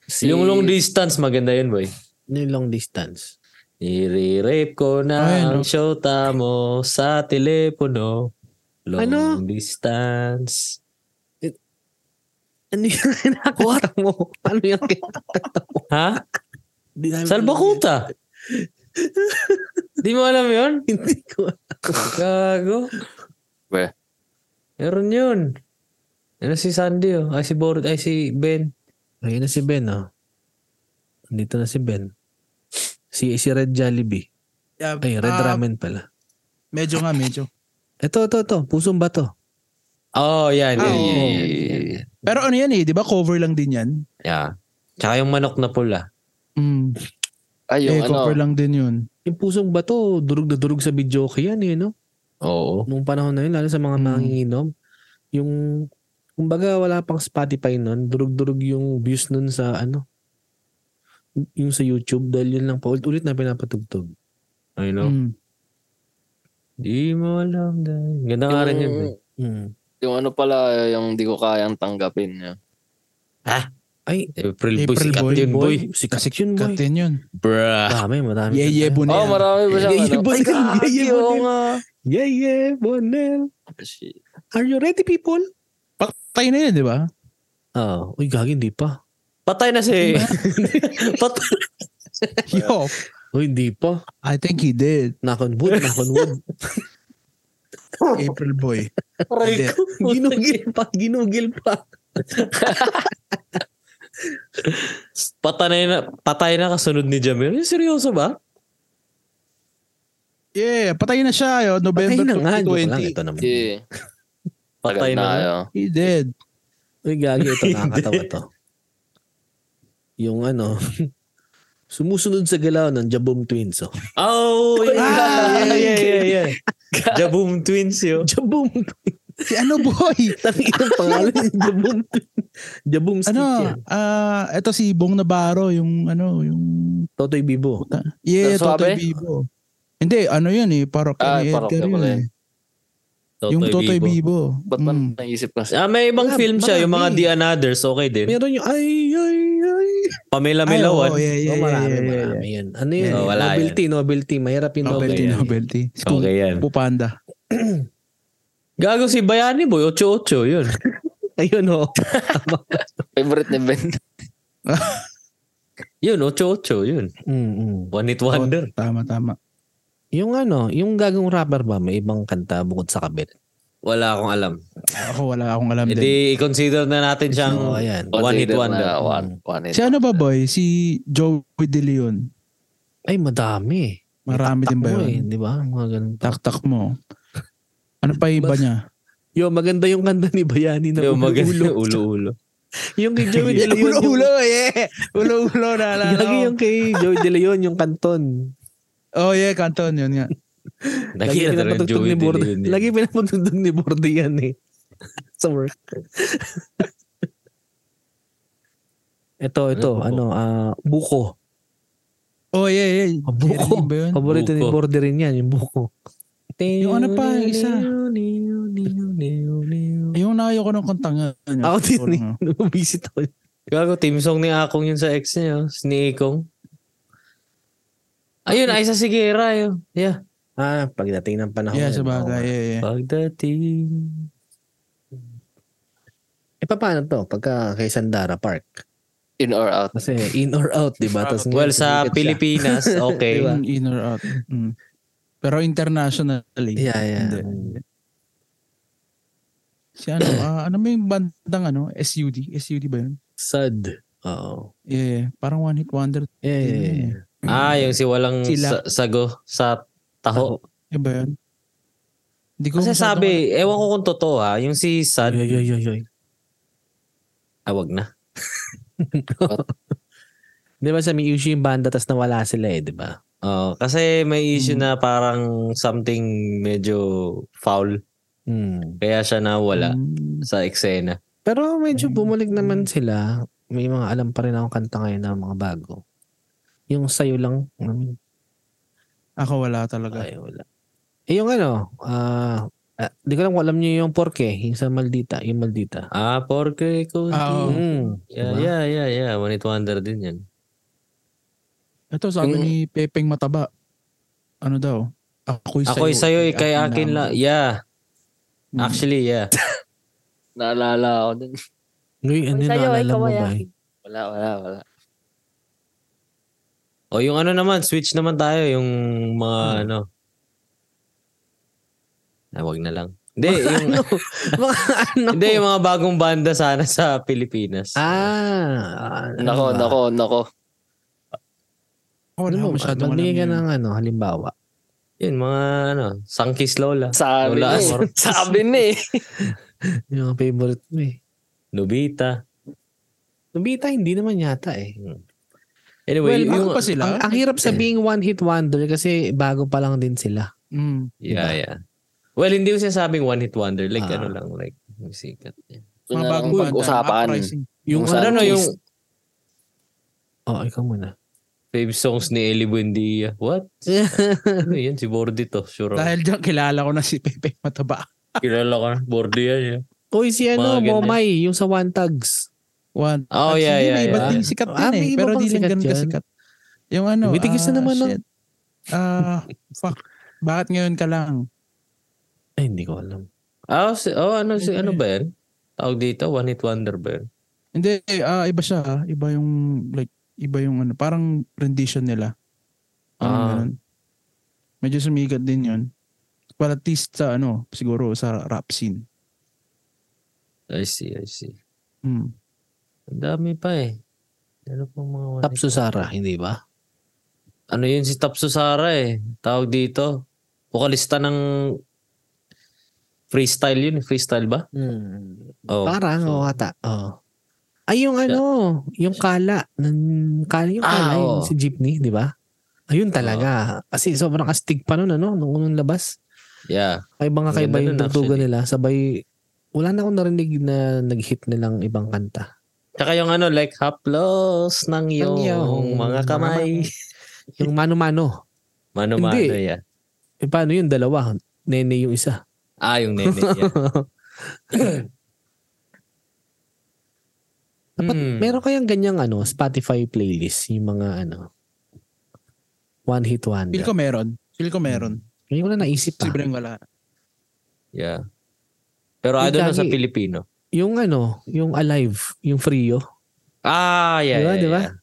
[SPEAKER 5] Si,
[SPEAKER 3] Yung long distance, maganda yun, boy.
[SPEAKER 2] Ano Yung long distance.
[SPEAKER 3] Nire-rape ko na
[SPEAKER 4] Ayun, no?
[SPEAKER 3] ang shota mo sa telepono. Long
[SPEAKER 2] Ano?
[SPEAKER 3] distance.
[SPEAKER 2] Ano [laughs] yung kinakata mo? Ano yung kinakata mo?
[SPEAKER 3] Ha?
[SPEAKER 2] [laughs] Di namin
[SPEAKER 3] Salbakuta. Di mo alam yun?
[SPEAKER 2] alam. Hindi ko.
[SPEAKER 3] Gago.
[SPEAKER 5] Weh.
[SPEAKER 3] Meron yun. Ano si Sandy oh? Ay si Bor ay si Ben.
[SPEAKER 2] Ayun na si Ben, oh. Nandito na si Ben. Si, si Red Jollibee.
[SPEAKER 4] Yeah,
[SPEAKER 2] Ay, Red
[SPEAKER 4] ah,
[SPEAKER 2] Ramen pala.
[SPEAKER 4] Medyo nga, medyo.
[SPEAKER 2] Ito, ito, ito. Pusong bato.
[SPEAKER 3] Oh, yan.
[SPEAKER 4] Ah,
[SPEAKER 3] yan,
[SPEAKER 4] oo.
[SPEAKER 3] yan, yan, yan, yan.
[SPEAKER 4] Pero ano yan eh, di ba cover lang din yan?
[SPEAKER 3] Yeah. Tsaka yung manok na pula.
[SPEAKER 4] Mm.
[SPEAKER 5] ay, yung
[SPEAKER 4] Eh,
[SPEAKER 5] ano,
[SPEAKER 4] cover lang din yun.
[SPEAKER 2] Yung pusong bato, durog na durog sa video yan, eh, no?
[SPEAKER 3] Oo.
[SPEAKER 2] Nung panahon na yun, lalo sa mga
[SPEAKER 4] Mm.
[SPEAKER 2] manginginom. Yung, kumbaga wala pang Spotify nun, durog-durog yung views nun sa, ano, yung sa YouTube dahil yun lang paulit-ulit na pinapatugtog.
[SPEAKER 3] I know.
[SPEAKER 4] Mm.
[SPEAKER 3] Di mo alam dahil. Ganda nga rin
[SPEAKER 5] Mm.
[SPEAKER 2] eh.
[SPEAKER 3] yun.
[SPEAKER 5] yung,
[SPEAKER 3] boy.
[SPEAKER 2] Mm.
[SPEAKER 5] yung ano pala, yung di ko kayang tanggapin. Yun.
[SPEAKER 2] Ay,
[SPEAKER 3] April, boy,
[SPEAKER 4] April
[SPEAKER 3] sikat
[SPEAKER 4] boy.
[SPEAKER 3] yun, boy.
[SPEAKER 2] Sikat yun, boy.
[SPEAKER 4] Katin yun. [laughs]
[SPEAKER 3] Bruh.
[SPEAKER 2] Dami, madami.
[SPEAKER 4] Yeah, yeah,
[SPEAKER 5] Oo,
[SPEAKER 4] Bonel.
[SPEAKER 5] oh, marami pa siyang
[SPEAKER 2] Yeah, yeah,
[SPEAKER 5] ano.
[SPEAKER 2] Bonel.
[SPEAKER 5] Ay, grabe,
[SPEAKER 2] Yeah, yeah,
[SPEAKER 3] oh,
[SPEAKER 5] oo
[SPEAKER 2] Bonel.
[SPEAKER 5] nga.
[SPEAKER 2] Yeah, yeah, Bonel.
[SPEAKER 5] Shit.
[SPEAKER 2] Are you ready, people?
[SPEAKER 4] Patay na yun, di
[SPEAKER 5] [laughs]
[SPEAKER 4] ba?
[SPEAKER 2] Oo. uy, gagi, hindi pa.
[SPEAKER 3] Patay na si... Patay.
[SPEAKER 4] Yo,
[SPEAKER 2] Uy, hindi pa.
[SPEAKER 4] I think he did.
[SPEAKER 2] Knock on wood, knock on wood.
[SPEAKER 4] April
[SPEAKER 2] [laughs]
[SPEAKER 4] Boy.
[SPEAKER 3] Aray ko.
[SPEAKER 2] Oh, ginugil pa, ginugil pa.
[SPEAKER 3] patay na, patay na kasunod ni Jamil. Eh, Seryoso ba?
[SPEAKER 4] Yeah, patay na siya. Yo,
[SPEAKER 2] Patay
[SPEAKER 4] November
[SPEAKER 2] na nga. Joke lang,
[SPEAKER 4] 2020.
[SPEAKER 2] ito naman.
[SPEAKER 5] Yeah.
[SPEAKER 3] Patay
[SPEAKER 5] Tagal
[SPEAKER 3] na. ah.
[SPEAKER 5] yo.
[SPEAKER 4] He did.
[SPEAKER 2] Uy, gagi, [laughs] ito
[SPEAKER 3] Hindi.
[SPEAKER 2] nakakatawa to. Yung ano, [laughs] sumusunod sa galaw ng Jabom Twins, oh. [laughs]
[SPEAKER 3] Oh, yeah.
[SPEAKER 4] Ah,
[SPEAKER 3] yeah, yeah, yeah, yeah. Jaboom Twins yun.
[SPEAKER 2] Jabom
[SPEAKER 4] Si ano boy?
[SPEAKER 2] Tangin ang pangalan yung Jabum. Jabum
[SPEAKER 4] [laughs]
[SPEAKER 2] Stick
[SPEAKER 4] ano?
[SPEAKER 2] yan.
[SPEAKER 4] Ah, eto si Bong Navarro, yung ano, yung
[SPEAKER 2] Totoy Bibo.
[SPEAKER 4] Yeah,
[SPEAKER 5] Sa
[SPEAKER 4] Totoy
[SPEAKER 5] swabe?
[SPEAKER 4] Bibo. Hindi, ano yun eh, parok
[SPEAKER 5] Ah,
[SPEAKER 4] ni Edgar
[SPEAKER 5] parokya
[SPEAKER 4] yun
[SPEAKER 5] pala
[SPEAKER 4] eh.
[SPEAKER 5] yun.
[SPEAKER 4] yung Totoy Bibo. Mm.
[SPEAKER 5] Ba't man naisip ka
[SPEAKER 3] Ah,
[SPEAKER 5] siya?
[SPEAKER 3] may ibang
[SPEAKER 2] Ah,
[SPEAKER 3] film siya. Yung mga
[SPEAKER 2] marami.
[SPEAKER 3] The Anothers, okay din.
[SPEAKER 2] Meron yung ay, ay, ay.
[SPEAKER 4] Ay,
[SPEAKER 3] Pamela
[SPEAKER 4] oo,
[SPEAKER 3] Milawan.
[SPEAKER 4] yeah, yeah,
[SPEAKER 2] oh, marami,
[SPEAKER 4] yeah, yeah,
[SPEAKER 2] marami yan. Ano yun?
[SPEAKER 3] Oh, wala
[SPEAKER 2] novelty, novelty. Mahirap yung
[SPEAKER 4] Novelty,
[SPEAKER 2] novelty.
[SPEAKER 3] yan.
[SPEAKER 4] novelty. Si Kung
[SPEAKER 3] Okay yan.
[SPEAKER 4] Fu Panda.
[SPEAKER 3] Gago si Bayani Boy, 8-8 yun.
[SPEAKER 2] Ayun, oh.
[SPEAKER 5] Favorite ni Ben.
[SPEAKER 3] Yun, 8-8 yun.
[SPEAKER 2] Mm, mm.
[SPEAKER 3] One hit wonder.
[SPEAKER 4] Oh, tama, tama.
[SPEAKER 2] Yung ano, yung gagong rapper ba, may ibang kanta bukod sa kabit.
[SPEAKER 3] Wala akong alam.
[SPEAKER 4] Ako wala akong alam
[SPEAKER 3] E
[SPEAKER 4] din.
[SPEAKER 3] di, i-consider na natin siyang
[SPEAKER 2] Oo, Oh, ayan.
[SPEAKER 3] one hit
[SPEAKER 5] Considered
[SPEAKER 3] wonder.
[SPEAKER 5] na One, Mm. one hit.
[SPEAKER 4] Si ano ba boy? Si Joey De Leon.
[SPEAKER 2] Ay, madami.
[SPEAKER 4] Marami din ba
[SPEAKER 2] Takbo
[SPEAKER 4] yun?
[SPEAKER 2] eh, di ba? Mga ganun.
[SPEAKER 4] Taktak mo. Ano pa iba niya?
[SPEAKER 2] Yo, maganda yung kanta ni Bayani na
[SPEAKER 3] ano, Yung maganda,
[SPEAKER 2] ulo-ulo.
[SPEAKER 3] ulo-ulo.
[SPEAKER 2] [laughs] Yung kay Joey De Leon. yung-
[SPEAKER 4] Ulo-ulo eh. Ulo-ulo na
[SPEAKER 3] ah,
[SPEAKER 2] Lagi yung kay Joey De Leon, yung
[SPEAKER 3] [laughs]
[SPEAKER 2] kanton.
[SPEAKER 4] Oh yeah, Canton yun nga.
[SPEAKER 3] Lagi na talaga yung
[SPEAKER 2] pinapatugtog
[SPEAKER 3] Joey
[SPEAKER 2] ni Bordo.
[SPEAKER 3] Dillon yun.
[SPEAKER 2] Lagi pinapatugtog ni Bordo yan eh. [laughs] Sa work. [laughs] ito, ito. Ano,
[SPEAKER 3] Ano
[SPEAKER 2] ah, buko.
[SPEAKER 4] Oh yeah, yeah.
[SPEAKER 2] Ah, buko.
[SPEAKER 4] Jeremy ba yun?
[SPEAKER 2] Paborito ni
[SPEAKER 3] Buko.
[SPEAKER 2] Bordo rin yan, yung buko.
[SPEAKER 4] Yung ano pa, yung isa. Yung nakayo ko ng kantang nga. ano,
[SPEAKER 2] Ako din
[SPEAKER 4] lang,
[SPEAKER 2] eh.
[SPEAKER 4] ah.
[SPEAKER 2] Nabisit ako.
[SPEAKER 3] Gago, team song ni Akong yun sa ex niya. oh. Ni Ikong. Ayun, ay sa Sigera yun. Yeah.
[SPEAKER 2] Ah, pagdating ng panahon.
[SPEAKER 4] Yeah, sa bagay. Yeah, yeah.
[SPEAKER 3] Pagdating.
[SPEAKER 2] Eh, paano to? Pagka kay Sandara Park.
[SPEAKER 5] In or out.
[SPEAKER 2] Kasi in or out, di ba? [laughs] Tapos
[SPEAKER 3] Well,
[SPEAKER 2] ngayon,
[SPEAKER 3] sa
[SPEAKER 2] sumikat siya.
[SPEAKER 3] Pilipinas, okay.
[SPEAKER 2] Diba?
[SPEAKER 4] Yung In or out. Mm. Pero internationally.
[SPEAKER 2] Yeah, yeah.
[SPEAKER 4] Hindi. Si ano, ah, ano may bandang ano? SUD? SUD ba yun?
[SPEAKER 2] Sad. Oo.
[SPEAKER 4] Yeah, yeah. Parang one hit wonder.
[SPEAKER 2] Yeah, yeah, yeah.
[SPEAKER 4] din yun
[SPEAKER 3] Ah, yung si walang
[SPEAKER 4] Sila.
[SPEAKER 3] sa- sago sa taho.
[SPEAKER 4] eh. Iba yun? Hindi ko
[SPEAKER 3] Kasi
[SPEAKER 4] masyadong
[SPEAKER 3] sabi, ewan ko kung totoo ha, yung si Sad,
[SPEAKER 2] Ay, ay, ay, ay.
[SPEAKER 3] ah, wag na.
[SPEAKER 2] Di ba sa may issue yung banda tas nawala sila eh, di ba?
[SPEAKER 3] Oo, Oh, kasi may issue na parang something medyo foul.
[SPEAKER 2] Mm.
[SPEAKER 3] Kaya siya nawala
[SPEAKER 4] Mm.
[SPEAKER 3] sa eksena.
[SPEAKER 2] Pero medyo bumalik naman sila. May mga alam pa rin akong kanta ngayon na mga bago. Yung sayo lang. mm,
[SPEAKER 4] Ako wala talaga.
[SPEAKER 2] Ay, wala. Eh, yung ano, ah, ah, di ko lang kung alam niyo yung porke, yung sa Maldita, yung Maldita.
[SPEAKER 3] Ah, porque ko.
[SPEAKER 4] Ah, oo.
[SPEAKER 2] Mm.
[SPEAKER 3] Yeah,
[SPEAKER 2] Diba?
[SPEAKER 3] yeah, yeah, yeah. One Hit Wonder din yan.
[SPEAKER 4] Ito sabi
[SPEAKER 5] Yung-
[SPEAKER 4] ni Pepeng Mataba. Ano daw? Ako'y sa'yo.
[SPEAKER 3] Ako'y sa'yo,
[SPEAKER 4] ika'y
[SPEAKER 3] ikay akin lang. Yeah,
[SPEAKER 4] Mm.
[SPEAKER 3] actually, yeah.
[SPEAKER 5] Naalala ako dun.
[SPEAKER 2] Uy, ano yung naalala mo ba? eh?
[SPEAKER 5] Wala, wala, wala.
[SPEAKER 3] O yung ano naman, switch naman tayo. Yung mga ano. Ah, wag na lang. Hindi,
[SPEAKER 2] Mga
[SPEAKER 3] yung,
[SPEAKER 2] ano?
[SPEAKER 3] [laughs] hindi, yung mga bagong banda sana sa Pilipinas.
[SPEAKER 2] Ah. ano
[SPEAKER 5] Nako,
[SPEAKER 2] ba?
[SPEAKER 5] nako, nako.
[SPEAKER 4] Ako
[SPEAKER 2] Ano
[SPEAKER 4] wala
[SPEAKER 2] mo,
[SPEAKER 4] akong masyadong alam
[SPEAKER 2] magbigay ka
[SPEAKER 4] yun.
[SPEAKER 2] ng ano, halimbawa.
[SPEAKER 3] Yun, mga ano, Sangkis Lola.
[SPEAKER 5] Sabi
[SPEAKER 3] Wala,
[SPEAKER 5] ni.
[SPEAKER 3] sorry.
[SPEAKER 5] Sabi ni.
[SPEAKER 2] Yung mga favorite mo eh.
[SPEAKER 3] Nobita.
[SPEAKER 2] Nobita, hindi naman yata eh.
[SPEAKER 3] Anyway,
[SPEAKER 4] Well, bago
[SPEAKER 3] yung,
[SPEAKER 4] pa sila.
[SPEAKER 2] Ang, ang hirap sabing one hit wonder kasi bago pa lang din sila.
[SPEAKER 4] Mm.
[SPEAKER 3] yeah, yeah. Well, hindi ko sinasabing one hit wonder. Like,
[SPEAKER 2] Ah.
[SPEAKER 3] ano lang, like, yung sikat. Yeah.
[SPEAKER 4] Mga bagong banda,
[SPEAKER 5] usapan.
[SPEAKER 4] uprising.
[SPEAKER 2] Yung
[SPEAKER 5] Kung
[SPEAKER 2] ano,
[SPEAKER 5] saan
[SPEAKER 3] Ano,
[SPEAKER 5] twist.
[SPEAKER 3] yung
[SPEAKER 2] oh, ikaw muna.
[SPEAKER 3] fave songs ni Ellie Buendia.
[SPEAKER 4] [laughs]
[SPEAKER 3] What? ano yan? Si Bordy to. Sure.
[SPEAKER 4] Dahil dyan, kilala ko na si Pepe Mataba.
[SPEAKER 3] Kilala ka. Bordy yan. Yeah.
[SPEAKER 2] Uy, si ano,
[SPEAKER 3] Mga ganyan.
[SPEAKER 2] Momay, yung sa One Tags.
[SPEAKER 4] One.
[SPEAKER 3] Oh, yeah,
[SPEAKER 4] Actually,
[SPEAKER 3] yeah,
[SPEAKER 4] May iba't
[SPEAKER 3] yeah.
[SPEAKER 4] ding sikat
[SPEAKER 2] Ah,
[SPEAKER 4] din
[SPEAKER 2] may
[SPEAKER 4] eh.
[SPEAKER 2] iba
[SPEAKER 4] Pero
[SPEAKER 2] pang
[SPEAKER 4] di lang
[SPEAKER 2] sikat
[SPEAKER 4] ganun
[SPEAKER 2] yan.
[SPEAKER 4] kasikat. Yung ano,
[SPEAKER 2] Tumitigis na
[SPEAKER 4] ah,
[SPEAKER 2] naman, no?
[SPEAKER 4] shit. Ah, fuck. Bakit ngayon ka lang?
[SPEAKER 2] Ay, hindi ko alam.
[SPEAKER 3] Ah, si, oh, ano, si, ano ba yan? Tawag dito, one hit wonder ba yan?
[SPEAKER 4] Hindi, ah, iba siya. ah. Iba yung, like, iba yung ano, parang rendition nila. Parang
[SPEAKER 3] Ah.
[SPEAKER 4] ganun. Medyo sumikat din yun. Well, at least sa ano, siguro sa rap scene.
[SPEAKER 3] I see, I see.
[SPEAKER 4] Hmm.
[SPEAKER 3] Ang dami pa eh. Ano pong mga one hit-
[SPEAKER 2] Tapso Sara, hindi ba?
[SPEAKER 3] Ano yun si Tapso Sara eh. Tawag dito. Vokalista ng freestyle yun. Freestyle ba?
[SPEAKER 2] Hmm.
[SPEAKER 3] Oh,
[SPEAKER 2] Parang,
[SPEAKER 3] so-
[SPEAKER 2] oo ata. Oo. Ay, yung ano, yung kala. Ng, kala yung
[SPEAKER 3] Ah,
[SPEAKER 2] kala, yung
[SPEAKER 3] oo.
[SPEAKER 2] si Jeepney, di ba? Ayun talaga. Kasi sobrang astig pa nun, ano, nung unang labas.
[SPEAKER 3] Yeah.
[SPEAKER 2] Kaiba nga
[SPEAKER 3] Ang
[SPEAKER 2] kaiba
[SPEAKER 3] ganda
[SPEAKER 2] yung
[SPEAKER 3] nun,
[SPEAKER 2] tutugan
[SPEAKER 3] actually.
[SPEAKER 2] nila. Sabay, wala na akong narinig na nag-hit nilang ibang kanta.
[SPEAKER 3] Tsaka yung ano, like haplos ng iyong
[SPEAKER 2] iyong
[SPEAKER 3] mga kamay.
[SPEAKER 2] Yung mano-mano.
[SPEAKER 3] [laughs] Mano-mano
[SPEAKER 2] Hindi.
[SPEAKER 3] yan.
[SPEAKER 2] E, paano yun? Dalawa. Nene yung isa.
[SPEAKER 3] Ah,
[SPEAKER 2] [laughs]
[SPEAKER 3] yung nene. yan.
[SPEAKER 2] Dapat,
[SPEAKER 3] Hmm.
[SPEAKER 2] Meron kayang ganyang ano, Spotify playlist. Yung mga ano, one hit
[SPEAKER 4] Feel
[SPEAKER 2] wonder.
[SPEAKER 4] ko meron. Feel ko meron.
[SPEAKER 2] Ngayon ko na naisip pa.
[SPEAKER 4] Sobrang wala.
[SPEAKER 3] Yeah. Pero
[SPEAKER 2] Yung
[SPEAKER 3] ano na sa
[SPEAKER 2] lagi-
[SPEAKER 3] Pilipino.
[SPEAKER 2] Yung ano, yung Alive, yung Frio.
[SPEAKER 3] Ah, yeah,
[SPEAKER 2] Diba,
[SPEAKER 3] yeah,
[SPEAKER 2] diba?
[SPEAKER 3] yeah.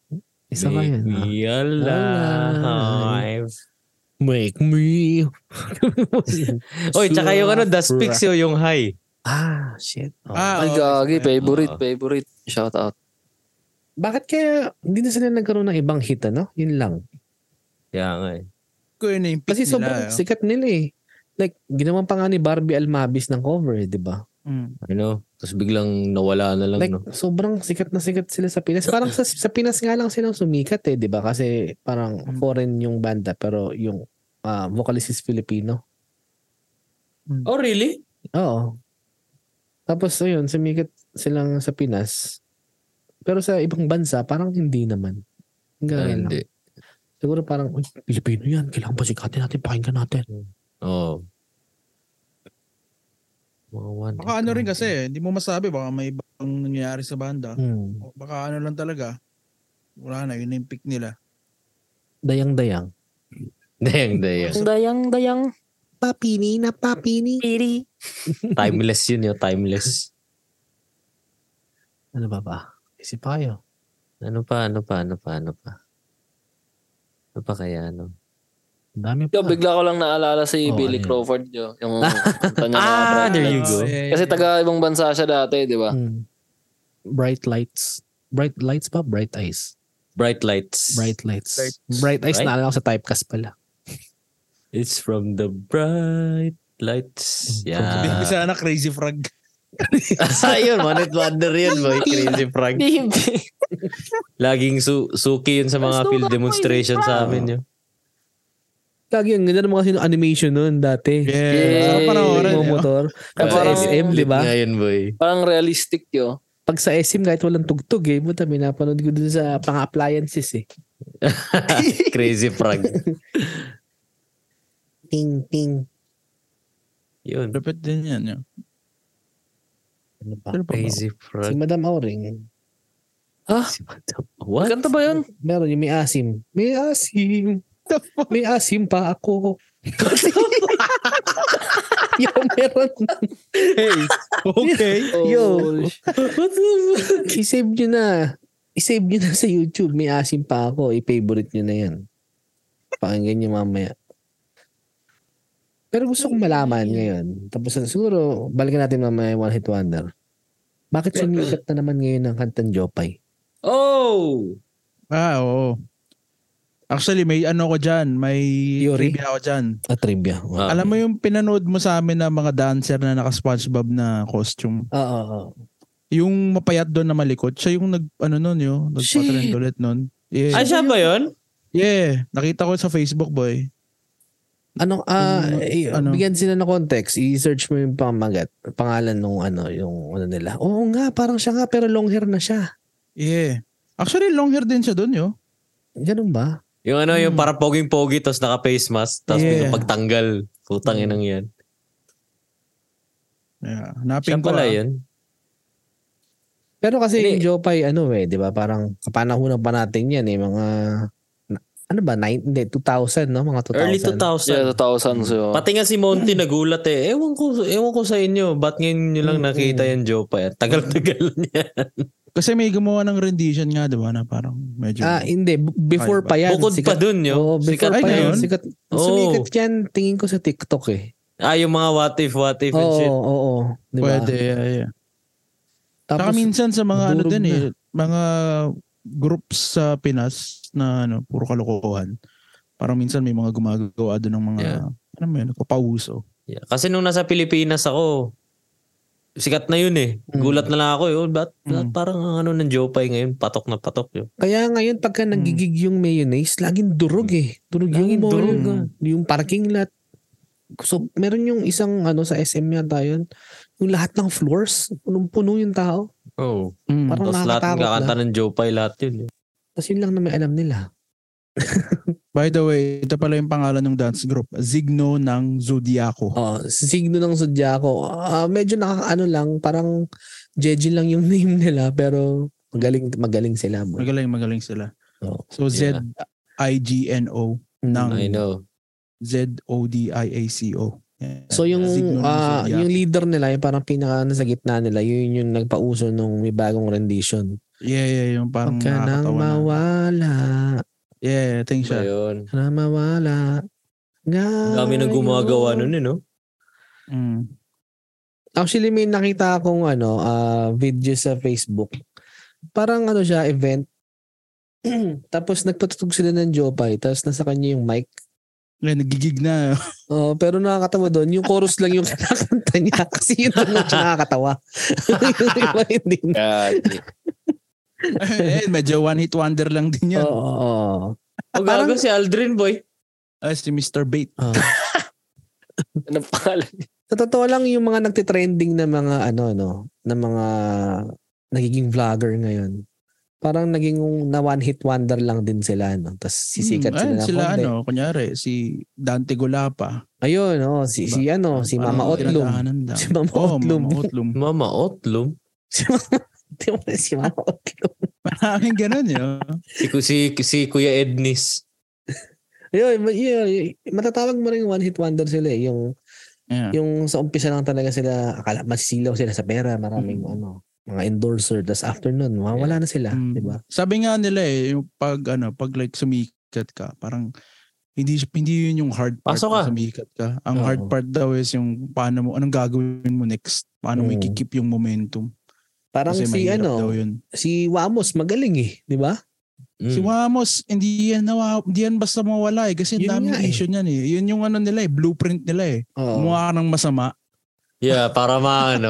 [SPEAKER 2] Isa pa
[SPEAKER 3] Make
[SPEAKER 2] yun. ah.
[SPEAKER 3] me alive.
[SPEAKER 2] Make [laughs] me.
[SPEAKER 3] Oy, tsaka yung ano, Das Pix yun, yung high.
[SPEAKER 2] ah, shit. Oh.
[SPEAKER 4] Ah,
[SPEAKER 5] Ay,
[SPEAKER 4] oo, isa
[SPEAKER 5] gagi.
[SPEAKER 4] pa yun.
[SPEAKER 5] Favorite,
[SPEAKER 3] Oo.
[SPEAKER 5] favorite. Shout out.
[SPEAKER 2] Bakit kaya hindi na sila nagkaroon ng ibang hit, ano? Yun lang.
[SPEAKER 3] Yeah, nga eh.
[SPEAKER 4] Ko yun na yung pick
[SPEAKER 2] Kasi
[SPEAKER 4] nila,
[SPEAKER 2] sobrang
[SPEAKER 4] eh.
[SPEAKER 2] sikat nila eh. Like, ginawan pa nga ni Barbie Almabis ng cover, eh, di ba?
[SPEAKER 4] Mm.
[SPEAKER 3] I know. Ano? Tapos biglang nawala na lang,
[SPEAKER 2] Like,
[SPEAKER 3] no?
[SPEAKER 2] sobrang sikat na sikat sila sa Pinas. Parang sa, sa Pinas nga lang silang sumikat eh, di ba? Kasi parang
[SPEAKER 3] Hmm.
[SPEAKER 4] Mm.
[SPEAKER 2] foreign yung banda, pero yung ah, vocalist is Filipino.
[SPEAKER 3] Oh, really?
[SPEAKER 2] Oo. Tapos, ayun, sumikat silang sa Pinas. Pero sa ibang bansa, parang hindi naman. Hanggang
[SPEAKER 3] Ah,
[SPEAKER 2] ngayon lang.
[SPEAKER 3] hindi.
[SPEAKER 2] Siguro parang, uy, Pilipino yan. Kailangan pa sikatin natin, pakinggan natin.
[SPEAKER 3] Hmm, Oo. Mga one
[SPEAKER 4] Baka ano rin kasi, eh, hindi mo masabi. Baka may ibang nangyayari sa banda.
[SPEAKER 2] Hmm.
[SPEAKER 4] O Baka ano lang talaga. Wala na, yun na yung pick nila.
[SPEAKER 2] Dayang-dayang.
[SPEAKER 3] Dayang, dayang.
[SPEAKER 5] Dayang, dayang.
[SPEAKER 2] Papini na papini.
[SPEAKER 5] Piri.
[SPEAKER 3] Timeless yun yung timeless.
[SPEAKER 2] Ano ba ba? Isip pa kayo.
[SPEAKER 3] Ano pa, ano pa, ano pa, ano pa? Ano pa kaya, ano?
[SPEAKER 2] Ang dami pa.
[SPEAKER 5] Yo, bigla ko lang naalala si
[SPEAKER 2] Oh, ano
[SPEAKER 5] Billy
[SPEAKER 2] yun?
[SPEAKER 5] Crawford. Yo,
[SPEAKER 3] [laughs]
[SPEAKER 5] yung kanta niya na
[SPEAKER 3] Ah,
[SPEAKER 5] Bright
[SPEAKER 3] there you
[SPEAKER 5] Lights.
[SPEAKER 3] go.
[SPEAKER 4] Eh,
[SPEAKER 5] Kasi taga ibang bansa siya dati, di ba?
[SPEAKER 2] Hmm. Bright lights. Bright lights ba? Bright eyes.
[SPEAKER 3] Bright lights.
[SPEAKER 2] Bright lights.
[SPEAKER 4] Bright-
[SPEAKER 2] Bright eyes
[SPEAKER 3] Right?
[SPEAKER 2] na ko sa typecast pala.
[SPEAKER 3] It's from the bright lights.
[SPEAKER 2] Mm,
[SPEAKER 4] Sabihin ko
[SPEAKER 3] Yeah.
[SPEAKER 4] sana crazy frog.
[SPEAKER 3] [laughs] Ayun, one hit wonder yun, boy. Crazy prank. Laging su suki yun sa mga field demonstration sa amin yun.
[SPEAKER 2] Lagi yung ganda ng mga sino animation nun dati.
[SPEAKER 5] Yay!
[SPEAKER 4] Sarap panoorin. eh,
[SPEAKER 2] Yung mga
[SPEAKER 4] oh.
[SPEAKER 2] motor. Pag sa
[SPEAKER 5] Parang-
[SPEAKER 2] SM, di ba?
[SPEAKER 3] Ngayon, boy. [laughs]
[SPEAKER 5] Parang realistic yo.
[SPEAKER 2] Pag sa SM, kahit walang tugtog eh. Buta, pinapanood ko dun sa pang-appliances eh.
[SPEAKER 3] Crazy prank.
[SPEAKER 2] Ting, ting.
[SPEAKER 3] Yun.
[SPEAKER 4] Dapat din yan. Yun.
[SPEAKER 2] Ano ba?
[SPEAKER 4] Ano pa ba?
[SPEAKER 3] Crazy
[SPEAKER 2] Si
[SPEAKER 3] prank.
[SPEAKER 2] Madam Auring.
[SPEAKER 3] Si Madam. What?
[SPEAKER 5] Kanta ba yun?
[SPEAKER 2] Meron yung may asim. May asim. May asim pa ako. [laughs] Yo, meron.
[SPEAKER 4] Hey, okay.
[SPEAKER 2] [laughs]
[SPEAKER 4] Oh.
[SPEAKER 2] Yo.
[SPEAKER 5] Oh,
[SPEAKER 2] I-save nyo na. I-save nyo na sa YouTube. May asim pa ako. I-favorite nyo na yan. Pakinggan nyo mamaya. Pero gusto kong malaman ngayon. Tapos siguro, balikan natin mamaya yung One Hit Wonder. Bakit sumikat na naman ngayon ang kantang Jopay?
[SPEAKER 3] Oh!
[SPEAKER 4] Ah, oo. Actually, may ano ko dyan. May
[SPEAKER 2] Yuri?
[SPEAKER 4] trivia ako dyan.
[SPEAKER 2] At trivia. Oo.
[SPEAKER 3] Ah.
[SPEAKER 4] Alam mo yung pinanood mo sa amin na mga dancer na naka-SpongeBob na costume.
[SPEAKER 2] Oo.
[SPEAKER 4] Yung mapayat doon na malikot, siya yung nag, ano nun yun, nagpatrend
[SPEAKER 2] Shit.
[SPEAKER 4] ulit nun. Yeah.
[SPEAKER 3] Ay, siya ba yun?
[SPEAKER 4] yeah. Nakita ko sa Facebook, boy.
[SPEAKER 2] Ano, ah,
[SPEAKER 4] Yung,
[SPEAKER 2] eh,
[SPEAKER 4] ano?
[SPEAKER 2] bigyan sila ng context. I-search mo yung pamagat, pangalan nung ano, yung ano nila. Oo nga, parang siya nga, pero long hair na siya.
[SPEAKER 4] Yeah. Actually, long hair din siya doon, yo.
[SPEAKER 2] Ganun ba?
[SPEAKER 3] Yung ano, yung
[SPEAKER 4] Hmm.
[SPEAKER 3] para poging-pogi, tapos naka-face mask, tapos
[SPEAKER 4] Yeah.
[SPEAKER 3] biglang pagtanggal. Putang inang yan.
[SPEAKER 4] Yeah.
[SPEAKER 3] Siya
[SPEAKER 4] Hanapin ko.
[SPEAKER 3] pala
[SPEAKER 4] ah.
[SPEAKER 3] yun.
[SPEAKER 2] Pero kasi
[SPEAKER 3] Hindi.
[SPEAKER 2] yung Jopay, ano eh, di ba? Parang kapanahunan pa natin yan eh, mga, na- ano ba, nine, hindi, 2000, no? Mga 2000.
[SPEAKER 3] Early 2000.
[SPEAKER 5] Yeah, 2000 so.
[SPEAKER 3] Pati nga si Monty nagulat eh. Ewan ko, ewan ko sa inyo. Ba't ngayon nyo lang nakita yung Jopa? Eh? Tagal-tagal niya.
[SPEAKER 4] Kasi may gumawa ng rendition nga, di ba, na parang medyo...
[SPEAKER 2] Ah, hindi. B- Before
[SPEAKER 4] Ay,
[SPEAKER 2] pa yan.
[SPEAKER 3] Bukod pa dun yun.
[SPEAKER 2] Oo, before
[SPEAKER 3] Sikat
[SPEAKER 2] pa
[SPEAKER 4] pa
[SPEAKER 2] yan.
[SPEAKER 4] yun.
[SPEAKER 2] Sikat.
[SPEAKER 3] Oo.
[SPEAKER 2] Sumikat yan, tingin ko sa TikTok eh.
[SPEAKER 3] Ah, yung mga what if, what if
[SPEAKER 2] Oo,
[SPEAKER 3] and shit.
[SPEAKER 2] oo, oo. Di ba?
[SPEAKER 4] Pwede, yeah, yeah. Saka
[SPEAKER 2] Tapos,
[SPEAKER 4] minsan sa mga ano
[SPEAKER 2] durog
[SPEAKER 4] din
[SPEAKER 2] na.
[SPEAKER 4] eh, mga groups sa Pinas na ano, puro kalokohan. Parang minsan may mga gumagawa doon ng mga,
[SPEAKER 3] Yeah.
[SPEAKER 4] ano mo yun, papauso.
[SPEAKER 3] Yeah. Kasi nung nasa Pilipinas ako, sikat na yun eh.
[SPEAKER 2] Mm.
[SPEAKER 3] Gulat na lang ako eh. Oh, ba't, ba't
[SPEAKER 4] Mm.
[SPEAKER 3] parang ang ano ng Jopay ngayon? Patok na patok yun.
[SPEAKER 2] kaya ngayon pagka nagigig yung mayonnaise, laging durog eh. Durog yung
[SPEAKER 3] Hmm. Laging
[SPEAKER 2] mall,
[SPEAKER 3] durog,
[SPEAKER 4] ah.
[SPEAKER 2] yung parking lot. So, meron yung isang ano sa SM yata yun, yung lahat ng floors, punong-puno yung tao.
[SPEAKER 3] Oh.
[SPEAKER 4] Mm.
[SPEAKER 2] Parang
[SPEAKER 3] Tapos lahat ng
[SPEAKER 2] nakakatakot
[SPEAKER 3] kakanta
[SPEAKER 2] na.
[SPEAKER 3] ng Jopay lahat yun. eh.
[SPEAKER 2] Tapos yun lang na may alam nila.
[SPEAKER 4] By the way, ito pala yung pangalan ng dance group, Zigno ng Zodiaco.
[SPEAKER 2] Oh, signo ng Zodiaco. Ah, medyo naka ano lang, parang Jeji lang yung [laughs] name nila pero magaling magaling sila. boy.
[SPEAKER 4] Magaling, magaling sila.
[SPEAKER 2] Oh.
[SPEAKER 4] So,
[SPEAKER 3] Yeah.
[SPEAKER 4] Z-I-G-N-O ng
[SPEAKER 3] I know.
[SPEAKER 4] Z-O-D-I-A-C-O. Yeah.
[SPEAKER 2] So yung
[SPEAKER 4] Signo ng
[SPEAKER 2] ah,
[SPEAKER 4] Zodiaco.
[SPEAKER 2] yung leader nila, yung parang pinaka nasa gitna nila, yun yung nagpauso nung may bagong rendition.
[SPEAKER 4] Yeah, yeah, yung parang
[SPEAKER 2] Huwag ka nang
[SPEAKER 4] nakakatawa na.
[SPEAKER 2] mawala,
[SPEAKER 4] Yeah, yeah, think siya.
[SPEAKER 3] Ayun.
[SPEAKER 2] na mawala.
[SPEAKER 3] Ang dami na gumagawa nun eh, no?
[SPEAKER 4] Mm.
[SPEAKER 2] Actually, may nakita akong ano, ah, video sa Facebook. Parang ano siya, event. [clears throat] tapos nagpatutog sila ng Jopay, tapos nasa kanya yung mic.
[SPEAKER 4] Yeah, nagigig
[SPEAKER 2] [laughs]
[SPEAKER 4] na. [laughs]
[SPEAKER 2] Oh, pero nakakatawa doon, yung chorus lang yung [laughs] kinakanta niya kasi yun lang yung nakakatawa. [laughs] yung iba hindi na.
[SPEAKER 5] Gagi.
[SPEAKER 4] eh, medyo one hit wonder lang din yan.
[SPEAKER 2] Oo, oo, oo.
[SPEAKER 3] O
[SPEAKER 2] Parang-
[SPEAKER 3] gago si Aldrin, boy.
[SPEAKER 4] Ah,
[SPEAKER 2] Oh.
[SPEAKER 4] si Mr. Bait.
[SPEAKER 2] Oo.
[SPEAKER 5] Anong Ano pangalan?
[SPEAKER 2] Sa totoo lang yung mga nagtitrending na mga ano no, na mga nagiging vlogger ngayon. Parang naging na one hit wonder lang din sila no. Tapos sisikat
[SPEAKER 4] Hmm,
[SPEAKER 2] sila
[SPEAKER 4] ayun,
[SPEAKER 2] na
[SPEAKER 4] sila
[SPEAKER 2] konti.
[SPEAKER 4] ano, kunyari, si Dante Gulapa.
[SPEAKER 2] Ayun, oh, si si ano, si Mama
[SPEAKER 4] Parang
[SPEAKER 2] Otlum.
[SPEAKER 4] pinatahanan daw.
[SPEAKER 2] Si Mama
[SPEAKER 4] Oo,
[SPEAKER 2] Otlum.
[SPEAKER 4] Mama Otlum.
[SPEAKER 3] Mama Otlum.
[SPEAKER 2] [laughs] Si Mama si Mama Otlum.
[SPEAKER 4] [laughs] Maraming ganun
[SPEAKER 2] [laughs]
[SPEAKER 4] yun.
[SPEAKER 3] Si, si, si Kuya Ednis.
[SPEAKER 2] Ayun, ma- yun, yun, matatawag mo rin one hit wonder sila eh. Yung
[SPEAKER 4] Yeah.
[SPEAKER 2] yung sa umpisa lang talaga sila akala masisilaw sila sa pera, maraming
[SPEAKER 4] Hmm.
[SPEAKER 2] ano, mga endorser. Tapos after nun, mawawala na sila,
[SPEAKER 4] Mm.
[SPEAKER 2] di ba?
[SPEAKER 4] Sabi nga nila eh, yung pag ano, pag like sumikat ka, parang hindi hindi yun yung hard part
[SPEAKER 3] Pasok ka.
[SPEAKER 4] na sumikat ka. Ang
[SPEAKER 2] Oo.
[SPEAKER 4] hard part daw is yung paano mo anong gagawin mo next? Paano mo
[SPEAKER 2] Mm.
[SPEAKER 4] i-keep yung momentum?
[SPEAKER 2] Parang
[SPEAKER 4] Kasi
[SPEAKER 2] si
[SPEAKER 4] mahirap daw
[SPEAKER 2] ano,
[SPEAKER 4] yun.
[SPEAKER 2] si Wamos magaling eh, di ba?
[SPEAKER 3] Mm.
[SPEAKER 2] hmm.
[SPEAKER 4] Si Wamos, hindi yan, nawa, hindi yan basta mawala eh. Kasi
[SPEAKER 2] Yun
[SPEAKER 4] daming
[SPEAKER 2] nga eh.
[SPEAKER 4] issue niyan eh. Yun yung ano nila eh, blueprint nila eh.
[SPEAKER 2] Oo.
[SPEAKER 4] Gumawa ka ng masama.
[SPEAKER 3] Yeah,
[SPEAKER 2] [laughs]
[SPEAKER 3] para ano, maano.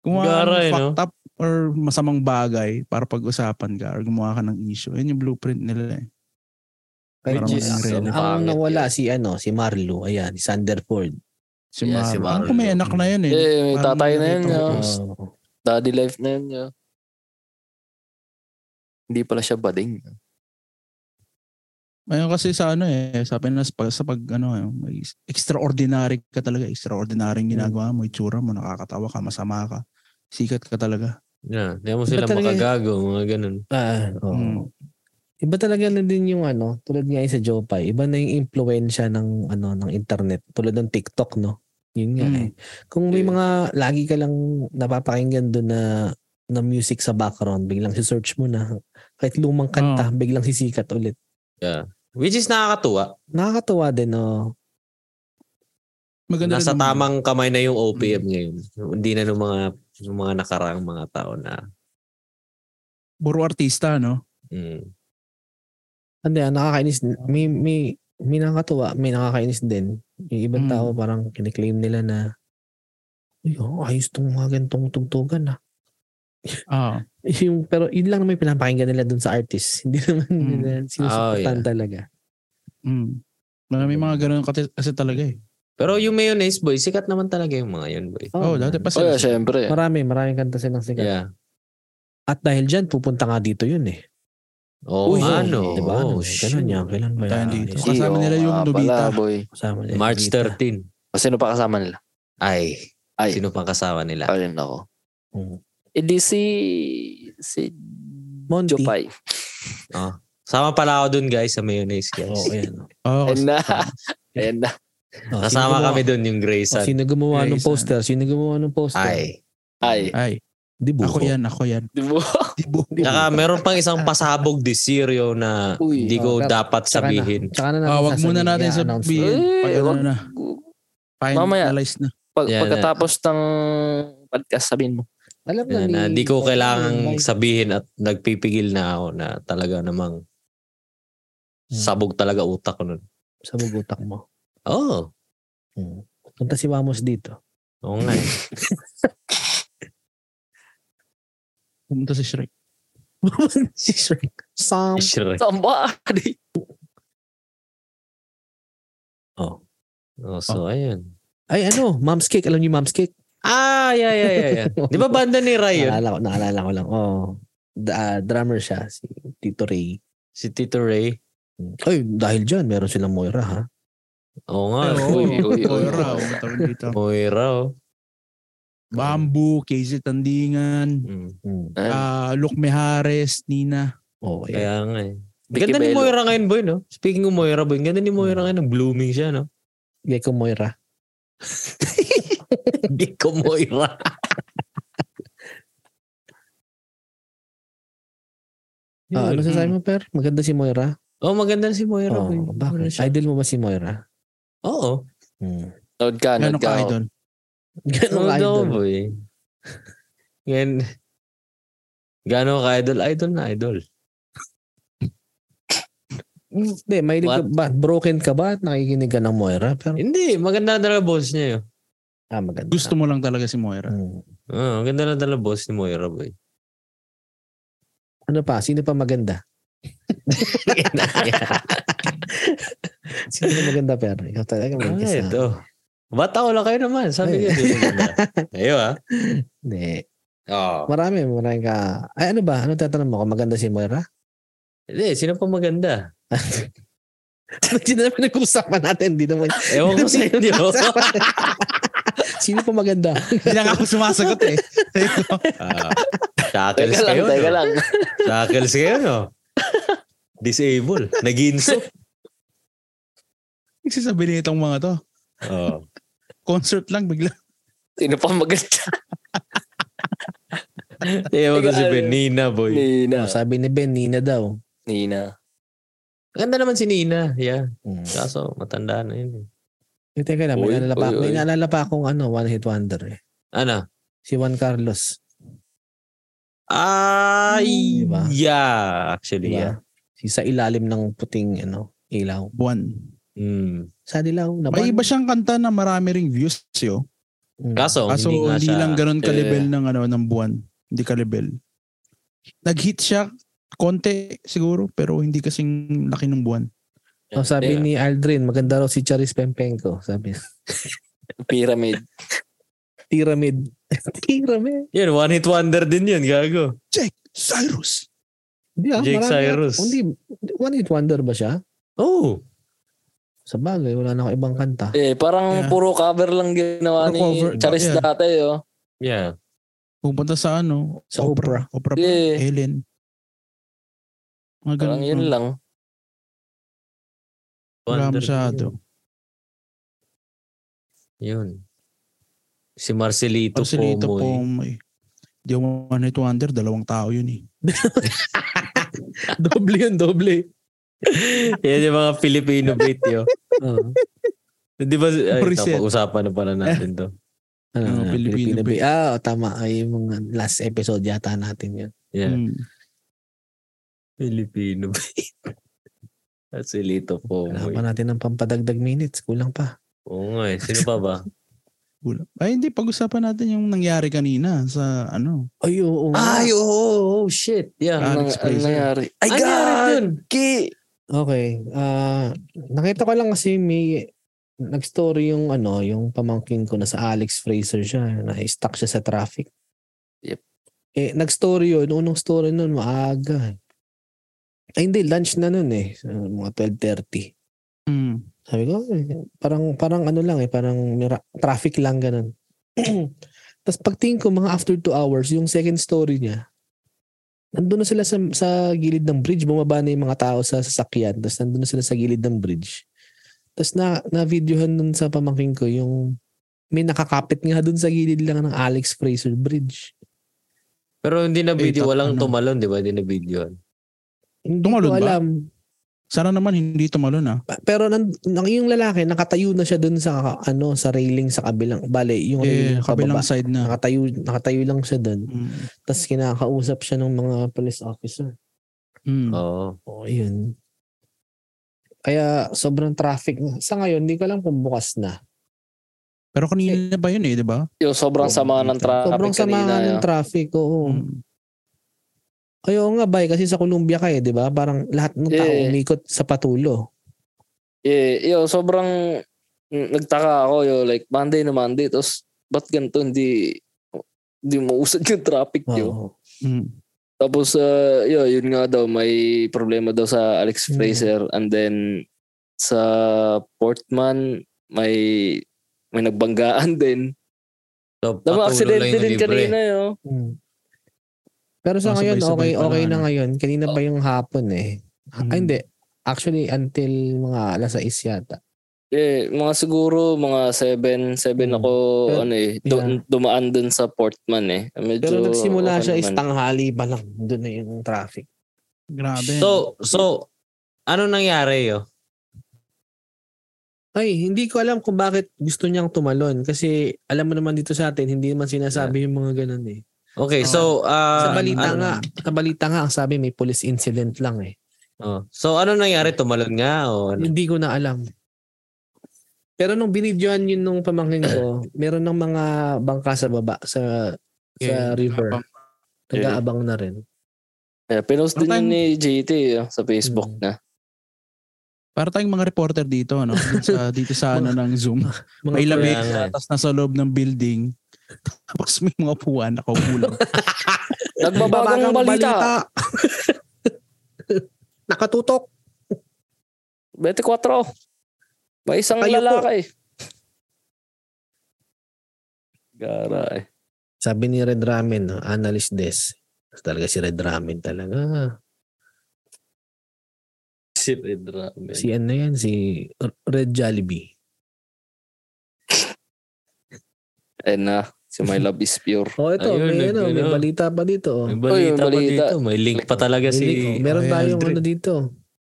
[SPEAKER 4] Gumawa ka ng
[SPEAKER 3] Garay,
[SPEAKER 2] eh,
[SPEAKER 3] no?
[SPEAKER 4] fucked up or masamang bagay para pag-usapan ka or gumawa ka ng issue. Yun yung blueprint nila eh.
[SPEAKER 2] Pero
[SPEAKER 4] Which
[SPEAKER 2] ang-
[SPEAKER 4] is,
[SPEAKER 2] ang,
[SPEAKER 3] ang
[SPEAKER 2] ang
[SPEAKER 3] pangit
[SPEAKER 2] nawala
[SPEAKER 3] yun.
[SPEAKER 2] si ano, si Marlo, ayan, si Sanderford.
[SPEAKER 4] Si
[SPEAKER 3] Yeah,
[SPEAKER 4] Maro.
[SPEAKER 3] si
[SPEAKER 4] Alam ko
[SPEAKER 3] Maro.
[SPEAKER 4] may anak na yun eh.
[SPEAKER 5] Eh, may
[SPEAKER 4] Parang
[SPEAKER 5] tatay na yun.
[SPEAKER 4] nakita ko
[SPEAKER 5] yeah.
[SPEAKER 4] post.
[SPEAKER 2] Oo.
[SPEAKER 5] Daddy life na yun. yeah. Hindi pala siya bading.
[SPEAKER 4] Ngayon kasi sa ano eh, sa Pinas, pag, sa pag ano, eh, may extraordinary ka talaga. Extraordinary yung ginagawa mo, itsura mo, nakakatawa ka, masama ka. Sikat ka talaga.
[SPEAKER 3] Yeah, di mo sila
[SPEAKER 2] Ba't talaga-
[SPEAKER 3] makagago, mga ganun.
[SPEAKER 2] Ah, oo.
[SPEAKER 4] Mm.
[SPEAKER 2] Iba talaga na din yung ano, tulad nga yung sa Jopay, iba na yung impluensya ng ano ng internet, tulad ng TikTok, no? Yun nga
[SPEAKER 4] Mm.
[SPEAKER 2] eh. Kung may
[SPEAKER 5] Yeah.
[SPEAKER 2] mga lagi ka lang napapakinggan doon na na music sa background, biglang si search mo na kahit lumang kanta, biglang sisikat ulit.
[SPEAKER 3] Which is nakakatuwa.
[SPEAKER 2] Nakakatuwa din, no?
[SPEAKER 4] Maganda
[SPEAKER 3] Nasa
[SPEAKER 4] rin naman.
[SPEAKER 3] tamang kamay na yung
[SPEAKER 2] Mm.
[SPEAKER 3] OPM ngayon. Hindi na nung mga nung mga nakaraang mga tao na
[SPEAKER 4] Puro artista, no?
[SPEAKER 3] mm,
[SPEAKER 2] Hindi, ah, nakakainis. May, may, may nakakatuwa, may nakakainis din. Yung ibang
[SPEAKER 3] Hmm.
[SPEAKER 4] Mm.
[SPEAKER 2] tao parang kiniklaim nila na, uy, oh, ayos tong mga ganitong tugtugan ah. [laughs]
[SPEAKER 4] Ah.
[SPEAKER 2] Yung, pero yun lang naman yung pinapakinggan nila dun sa artist. [laughs] Hindi naman
[SPEAKER 3] Hmm.
[SPEAKER 4] Mm.
[SPEAKER 2] nila sinusuportan
[SPEAKER 3] Oh,
[SPEAKER 2] talaga.
[SPEAKER 4] Mm. May mga ganun kasi, kasi talaga eh.
[SPEAKER 3] Pero yung mayonnaise boy, sikat naman talaga yung mga yun boy.
[SPEAKER 4] Oh, dati pa
[SPEAKER 5] Oh,
[SPEAKER 4] sila.
[SPEAKER 5] yeah, syempre.
[SPEAKER 2] Marami, maraming kanta silang sikat.
[SPEAKER 3] Yeah.
[SPEAKER 2] At dahil dyan, pupunta nga dito yun eh.
[SPEAKER 3] Oh,
[SPEAKER 2] Uy,
[SPEAKER 3] ano?
[SPEAKER 2] Diba?
[SPEAKER 3] Oh,
[SPEAKER 2] ano, ganun yan. Kailan ba
[SPEAKER 4] Tayo
[SPEAKER 2] yan?
[SPEAKER 4] dito.
[SPEAKER 2] Ayos.
[SPEAKER 4] Kasama
[SPEAKER 5] Eh,
[SPEAKER 4] nila
[SPEAKER 5] oo
[SPEAKER 4] yung
[SPEAKER 5] nga
[SPEAKER 4] Nobita.
[SPEAKER 5] Pala, boy.
[SPEAKER 2] Kasama nila
[SPEAKER 3] March
[SPEAKER 2] dito.
[SPEAKER 3] 13.
[SPEAKER 5] Kasi sino pa kasama nila?
[SPEAKER 3] Ay,
[SPEAKER 5] Ay.
[SPEAKER 3] sino pang kasama nila?
[SPEAKER 5] Ayun ako.
[SPEAKER 2] Oo.
[SPEAKER 5] Hindi Eh, si... Si
[SPEAKER 2] Monty.
[SPEAKER 5] Jopay.
[SPEAKER 3] Sama pala ako dun guys sa mayonnaise guys.
[SPEAKER 2] Oo, eh. ayan.
[SPEAKER 3] [laughs]
[SPEAKER 4] Oh,
[SPEAKER 5] Ayan na. [laughs] Ayan na.
[SPEAKER 2] Oh, sino
[SPEAKER 3] Kasama
[SPEAKER 2] gumawa-
[SPEAKER 3] kami dun yung
[SPEAKER 2] Oh,
[SPEAKER 3] Grayson.
[SPEAKER 2] sino gumawa ng
[SPEAKER 4] Grayson.
[SPEAKER 2] poster? Sino gumawa ng poster?
[SPEAKER 3] Ay.
[SPEAKER 5] Ay.
[SPEAKER 4] Ay,
[SPEAKER 2] [laughs] Di
[SPEAKER 4] ako
[SPEAKER 2] buko.
[SPEAKER 4] yan, ako yan.
[SPEAKER 5] Di ba?
[SPEAKER 2] Di buko.
[SPEAKER 3] Tsaka meron pang isang pasabog this year yun na
[SPEAKER 5] Uy.
[SPEAKER 3] hindi
[SPEAKER 2] Oh,
[SPEAKER 3] ko
[SPEAKER 2] pero-
[SPEAKER 3] dapat sabihin.
[SPEAKER 2] Tsaka na, tsaka na natin
[SPEAKER 4] Ah, wag muna
[SPEAKER 2] sasabihin,
[SPEAKER 4] natin
[SPEAKER 2] i-announce
[SPEAKER 4] sabihin.
[SPEAKER 5] Eh,
[SPEAKER 4] Pag ano
[SPEAKER 5] wag-
[SPEAKER 4] na, finalize na.
[SPEAKER 5] Pag,
[SPEAKER 3] Yan,
[SPEAKER 5] pagkatapos ng podcast, sabihin mo.
[SPEAKER 2] ko. Alam na
[SPEAKER 3] Yan,
[SPEAKER 2] ni-
[SPEAKER 3] na hindi ko kailangang
[SPEAKER 2] Ay,
[SPEAKER 3] sabihin at nagpipigil na ako na talaga namang
[SPEAKER 2] Hmm.
[SPEAKER 3] sabog talaga utak ko nun.
[SPEAKER 2] Sa bubutak mo.
[SPEAKER 3] Oo.
[SPEAKER 2] Hmm. Punta si Wamos dito. [laughs]
[SPEAKER 3] Oo nga. eh.
[SPEAKER 4] Pumunta si Shrek.
[SPEAKER 2] si Shrek. Sam.
[SPEAKER 3] Sure.
[SPEAKER 5] Tamba!
[SPEAKER 3] Oh, so, ayun.
[SPEAKER 2] Ay ano, Mom's Cake. Alam niyo yung Mom's Cake?
[SPEAKER 3] Ah, yeah, yeah, yeah.
[SPEAKER 2] [laughs]
[SPEAKER 3] yeah. Di ba banda ni Ray yun?
[SPEAKER 2] Naalala ko, naalala ko lang. Oo. Da- ah, drummer siya, si Tito Ray.
[SPEAKER 3] Si Tito Ray.
[SPEAKER 2] Hmm. Ay, dahil dyan, meron silang Moira ha.
[SPEAKER 3] Oo nga.
[SPEAKER 4] Pero,
[SPEAKER 5] uy, uy, uy.
[SPEAKER 4] Moira, oh, tawag
[SPEAKER 3] [laughs]
[SPEAKER 4] dito.
[SPEAKER 3] Moira. oh.
[SPEAKER 4] Bamboo, KZ Tandingan,
[SPEAKER 3] Mm.
[SPEAKER 2] Hmm.
[SPEAKER 5] Ayan.
[SPEAKER 4] ah Luke Mejares, Nina.
[SPEAKER 2] Oo, ayan.
[SPEAKER 3] Kaya nga eh.
[SPEAKER 5] Vicky
[SPEAKER 3] Ganda ni
[SPEAKER 5] Bello.
[SPEAKER 3] Moira ngayon, boy, no? Speaking of Moira, boy, ganda ni
[SPEAKER 2] Hmm.
[SPEAKER 3] Moira ngayon. Blooming siya,
[SPEAKER 2] [laughs]
[SPEAKER 3] no?
[SPEAKER 2] Bigay ko Moira.
[SPEAKER 3] Hindi ko Moira.
[SPEAKER 2] Ah, ano sasabi mo, Per? Maganda si Moira?
[SPEAKER 3] Oh, maganda si Moira,
[SPEAKER 2] Oo,
[SPEAKER 3] boy. Maganda
[SPEAKER 2] bakit?
[SPEAKER 3] siya.
[SPEAKER 2] Idol mo ba si Moira? [laughs]
[SPEAKER 3] Oo. [laughs]
[SPEAKER 2] Hmm.
[SPEAKER 5] Nod ka,
[SPEAKER 4] Ganon
[SPEAKER 5] nod
[SPEAKER 4] ka
[SPEAKER 5] ka. oh.
[SPEAKER 4] idol.
[SPEAKER 2] Ganun ka idol.
[SPEAKER 3] daw, boy. [laughs] Ngayon, gano'n ka idol? Idol na idol.
[SPEAKER 2] Hindi, may
[SPEAKER 3] What?
[SPEAKER 2] ba, broken ka ba at nakikinig ka ng Moira? Pero,
[SPEAKER 3] Hindi, maganda na talaga boss niya yun.
[SPEAKER 2] ah, maganda.
[SPEAKER 4] Gusto mo lang talaga si
[SPEAKER 2] [laughs]
[SPEAKER 4] Moira.
[SPEAKER 2] Hmm.
[SPEAKER 3] Oo, maganda na talaga boss ni Moira, boy.
[SPEAKER 2] Ano pa? Sino pa maganda? Sino pa maganda, Per? Ikaw talaga may
[SPEAKER 3] Ah,
[SPEAKER 2] guess na.
[SPEAKER 3] ito. Ba't ako lang kayo naman? Sabi
[SPEAKER 2] Ay.
[SPEAKER 3] ko, hindi maganda.
[SPEAKER 5] [laughs]
[SPEAKER 3] Ayun, ah.
[SPEAKER 2] Hindi.
[SPEAKER 5] Oh.
[SPEAKER 3] Oo.
[SPEAKER 2] Marami, marami ka. Ay, ano ba? Ano tatanong mo? Kung maganda si Moira? [laughs]
[SPEAKER 3] Hindi, sino pa maganda?
[SPEAKER 2] Hindi na naman nag-usapan natin. Hindi naman.
[SPEAKER 3] Ewan
[SPEAKER 5] [laughs]
[SPEAKER 3] ko sa inyo.
[SPEAKER 2] Sino pa maganda?
[SPEAKER 4] Hindi lang ako sumasagot eh.
[SPEAKER 3] [laughs] Ah, shackles
[SPEAKER 5] Teka lang,
[SPEAKER 3] kayo,
[SPEAKER 5] teka
[SPEAKER 3] no?
[SPEAKER 5] lang. [laughs]
[SPEAKER 3] Shackles kayo, no? Disable. Nag-inso.
[SPEAKER 4] Nagsasabi na itong mga to.
[SPEAKER 3] Oo.
[SPEAKER 5] Oh.
[SPEAKER 4] Concert lang bigla.
[SPEAKER 5] Sino pa maganda?
[SPEAKER 3] Ewan ko si Benina, boy.
[SPEAKER 5] Nina.
[SPEAKER 2] Sabi ni Ben, Nina daw.
[SPEAKER 5] Nina.
[SPEAKER 3] Ganda naman si Nina. Yeah.
[SPEAKER 4] Hmm.
[SPEAKER 2] Mm.
[SPEAKER 3] Kaso, matanda na yun. eh.
[SPEAKER 2] Eh, teka lang, may
[SPEAKER 5] Oy,
[SPEAKER 2] naalala pa,
[SPEAKER 5] oy,
[SPEAKER 2] may
[SPEAKER 5] oy.
[SPEAKER 2] naalala pa akong ano, one hit wonder eh.
[SPEAKER 3] Ano?
[SPEAKER 2] Si Juan Carlos.
[SPEAKER 4] Hmm,
[SPEAKER 3] Ay,
[SPEAKER 2] Diba?
[SPEAKER 3] yeah, actually,
[SPEAKER 2] Diba? Si sa ilalim ng puting ano, ilaw.
[SPEAKER 4] Buwan.
[SPEAKER 3] yeah. Mm.
[SPEAKER 2] Sa dilaw na
[SPEAKER 4] May
[SPEAKER 2] buwan.
[SPEAKER 4] iba siyang kanta na marami ring views yo.
[SPEAKER 2] Mm.
[SPEAKER 3] Kaso,
[SPEAKER 4] Kaso
[SPEAKER 3] Oh, hindi nga
[SPEAKER 4] hindi,
[SPEAKER 3] siya.
[SPEAKER 4] lang ganun ka-level
[SPEAKER 5] Eh.
[SPEAKER 4] ng ano ng buwan. Hindi ka-level. Nag-hit siya konti siguro pero hindi kasing laki ng buwan.
[SPEAKER 2] Oh, sabi
[SPEAKER 5] Yeah.
[SPEAKER 2] ni Aldrin, maganda raw si Charis Pempenko. Sabi,
[SPEAKER 5] Pyramid.
[SPEAKER 2] pyramid. [laughs] pyramid.
[SPEAKER 3] Yun, one hit wonder din yun, gago.
[SPEAKER 4] Cyrus.
[SPEAKER 2] Hindi ah,
[SPEAKER 3] Jake
[SPEAKER 2] marami
[SPEAKER 3] Cyrus.
[SPEAKER 2] ah. Hindi, one hit wonder ba siya?
[SPEAKER 3] Oh,
[SPEAKER 2] Sa bagay, wala na akong ibang kanta.
[SPEAKER 3] [laughs]
[SPEAKER 5] Eh, parang
[SPEAKER 4] Yeah.
[SPEAKER 5] puro cover lang ginawa
[SPEAKER 4] Puro
[SPEAKER 5] ni
[SPEAKER 4] cover.
[SPEAKER 5] Charis
[SPEAKER 4] Yeah.
[SPEAKER 5] dati, oh.
[SPEAKER 3] yeah.
[SPEAKER 4] Pupunta sa ano?
[SPEAKER 2] Sa
[SPEAKER 4] Oprah. pa.
[SPEAKER 5] Yeah.
[SPEAKER 4] Helen. Mga ganun.
[SPEAKER 5] Parang yun lang.
[SPEAKER 4] Wala
[SPEAKER 3] Wonder
[SPEAKER 4] masyado.
[SPEAKER 3] din Yun. Si Marcelito,
[SPEAKER 4] Marcelito
[SPEAKER 3] Pomo. eh.
[SPEAKER 4] Pomoy. Di ako one hit wonder, dalawang tao yun eh.
[SPEAKER 3] [laughs]
[SPEAKER 2] doble yun, doble.
[SPEAKER 3] Yan yung mga
[SPEAKER 4] [laughs]
[SPEAKER 3] Filipino bait yun.
[SPEAKER 2] Oo.
[SPEAKER 3] Di ba, ay,
[SPEAKER 4] Reset.
[SPEAKER 3] usapan na
[SPEAKER 4] [laughs]
[SPEAKER 3] pala natin to.
[SPEAKER 2] ano,
[SPEAKER 4] Ano,
[SPEAKER 2] nga,
[SPEAKER 4] Pilipino
[SPEAKER 2] Pilipino Bay. Ah, oh, tama. Ay, yung mga last episode yata natin yun.
[SPEAKER 3] Yeah.
[SPEAKER 4] Mm.
[SPEAKER 3] Filipino bait. [laughs] Marcelito, Pomo.
[SPEAKER 2] Kailangan pa natin ng pampadagdag minutes. Kulang pa.
[SPEAKER 3] Oo nga eh. Sino pa ba?
[SPEAKER 4] Wala. Ay hindi, pag-usapan natin yung nangyari kanina sa ano.
[SPEAKER 2] Ay, oo. nga.
[SPEAKER 3] Ay, oh, oh, shit. Yeah.
[SPEAKER 4] Ah,
[SPEAKER 5] Ano
[SPEAKER 4] Alex
[SPEAKER 5] ano
[SPEAKER 4] Fraser.
[SPEAKER 5] nangyari? Ay,
[SPEAKER 3] Ano nangyari dun?
[SPEAKER 5] Ki!
[SPEAKER 2] Okay. Ah, nakita ko lang kasi may nag-story yung ano, yung pamangkin ko na sa Alex Fraser siya, na stuck siya sa traffic.
[SPEAKER 5] Yep.
[SPEAKER 2] Eh, nag-story yun. Unang story nun, maaga. eh. Ay, hindi. Lunch na nun eh. So, Mga 12.30.
[SPEAKER 4] Mm.
[SPEAKER 2] Sabi ko, eh, parang, parang ano lang eh, parang mira- traffic lang ganun. [clears throat] Tapos pagtingin ko, mga after two hours, yung second story niya, nandun na sila sa, sa gilid ng bridge. Bumaba na yung mga tao sa sasakyan. Tapos nandun na sila sa gilid ng bridge. Tapos na, na-videohan nun sa pamangking ko yung may nakakapit nga dun sa gilid lang ng Alex Fraser Bridge.
[SPEAKER 3] Pero hindi na video,
[SPEAKER 4] Ay,
[SPEAKER 3] walang
[SPEAKER 4] ano?
[SPEAKER 3] tumalon, di ba? Hindi na video.
[SPEAKER 2] Hindi
[SPEAKER 4] Tumalon
[SPEAKER 2] ko
[SPEAKER 4] ba?
[SPEAKER 2] alam.
[SPEAKER 4] Sana naman hindi tumalon ah.
[SPEAKER 2] Pa- Pero nan, nan- yung lalaki, nakatayo na siya dun sa ano sa railing sa kabilang. Bale, yung
[SPEAKER 4] Eh,
[SPEAKER 2] railing sa
[SPEAKER 4] kabilang
[SPEAKER 2] kababa.
[SPEAKER 4] side na.
[SPEAKER 2] Nakatayo, nakatayo lang siya dun.
[SPEAKER 4] Mm.
[SPEAKER 2] Tapos kinakausap siya ng mga police officer.
[SPEAKER 4] Mm.
[SPEAKER 3] Oo.
[SPEAKER 2] Oo, yun. Kaya sobrang traffic. Sa ngayon, hindi ko alam kung bukas na.
[SPEAKER 4] Pero kanina ba yun eh, di ba?
[SPEAKER 5] Yung sobrang sama ng traffic
[SPEAKER 2] Sobrang sama
[SPEAKER 5] Ah, kanina. Hmm.
[SPEAKER 2] nga ng
[SPEAKER 5] Ng
[SPEAKER 2] traffic, oo.
[SPEAKER 4] Mm.
[SPEAKER 2] Ayo nga bay, kasi sa Colombia ka eh, di ba? Parang lahat ng tao
[SPEAKER 5] Yeah.
[SPEAKER 2] umikot sa patulo.
[SPEAKER 5] yeah, yun, sobrang mm, nagtaka ako. Yo, like, Monday na Monday. Tapos, ba't ganito hindi hindi mausad yung traffic
[SPEAKER 2] Oo.
[SPEAKER 5] yun.
[SPEAKER 4] Mm.
[SPEAKER 5] Tapos, uh, yun, yun nga daw, may problema daw sa
[SPEAKER 4] Mm.
[SPEAKER 5] Alex
[SPEAKER 2] Hmm.
[SPEAKER 5] Fraser. And then, sa Portman, may may nagbanggaan [laughs] din.
[SPEAKER 3] So, patulo lang
[SPEAKER 5] Dama, aksidente
[SPEAKER 3] yung
[SPEAKER 5] din
[SPEAKER 3] libre.
[SPEAKER 5] kanina, eh, oh. yo.
[SPEAKER 2] Mm. Pero sa
[SPEAKER 4] Ah,
[SPEAKER 2] ngayon, okay,
[SPEAKER 4] sabay-sabay pala,
[SPEAKER 2] okay na
[SPEAKER 4] ano?
[SPEAKER 2] ngayon. Kanina
[SPEAKER 5] Oh.
[SPEAKER 2] pa yung hapon eh.
[SPEAKER 4] Mm.
[SPEAKER 2] Ay, hindi. Actually, until mga alas 6 yata.
[SPEAKER 5] Eh, mga siguro, mga 7, 7
[SPEAKER 2] Hmm.
[SPEAKER 5] ako,
[SPEAKER 2] Pero-
[SPEAKER 5] ano eh, du-
[SPEAKER 2] yeah.
[SPEAKER 5] dumaan dun sa Portman eh. Medyo,
[SPEAKER 2] Pero nagsimula
[SPEAKER 5] okay
[SPEAKER 2] siya is
[SPEAKER 5] naman.
[SPEAKER 2] tanghali pa lang. Doon na yung traffic.
[SPEAKER 4] Grabe.
[SPEAKER 3] So, so, ano nangyari yo?
[SPEAKER 2] Ay, hindi ko alam kung bakit gusto niyang tumalon. Kasi alam mo naman dito sa atin, hindi naman sinasabi yung mga ganun eh.
[SPEAKER 3] Okay, so,
[SPEAKER 2] Sa
[SPEAKER 3] ah,
[SPEAKER 2] balita
[SPEAKER 3] ano-
[SPEAKER 2] nga, sa balita nga, ang sabi may police incident lang eh.
[SPEAKER 3] Oh. So, ano nangyari? Tumalon nga o ano?
[SPEAKER 2] Hindi ko na alam. Pero nung binidyoan yun nung pamangkin ko, meron ng mga bangka sa baba, sa sa
[SPEAKER 4] Yeah,
[SPEAKER 2] river.
[SPEAKER 4] habang-
[SPEAKER 2] Nag-aabang na rin.
[SPEAKER 5] Yeah, pinost din
[SPEAKER 4] Ang time-
[SPEAKER 5] yun ni JT yo, oh, sa Facebook
[SPEAKER 2] Hmm.
[SPEAKER 5] na.
[SPEAKER 4] Para tayong mga reporter dito, ano? Dito sa, dito sa ano ng Zoom.
[SPEAKER 2] Mga
[SPEAKER 4] May lamig,
[SPEAKER 3] Kaya nga eh.
[SPEAKER 4] tapos nasa loob ng building. [laughs] Tapos may mga puwan, nakaupo lang.
[SPEAKER 2] Babagong
[SPEAKER 5] Nagbabagong [laughs] balita.
[SPEAKER 2] Nakatutok.
[SPEAKER 5] 24. May isang
[SPEAKER 2] Kayo po.
[SPEAKER 5] lalaki. Gara eh.
[SPEAKER 2] Sabi ni Red Ramen, no, analyst desk. Talaga si Red Ramen talaga.
[SPEAKER 3] Si Red Ramen.
[SPEAKER 2] Si ano yan, si Red Jollibee.
[SPEAKER 5] Ayun na. Si My Love is Pure.
[SPEAKER 2] Oh, ito,
[SPEAKER 3] Ayun,
[SPEAKER 2] may,
[SPEAKER 3] nag-
[SPEAKER 2] ano, may
[SPEAKER 3] ano.
[SPEAKER 2] balita pa dito. oh.
[SPEAKER 3] May
[SPEAKER 5] Uy,
[SPEAKER 3] balita,
[SPEAKER 5] yung
[SPEAKER 3] pa
[SPEAKER 5] balita.
[SPEAKER 3] dito. May link pa talaga si...
[SPEAKER 2] Hindi, meron
[SPEAKER 4] Ayan,
[SPEAKER 2] tayong
[SPEAKER 4] Dre.
[SPEAKER 2] ano dito.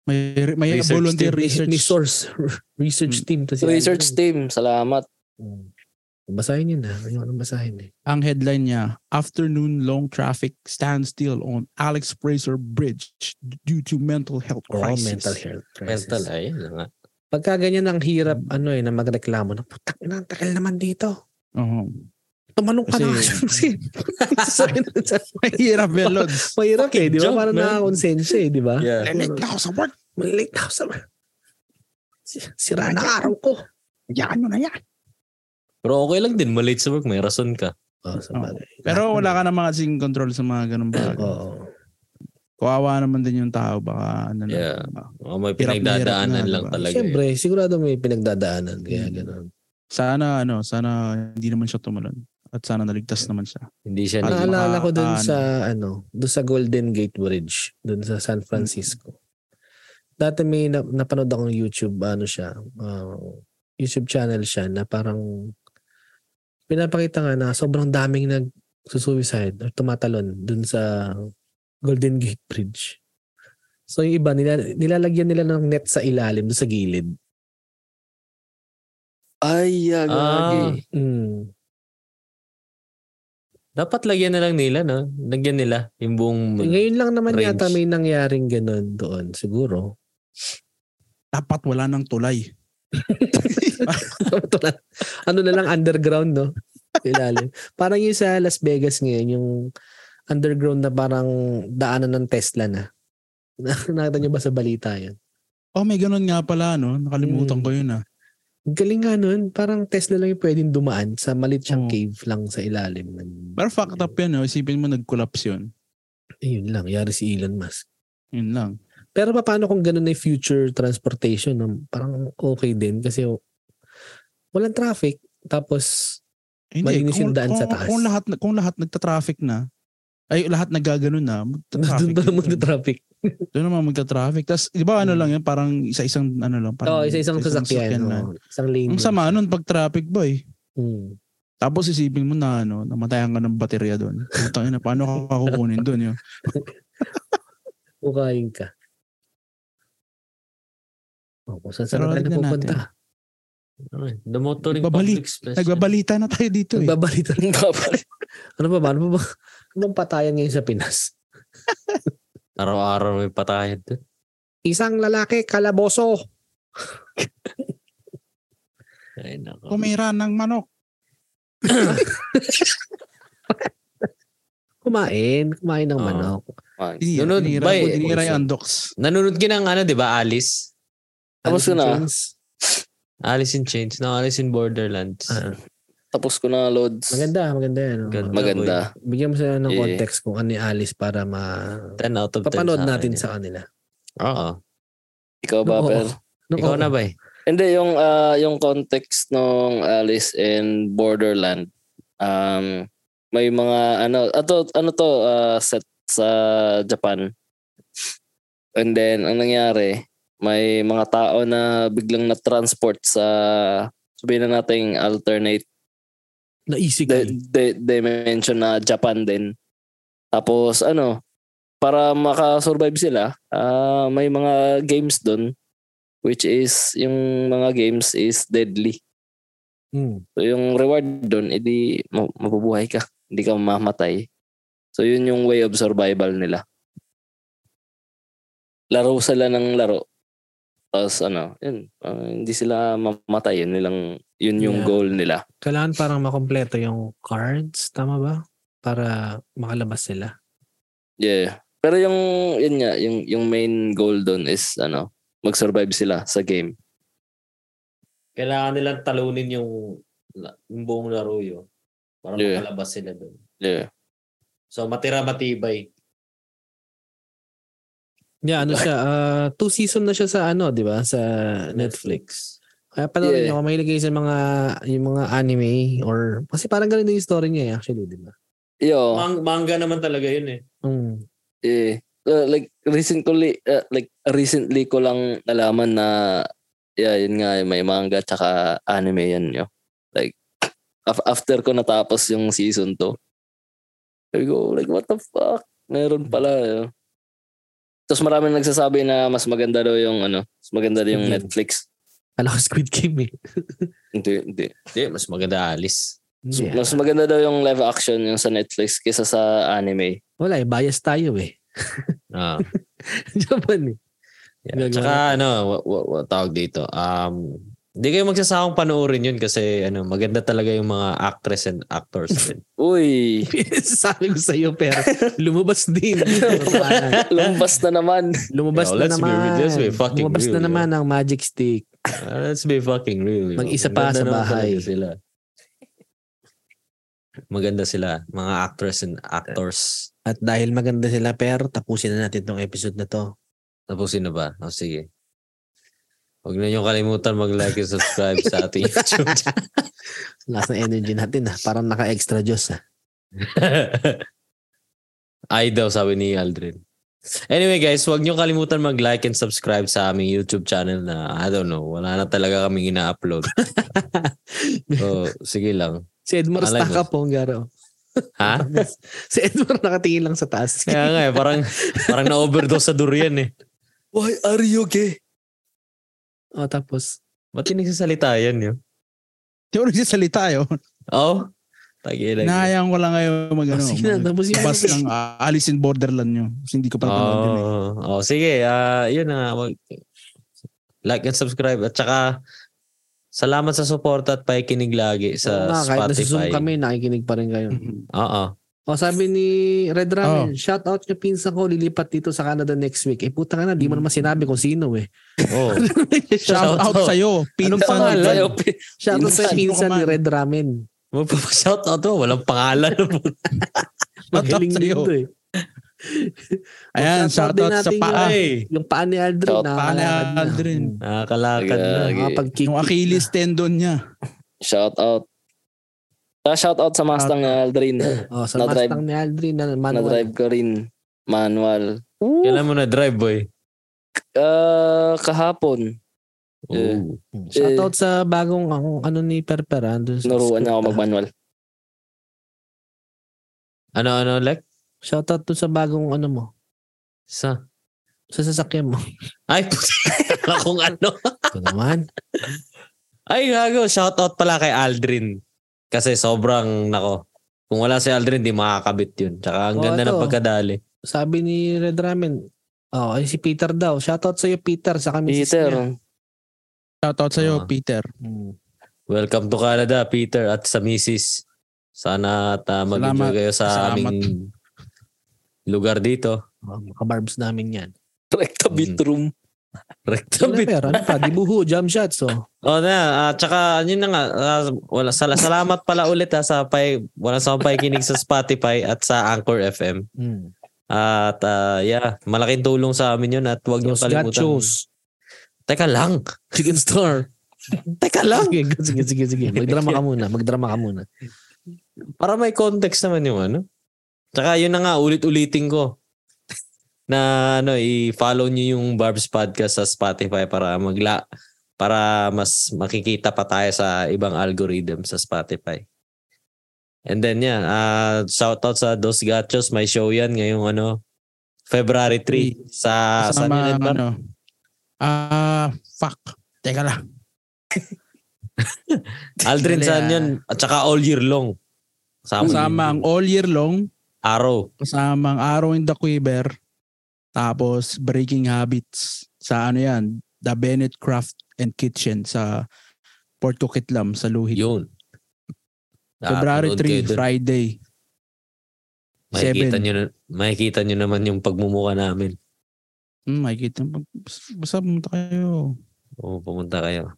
[SPEAKER 4] May, may
[SPEAKER 3] Research
[SPEAKER 4] volunteer
[SPEAKER 2] May-
[SPEAKER 4] research.
[SPEAKER 2] May source. [laughs] research
[SPEAKER 4] Mm.
[SPEAKER 2] team. to [laughs] si
[SPEAKER 5] Research
[SPEAKER 2] Alvin.
[SPEAKER 5] team. Salamat.
[SPEAKER 2] Mm. Basahin yun ha. Ayun, anong basahin eh.
[SPEAKER 4] Ang headline niya, Afternoon Long Traffic Standstill on Alex Fraser Bridge due to mental health
[SPEAKER 2] Oh,
[SPEAKER 4] crisis.
[SPEAKER 2] mental health crisis.
[SPEAKER 3] Mental, ayun na nga.
[SPEAKER 2] Pagka ganyan ang hirap, ano eh, na magreklamo, na putak na, ang tagal naman dito.
[SPEAKER 4] Oo. [laughs]
[SPEAKER 2] Tumalong ka na.
[SPEAKER 4] Kasi-
[SPEAKER 2] [laughs] Sabi na sa
[SPEAKER 4] Mahirap, Velods.
[SPEAKER 2] Mahirap eh, di ba?
[SPEAKER 3] joke,
[SPEAKER 2] Parang
[SPEAKER 3] man.
[SPEAKER 2] nakakonsensya eh, di
[SPEAKER 3] [laughs]
[SPEAKER 2] ba?
[SPEAKER 3] Yeah.
[SPEAKER 4] Lanik na ako sa work.
[SPEAKER 2] Malilate na ako sa... Si- Sira na ang araw ko.
[SPEAKER 4] Yan mo na yan.
[SPEAKER 3] Pero okay lang din, malate sa work, may rason ka.
[SPEAKER 2] Oh, sa bagay.
[SPEAKER 4] Pero wala ka naman kasing control sa mga ganun bagay.
[SPEAKER 2] Oo.
[SPEAKER 4] Kawawa naman din yung tao. Baka ano lang.
[SPEAKER 3] Yeah. O Oh,
[SPEAKER 4] Hirap na
[SPEAKER 3] may
[SPEAKER 4] hirap
[SPEAKER 3] pinagdadaanan
[SPEAKER 4] na,
[SPEAKER 3] lang
[SPEAKER 4] diba?
[SPEAKER 3] talaga. eh.
[SPEAKER 2] Siyempre, sigurado may pinagdadaanan. Kaya
[SPEAKER 4] Mm.
[SPEAKER 2] gano'n.
[SPEAKER 4] Sana ano, sana hindi naman siya tumalon. At sana naligtas naman siya.
[SPEAKER 3] Hindi siya
[SPEAKER 4] Parang
[SPEAKER 3] nag-
[SPEAKER 4] alam-
[SPEAKER 2] Naalala ko dun
[SPEAKER 4] ano.
[SPEAKER 2] sa ano, dun sa Golden Gate Bridge, dun sa
[SPEAKER 4] Mm.
[SPEAKER 2] San Francisco. Dati may na, napanood akong YouTube ano siya, uh, YouTube channel siya na parang pinapakita nga na sobrang daming nag-suicide or tumatalon dun sa Golden Gate Bridge. So yung iba, nila, nilalagyan nila ng net sa ilalim, dun sa gilid.
[SPEAKER 5] Ay, yeah,
[SPEAKER 3] Ah.
[SPEAKER 5] gagi.
[SPEAKER 2] Mm.
[SPEAKER 3] Dapat lagyan na lang nila, no? Lagyan nila yung buong...
[SPEAKER 2] Ngayon lang naman
[SPEAKER 3] Range.
[SPEAKER 2] yata may nangyaring ganun doon, siguro. [laughs]
[SPEAKER 4] Dapat wala ng tulay.
[SPEAKER 2] Ito na. ano na lang underground no ilalim parang yung sa Las Vegas ngayon yung underground na parang daanan ng Tesla na [laughs] nakita niyo ba sa balita yun
[SPEAKER 4] Oh, may ganun nga pala, no? Nakalimutan
[SPEAKER 2] Mm.
[SPEAKER 4] ko yun, ah.
[SPEAKER 2] ang galing nga nun parang Tesla lang yung pwedeng dumaan sa malit siyang
[SPEAKER 4] Oo.
[SPEAKER 2] cave lang sa ilalim ng
[SPEAKER 4] Pero fucked up yan, no? Isipin mo, nag-collapse yun.
[SPEAKER 2] yun lang yari si Elon Musk
[SPEAKER 4] Yun lang.
[SPEAKER 2] pero paano kung ganun na yung future transportation no? parang okay din kasi walang traffic tapos Malinis yung daan sa
[SPEAKER 4] kung-
[SPEAKER 2] taas.
[SPEAKER 4] Kung lahat, kung lahat nagta-traffic na, ay lahat nagaganon na,
[SPEAKER 2] [laughs] Doon
[SPEAKER 4] magta-traffic.
[SPEAKER 2] pa naman
[SPEAKER 4] na
[SPEAKER 2] yung traffic.
[SPEAKER 4] yun. Doon naman magta-traffic. Tapos, di ba ano lang yun, parang isa-isang, ano lang.
[SPEAKER 2] Hmm. Oo,
[SPEAKER 4] Parang,
[SPEAKER 2] oh, isa-isang sasakyan.
[SPEAKER 4] lang. ano?
[SPEAKER 2] oo. Isang lane.
[SPEAKER 4] Ang sama nun pag traffic boy.
[SPEAKER 2] Mm.
[SPEAKER 4] Tapos isipin mo na ano, namatayan ka ng baterya doon. Putang ina, paano ka kukunin
[SPEAKER 2] [laughs]
[SPEAKER 4] doon yun?
[SPEAKER 2] Kukain ka. O, kung saan saan
[SPEAKER 4] Pero
[SPEAKER 2] na tayo
[SPEAKER 4] tignan
[SPEAKER 2] napupunta.
[SPEAKER 3] Alright, The motoring
[SPEAKER 4] Nagbabalik.
[SPEAKER 3] public space.
[SPEAKER 4] Nagbabalita na tayo dito eh.
[SPEAKER 2] Nagbabalita rin.
[SPEAKER 5] Dapat.
[SPEAKER 2] Ano ba ba? Ano ba [laughs] ba? Anong patayan ngayon sa Pinas?
[SPEAKER 3] Araw-araw may patayan doon.
[SPEAKER 2] Isang lalaki, kalaboso.
[SPEAKER 3] Ay, nako.
[SPEAKER 4] Kumira ng manok.
[SPEAKER 2] Kumain. Kumain ng
[SPEAKER 3] Oo.
[SPEAKER 2] manok.
[SPEAKER 5] Ah.
[SPEAKER 4] Dinira,
[SPEAKER 3] Sunod,
[SPEAKER 4] dinira,
[SPEAKER 3] bay.
[SPEAKER 4] dinira yung andoks.
[SPEAKER 3] Nanonood ka ng ano, di ba? Alice.
[SPEAKER 2] Alice
[SPEAKER 5] Tapos
[SPEAKER 2] in
[SPEAKER 5] ko na.
[SPEAKER 2] Chains.
[SPEAKER 3] Alice in Chains. No, Alice in Borderlands.
[SPEAKER 2] Ah,
[SPEAKER 5] [laughs] Tapos ko na loads.
[SPEAKER 2] maganda, maganda yan. oo.
[SPEAKER 3] Ganda.
[SPEAKER 5] Maganda.
[SPEAKER 2] Bigyan mo sila ng
[SPEAKER 5] Yeah.
[SPEAKER 2] context kung ano yung Alice para ma
[SPEAKER 3] 10 out of 10.
[SPEAKER 2] papanood
[SPEAKER 3] akin
[SPEAKER 2] natin
[SPEAKER 3] yun.
[SPEAKER 2] sa kanila.
[SPEAKER 3] Oo.
[SPEAKER 5] Ikaw ba,
[SPEAKER 2] Oo.
[SPEAKER 5] Per?
[SPEAKER 2] Nung
[SPEAKER 3] Ikaw
[SPEAKER 2] una,
[SPEAKER 3] na ba eh?
[SPEAKER 5] Hindi, yung, ah, yung context ng Alice in Borderland, um, may mga ano, ato, ano to, ah, set sa Japan. And then, ang nangyari, may mga tao na biglang na-transport sa, sabihin na nating alternate
[SPEAKER 2] naisig ko
[SPEAKER 5] di-
[SPEAKER 2] eh.
[SPEAKER 5] di- dimension na Japan din. Tapos ano, para makasurvive sila, ah, may mga games doon which is yung mga games is deadly.
[SPEAKER 2] Mm.
[SPEAKER 5] So yung reward doon edi ma- mabubuhay ka, hindi ka mamatay. So yun yung way of survival nila. Laro sila ng laro. Tapos ano, yun, ah, hindi sila mamatay. Yun, nilang, yun yung
[SPEAKER 2] Yeah.
[SPEAKER 5] goal nila.
[SPEAKER 2] Kailangan parang makompleto yung cards, tama ba? Para makalabas sila.
[SPEAKER 5] Yeah. Pero yung yun nga, yung yung main goal doon is ano, mag-survive sila sa game.
[SPEAKER 3] Kailangan nilang talunin yung, yung buong laro yun. Para
[SPEAKER 5] Yeah.
[SPEAKER 3] makalabas sila doon.
[SPEAKER 5] Yeah.
[SPEAKER 3] So, matira matibay.
[SPEAKER 2] Yeah, ano
[SPEAKER 3] [laughs]
[SPEAKER 2] siya, ah, two season na siya sa ano, 'di ba? Sa Netflix. Kaya panoorin
[SPEAKER 5] Yeah.
[SPEAKER 2] niyo kung mahilig kayo sa mga yung mga anime or kasi parang ganun din yung story niya eh, actually, 'di ba?
[SPEAKER 5] Yo,
[SPEAKER 3] Mang- manga naman talaga yun eh.
[SPEAKER 2] Mm.
[SPEAKER 5] eh, uh, like recently uh, like recently ko lang nalaman na yeah, yun nga may manga tsaka anime yan yo. Like af- after ko natapos yung season 2. Sabi ko, like what the fuck? Meron pala. Yo. Tapos maraming nagsasabi na mas maganda daw yung ano, mas maganda daw yung
[SPEAKER 2] Game.
[SPEAKER 5] Netflix.
[SPEAKER 2] Kala ko [laughs] Squid Game eh.
[SPEAKER 5] Hindi, hindi.
[SPEAKER 3] Hindi, mas maganda Alice.
[SPEAKER 2] Yeah.
[SPEAKER 5] Mas maganda daw yung live action yung sa Netflix kaysa sa anime.
[SPEAKER 2] Wala eh, bias tayo eh. [laughs]
[SPEAKER 3] Ah.
[SPEAKER 2] Japan eh. [laughs]
[SPEAKER 3] Yeah.
[SPEAKER 2] Gagawa
[SPEAKER 3] Tsaka ano, wa- wa- wa- tawag dito. Um, hindi kayo magsasawang panoorin yun kasi ano, maganda talaga yung mga actress and actors
[SPEAKER 2] [laughs]
[SPEAKER 3] din.
[SPEAKER 5] Uy,
[SPEAKER 2] Sabi ko sa iyo pero
[SPEAKER 3] [laughs]
[SPEAKER 2] lumabas din.
[SPEAKER 5] lumabas na naman.
[SPEAKER 2] lumabas na
[SPEAKER 3] Yo, let's be
[SPEAKER 2] naman.
[SPEAKER 3] real, let's be fucking
[SPEAKER 2] lumabas
[SPEAKER 3] real,
[SPEAKER 2] na
[SPEAKER 3] yo.
[SPEAKER 2] naman ang magic stick.
[SPEAKER 3] Ah, let's be fucking real. yo.
[SPEAKER 2] Mag-isa pa
[SPEAKER 3] Maganda
[SPEAKER 2] sa
[SPEAKER 3] naman
[SPEAKER 2] bahay.
[SPEAKER 3] talaga Sila. Maganda sila, mga actress and actors.
[SPEAKER 2] At dahil maganda sila pero tapusin na natin tong episode na to.
[SPEAKER 3] Tapos sino ba? O sige. Huwag na niyong kalimutan mag-like and subscribe sa
[SPEAKER 2] [laughs]
[SPEAKER 3] ating YouTube channel.
[SPEAKER 2] Lakas ng energy natin ah. Parang naka-extra Diyos ah.
[SPEAKER 3] Ay daw, sabi ni Aldrin. Anyway guys, huwag niyong kalimutan mag-like and subscribe sa aming YouTube channel na I don't know, wala na talaga kaming
[SPEAKER 2] [laughs]
[SPEAKER 3] ina-upload. so, sige lang.
[SPEAKER 2] Si Edmar
[SPEAKER 3] Alay mo.
[SPEAKER 2] stack up po ang garo.
[SPEAKER 3] Ha?
[SPEAKER 2] si Edmar nakatingin lang sa taas.
[SPEAKER 3] Kaya nga eh,
[SPEAKER 2] [laughs]
[SPEAKER 3] parang, parang na-overdose sa durian eh.
[SPEAKER 2] Why are you okay? O tapos,
[SPEAKER 3] Ba't yung nagsasalita yan yun?
[SPEAKER 4] Di ko nagsasalita yo.
[SPEAKER 3] Oo. Oh,
[SPEAKER 4] eh,
[SPEAKER 3] Tagilay.
[SPEAKER 4] Nahayaan ko lang kayo mag
[SPEAKER 2] oh,
[SPEAKER 4] ano.
[SPEAKER 2] sige na, [laughs]
[SPEAKER 4] mag-
[SPEAKER 2] tapos yun.
[SPEAKER 4] Bas ng ah, Alice in Borderland nyo. Kasi hindi ko pa
[SPEAKER 2] Ah.
[SPEAKER 4] napanood yun eh.
[SPEAKER 3] Oh, oh, sige. ah yun na nga. Mag- like and subscribe. At saka, salamat sa support at pakikinig lagi
[SPEAKER 2] Oo
[SPEAKER 3] sa
[SPEAKER 2] nga, kahit nasusun
[SPEAKER 3] Spotify.
[SPEAKER 2] kami, nakikinig pa rin kayo.
[SPEAKER 4] Mhm.
[SPEAKER 3] Oo.
[SPEAKER 2] O sabi ni Red
[SPEAKER 4] Oh.
[SPEAKER 2] Ramen, shout out niya pinsan ko, lilipat dito sa Canada next week. Eh puta ka na, di mo
[SPEAKER 4] Mm.
[SPEAKER 2] naman sinabi kung sino
[SPEAKER 5] [laughs]
[SPEAKER 2] eh. [laughs]
[SPEAKER 3] Oh.
[SPEAKER 4] Shout out
[SPEAKER 3] Shout out.
[SPEAKER 4] sa'yo.
[SPEAKER 2] Anong
[SPEAKER 4] Pinsan
[SPEAKER 2] pangalan?
[SPEAKER 4] Red.
[SPEAKER 5] Tayo, pi-
[SPEAKER 2] Shout out sa
[SPEAKER 5] Pinsan,
[SPEAKER 2] pinsan
[SPEAKER 4] sino ka
[SPEAKER 2] ni
[SPEAKER 4] man.
[SPEAKER 2] Red Ramen.
[SPEAKER 3] Magpapashout out mo. Walang
[SPEAKER 2] [laughs]
[SPEAKER 3] pangalan.
[SPEAKER 4] out
[SPEAKER 2] Magaling
[SPEAKER 4] sa'yo.
[SPEAKER 2] dito eh.
[SPEAKER 4] Ayan,
[SPEAKER 2] Shout out
[SPEAKER 4] shout
[SPEAKER 2] din
[SPEAKER 4] out sa
[SPEAKER 2] natin
[SPEAKER 4] paa. eh.
[SPEAKER 3] Ay.
[SPEAKER 2] Yung paa ni Aldrin.
[SPEAKER 5] Shout out
[SPEAKER 4] paa ni
[SPEAKER 2] nakakalakad na.
[SPEAKER 4] Aldrin.
[SPEAKER 2] Mm.
[SPEAKER 3] Nakakalakad na.
[SPEAKER 5] Gagi.
[SPEAKER 2] Nakakapag-kick
[SPEAKER 4] Yung Achilles tendon niya.
[SPEAKER 5] Ah, Shout out. Saka shoutout sa Mustang na Aldrin.
[SPEAKER 2] Oh, sa
[SPEAKER 5] Na-drive.
[SPEAKER 2] Mustang ni Aldrin na manual.
[SPEAKER 5] Na-drive ko rin. Manual.
[SPEAKER 2] Ooh.
[SPEAKER 3] Kailan mo na drive, boy?
[SPEAKER 5] Ah, kahapon, Yeah.
[SPEAKER 3] Ooh.
[SPEAKER 2] Shoutout sa bagong ang, ano ni Perperan. dun sa
[SPEAKER 5] naruan na
[SPEAKER 2] script,
[SPEAKER 5] ako
[SPEAKER 2] ah.
[SPEAKER 5] mag-manual.
[SPEAKER 3] Ano, ano, like?
[SPEAKER 2] Shoutout dun sa bagong ano mo.
[SPEAKER 3] Sa?
[SPEAKER 2] Sa
[SPEAKER 3] [laughs]
[SPEAKER 2] sasakyan mo.
[SPEAKER 3] Ay, puti. [laughs] Akala kung ano.
[SPEAKER 2] Ito naman.
[SPEAKER 3] Ay, gago. Shoutout pala kay Aldrin. Kasi sobrang, nako. Kung wala si Aldrin, di makakabit yun. Tsaka ang
[SPEAKER 2] Oo,
[SPEAKER 3] ganda ng
[SPEAKER 2] ito.
[SPEAKER 3] pagkadali.
[SPEAKER 2] Sabi ni Red Ramen. Oh, ay si Peter daw. Shoutout sa iyo Peter sa kami Niya.
[SPEAKER 5] Peter,
[SPEAKER 4] Shoutout sa'yo,
[SPEAKER 3] Ah.
[SPEAKER 4] Peter.
[SPEAKER 2] Hmm.
[SPEAKER 3] Welcome to Canada, Peter at sa misis. Sana at ah, mag-enjoy
[SPEAKER 4] Salamat.
[SPEAKER 3] kayo sa
[SPEAKER 4] Salamat.
[SPEAKER 3] aming lugar dito. [laughs]
[SPEAKER 2] Oh, mga barbs namin yan.
[SPEAKER 5] recta
[SPEAKER 2] Mm.
[SPEAKER 5] vitrum.
[SPEAKER 2] Wala
[SPEAKER 3] Rectabit.
[SPEAKER 2] pera. Ano pa? Dibuho. Jump shots. Oh.
[SPEAKER 3] O na, at saka yun na nga, ah, wala, sal- salamat pala ulit ha, sa pay, wala sa pakikinig sa Spotify at sa Anchor FM.
[SPEAKER 2] Hmm.
[SPEAKER 3] At ah, yeah, malaking tulong sa amin yun at huwag niyo
[SPEAKER 2] Los
[SPEAKER 3] kalimutan.
[SPEAKER 2] Gachos.
[SPEAKER 3] Teka lang.
[SPEAKER 2] Chicken store.
[SPEAKER 3] Teka lang.
[SPEAKER 2] [laughs] Sige, sige, sige, sige. Magdrama ka muna. Magdrama ka muna.
[SPEAKER 3] Para may context naman yung ano. Tsaka yun na nga, ulit-ulitin ko. na ano, i-follow nyo yung Barb's Podcast sa Spotify para magla para mas makikita pa tayo sa ibang algorithm sa Spotify. And then yeah, uh, shout out sa Dos Gachos, may show yan ngayong ano, February 3 sa saan yun,
[SPEAKER 4] Kasama,
[SPEAKER 3] Edmar?
[SPEAKER 4] ano, ah, fuck. Teka lang.
[SPEAKER 3] Aldrin
[SPEAKER 4] Dali,
[SPEAKER 3] saan
[SPEAKER 4] ah.
[SPEAKER 3] yun? At saka all year long.
[SPEAKER 4] Kasama ang all year long,
[SPEAKER 3] Araw.
[SPEAKER 4] kasama ang Arrow in the Quiver, tapos Breaking Habits sa ano yan, The Bennett Craft and Kitchen sa Porto Kitlam sa Luhit.
[SPEAKER 3] Yun.
[SPEAKER 4] February
[SPEAKER 3] Nakakanood kayo
[SPEAKER 4] 3,
[SPEAKER 3] dun.
[SPEAKER 4] Friday.
[SPEAKER 3] Makikita
[SPEAKER 4] 7.
[SPEAKER 3] nyo, na- makikita nyo naman yung pagmumuka namin.
[SPEAKER 4] Hmm, makikita. mo. Basta pumunta kayo.
[SPEAKER 3] Oo, pumunta kayo.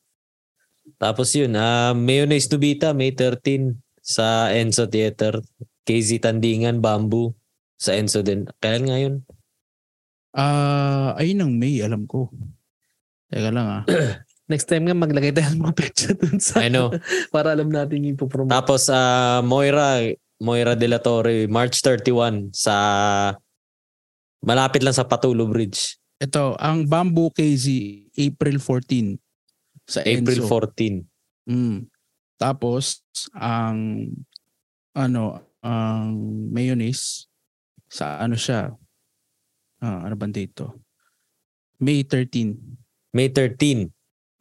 [SPEAKER 3] Tapos yun, ah Mayonnaise Nubita, May 13 sa Enzo Theater. KZ Tandingan, Bamboo sa Enzo din. Kailan nga
[SPEAKER 4] [laughs]
[SPEAKER 3] yun?
[SPEAKER 4] Ah, ayun ang May, alam ko. Teka lang ah.
[SPEAKER 2] Next time nga maglagay tayo ng mga petsa dun sa
[SPEAKER 3] I know.
[SPEAKER 2] [laughs] para alam natin yung ipopromote.
[SPEAKER 3] Tapos ah Moira, Moira de la Torre, March 31 sa malapit lang sa Patulo Bridge.
[SPEAKER 4] Ito, ang Bamboo KZ, April 14. Sa
[SPEAKER 3] April
[SPEAKER 4] Enzo.
[SPEAKER 3] 14.
[SPEAKER 4] Mm. Tapos, ang, ano, ang mayonnaise, sa ano siya, ah, ano bang date to? May 13.
[SPEAKER 3] May 13.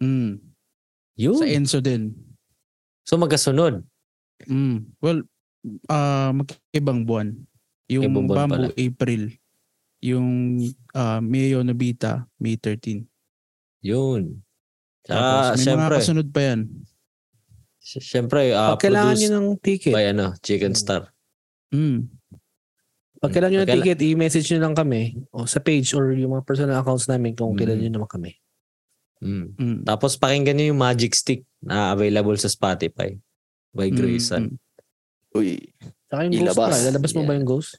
[SPEAKER 4] Mm. Sa
[SPEAKER 3] Yun.
[SPEAKER 4] Enzo din.
[SPEAKER 3] So magkasunod.
[SPEAKER 4] Mm. Well, ah magkibang buwan. Yung
[SPEAKER 3] Ibang buwan
[SPEAKER 4] Bamboo, April. Yung ah, Mayo Nobita, May 13.
[SPEAKER 3] Yun.
[SPEAKER 4] Tapos
[SPEAKER 3] Tsaka,
[SPEAKER 4] may
[SPEAKER 3] Ah, syempre,
[SPEAKER 4] mga kasunod pa yan.
[SPEAKER 3] syempre, ah,
[SPEAKER 2] Pag kailangan nyo
[SPEAKER 3] produced
[SPEAKER 2] ng ticket,
[SPEAKER 3] by ano, Chicken Star.
[SPEAKER 4] Mm.
[SPEAKER 2] pag kailangan nyo ng
[SPEAKER 3] Pagkaila-
[SPEAKER 2] ticket, i-message nyo lang kami o sa page or yung mga personal accounts namin kung
[SPEAKER 3] Mm.
[SPEAKER 2] kailan nyo naman kami.
[SPEAKER 3] Mm.
[SPEAKER 4] Mm.
[SPEAKER 3] Tapos pakinggan nyo yung Magic Stick na available sa Spotify by
[SPEAKER 4] Mm,
[SPEAKER 3] Grayson.
[SPEAKER 4] mm.
[SPEAKER 5] Uy,
[SPEAKER 2] Saka yung
[SPEAKER 5] Ilabas.
[SPEAKER 2] ghost pa. Lalabas mo ba yung ghost?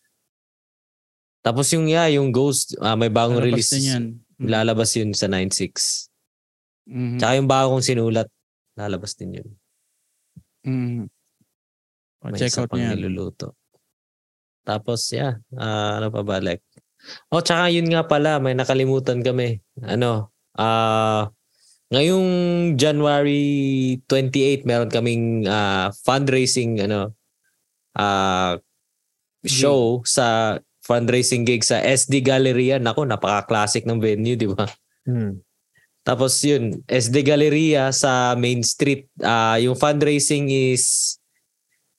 [SPEAKER 3] Tapos yung yeah, yung Ghost, ah, may bagong
[SPEAKER 4] Lalabas
[SPEAKER 3] release.
[SPEAKER 4] din yan. Mm.
[SPEAKER 3] Lalabas yun sa 9.6.
[SPEAKER 4] Mhm.
[SPEAKER 3] Tsaka yung bagong sinulat, lalabas din yun.
[SPEAKER 4] Mhm. O,
[SPEAKER 3] May
[SPEAKER 4] Check
[SPEAKER 3] isa
[SPEAKER 4] out
[SPEAKER 3] pang
[SPEAKER 4] niya. yan.
[SPEAKER 3] niluluto. Tapos yeah, ah, ano pa ba like? Oh, tsaka yun nga pala, may nakalimutan kami. Ano? Ah, ngayong January 28, meron kaming ah, fundraising ano ah,
[SPEAKER 4] Mm-hmm.
[SPEAKER 3] show sa fundraising gig sa SD Galleria. Nako, napaka-classic ng venue, di ba?
[SPEAKER 2] Hmm.
[SPEAKER 3] Tapos yun, SD Galleria sa Main Street. Ah, yung fundraising is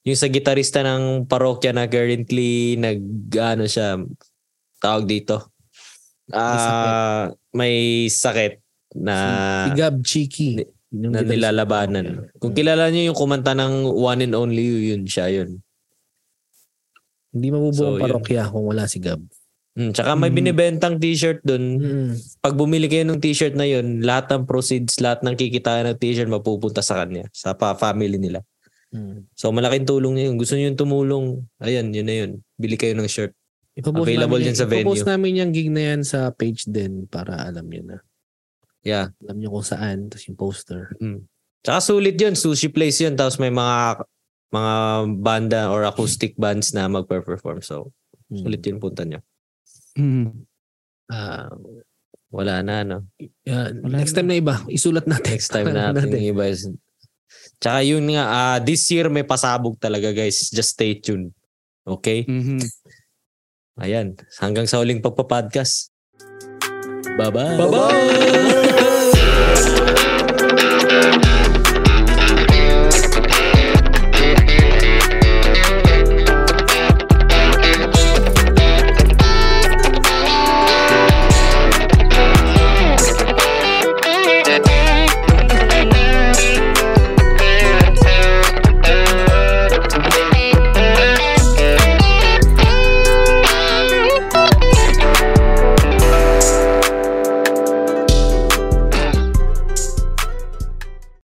[SPEAKER 3] yung sa gitarista ng parokya na currently nag ano siya tawag dito. Ah, may sakit na
[SPEAKER 2] si Gab Cheeky. Yung
[SPEAKER 3] na
[SPEAKER 2] guitarist.
[SPEAKER 3] Ah. nilalabanan. Kung kilala niyo yung kumanta ng One and Only You, yun siya yun.
[SPEAKER 2] Hindi mabubuo ang
[SPEAKER 3] So, yun.
[SPEAKER 2] parokya kung wala si Gab.
[SPEAKER 3] Mm, tsaka may
[SPEAKER 4] Mm.
[SPEAKER 3] binibentang t-shirt dun.
[SPEAKER 2] Mm.
[SPEAKER 3] Pag bumili kayo ng t-shirt na yun, lahat ng proceeds, lahat ng kikitaan ng t-shirt mapupunta sa kanya, sa pa family nila.
[SPEAKER 2] Mm.
[SPEAKER 3] So malaking tulong niya yun. Gusto niyo yung tumulong, ayan, yun na yun. Bili kayo ng shirt.
[SPEAKER 2] Ipopost
[SPEAKER 3] Available
[SPEAKER 2] namin
[SPEAKER 3] yan sa venue.
[SPEAKER 2] Ipopost namin yung gig na yan sa page din para alam nyo na.
[SPEAKER 3] Yeah.
[SPEAKER 2] Alam nyo kung saan. Tapos yung poster.
[SPEAKER 3] Tsaka sulit yun, sushi place yun. Tapos may mga mga banda or acoustic bands na magpe-perform. So, sulit yung punta niya.
[SPEAKER 4] Mm.
[SPEAKER 3] Ah, wala na, no? [laughs]
[SPEAKER 2] Yeah,
[SPEAKER 4] Wala
[SPEAKER 2] next time na iba, isulat natin.
[SPEAKER 3] Next time natin,
[SPEAKER 2] Natin.
[SPEAKER 3] yung iba is... Tsaka yun nga, ah, this year may pasabog talaga guys. Just stay tuned. Okay?
[SPEAKER 4] Mhm.
[SPEAKER 3] Ayan. Hanggang sa huling pagpa-podcast. Bye-bye.
[SPEAKER 2] Bye-bye!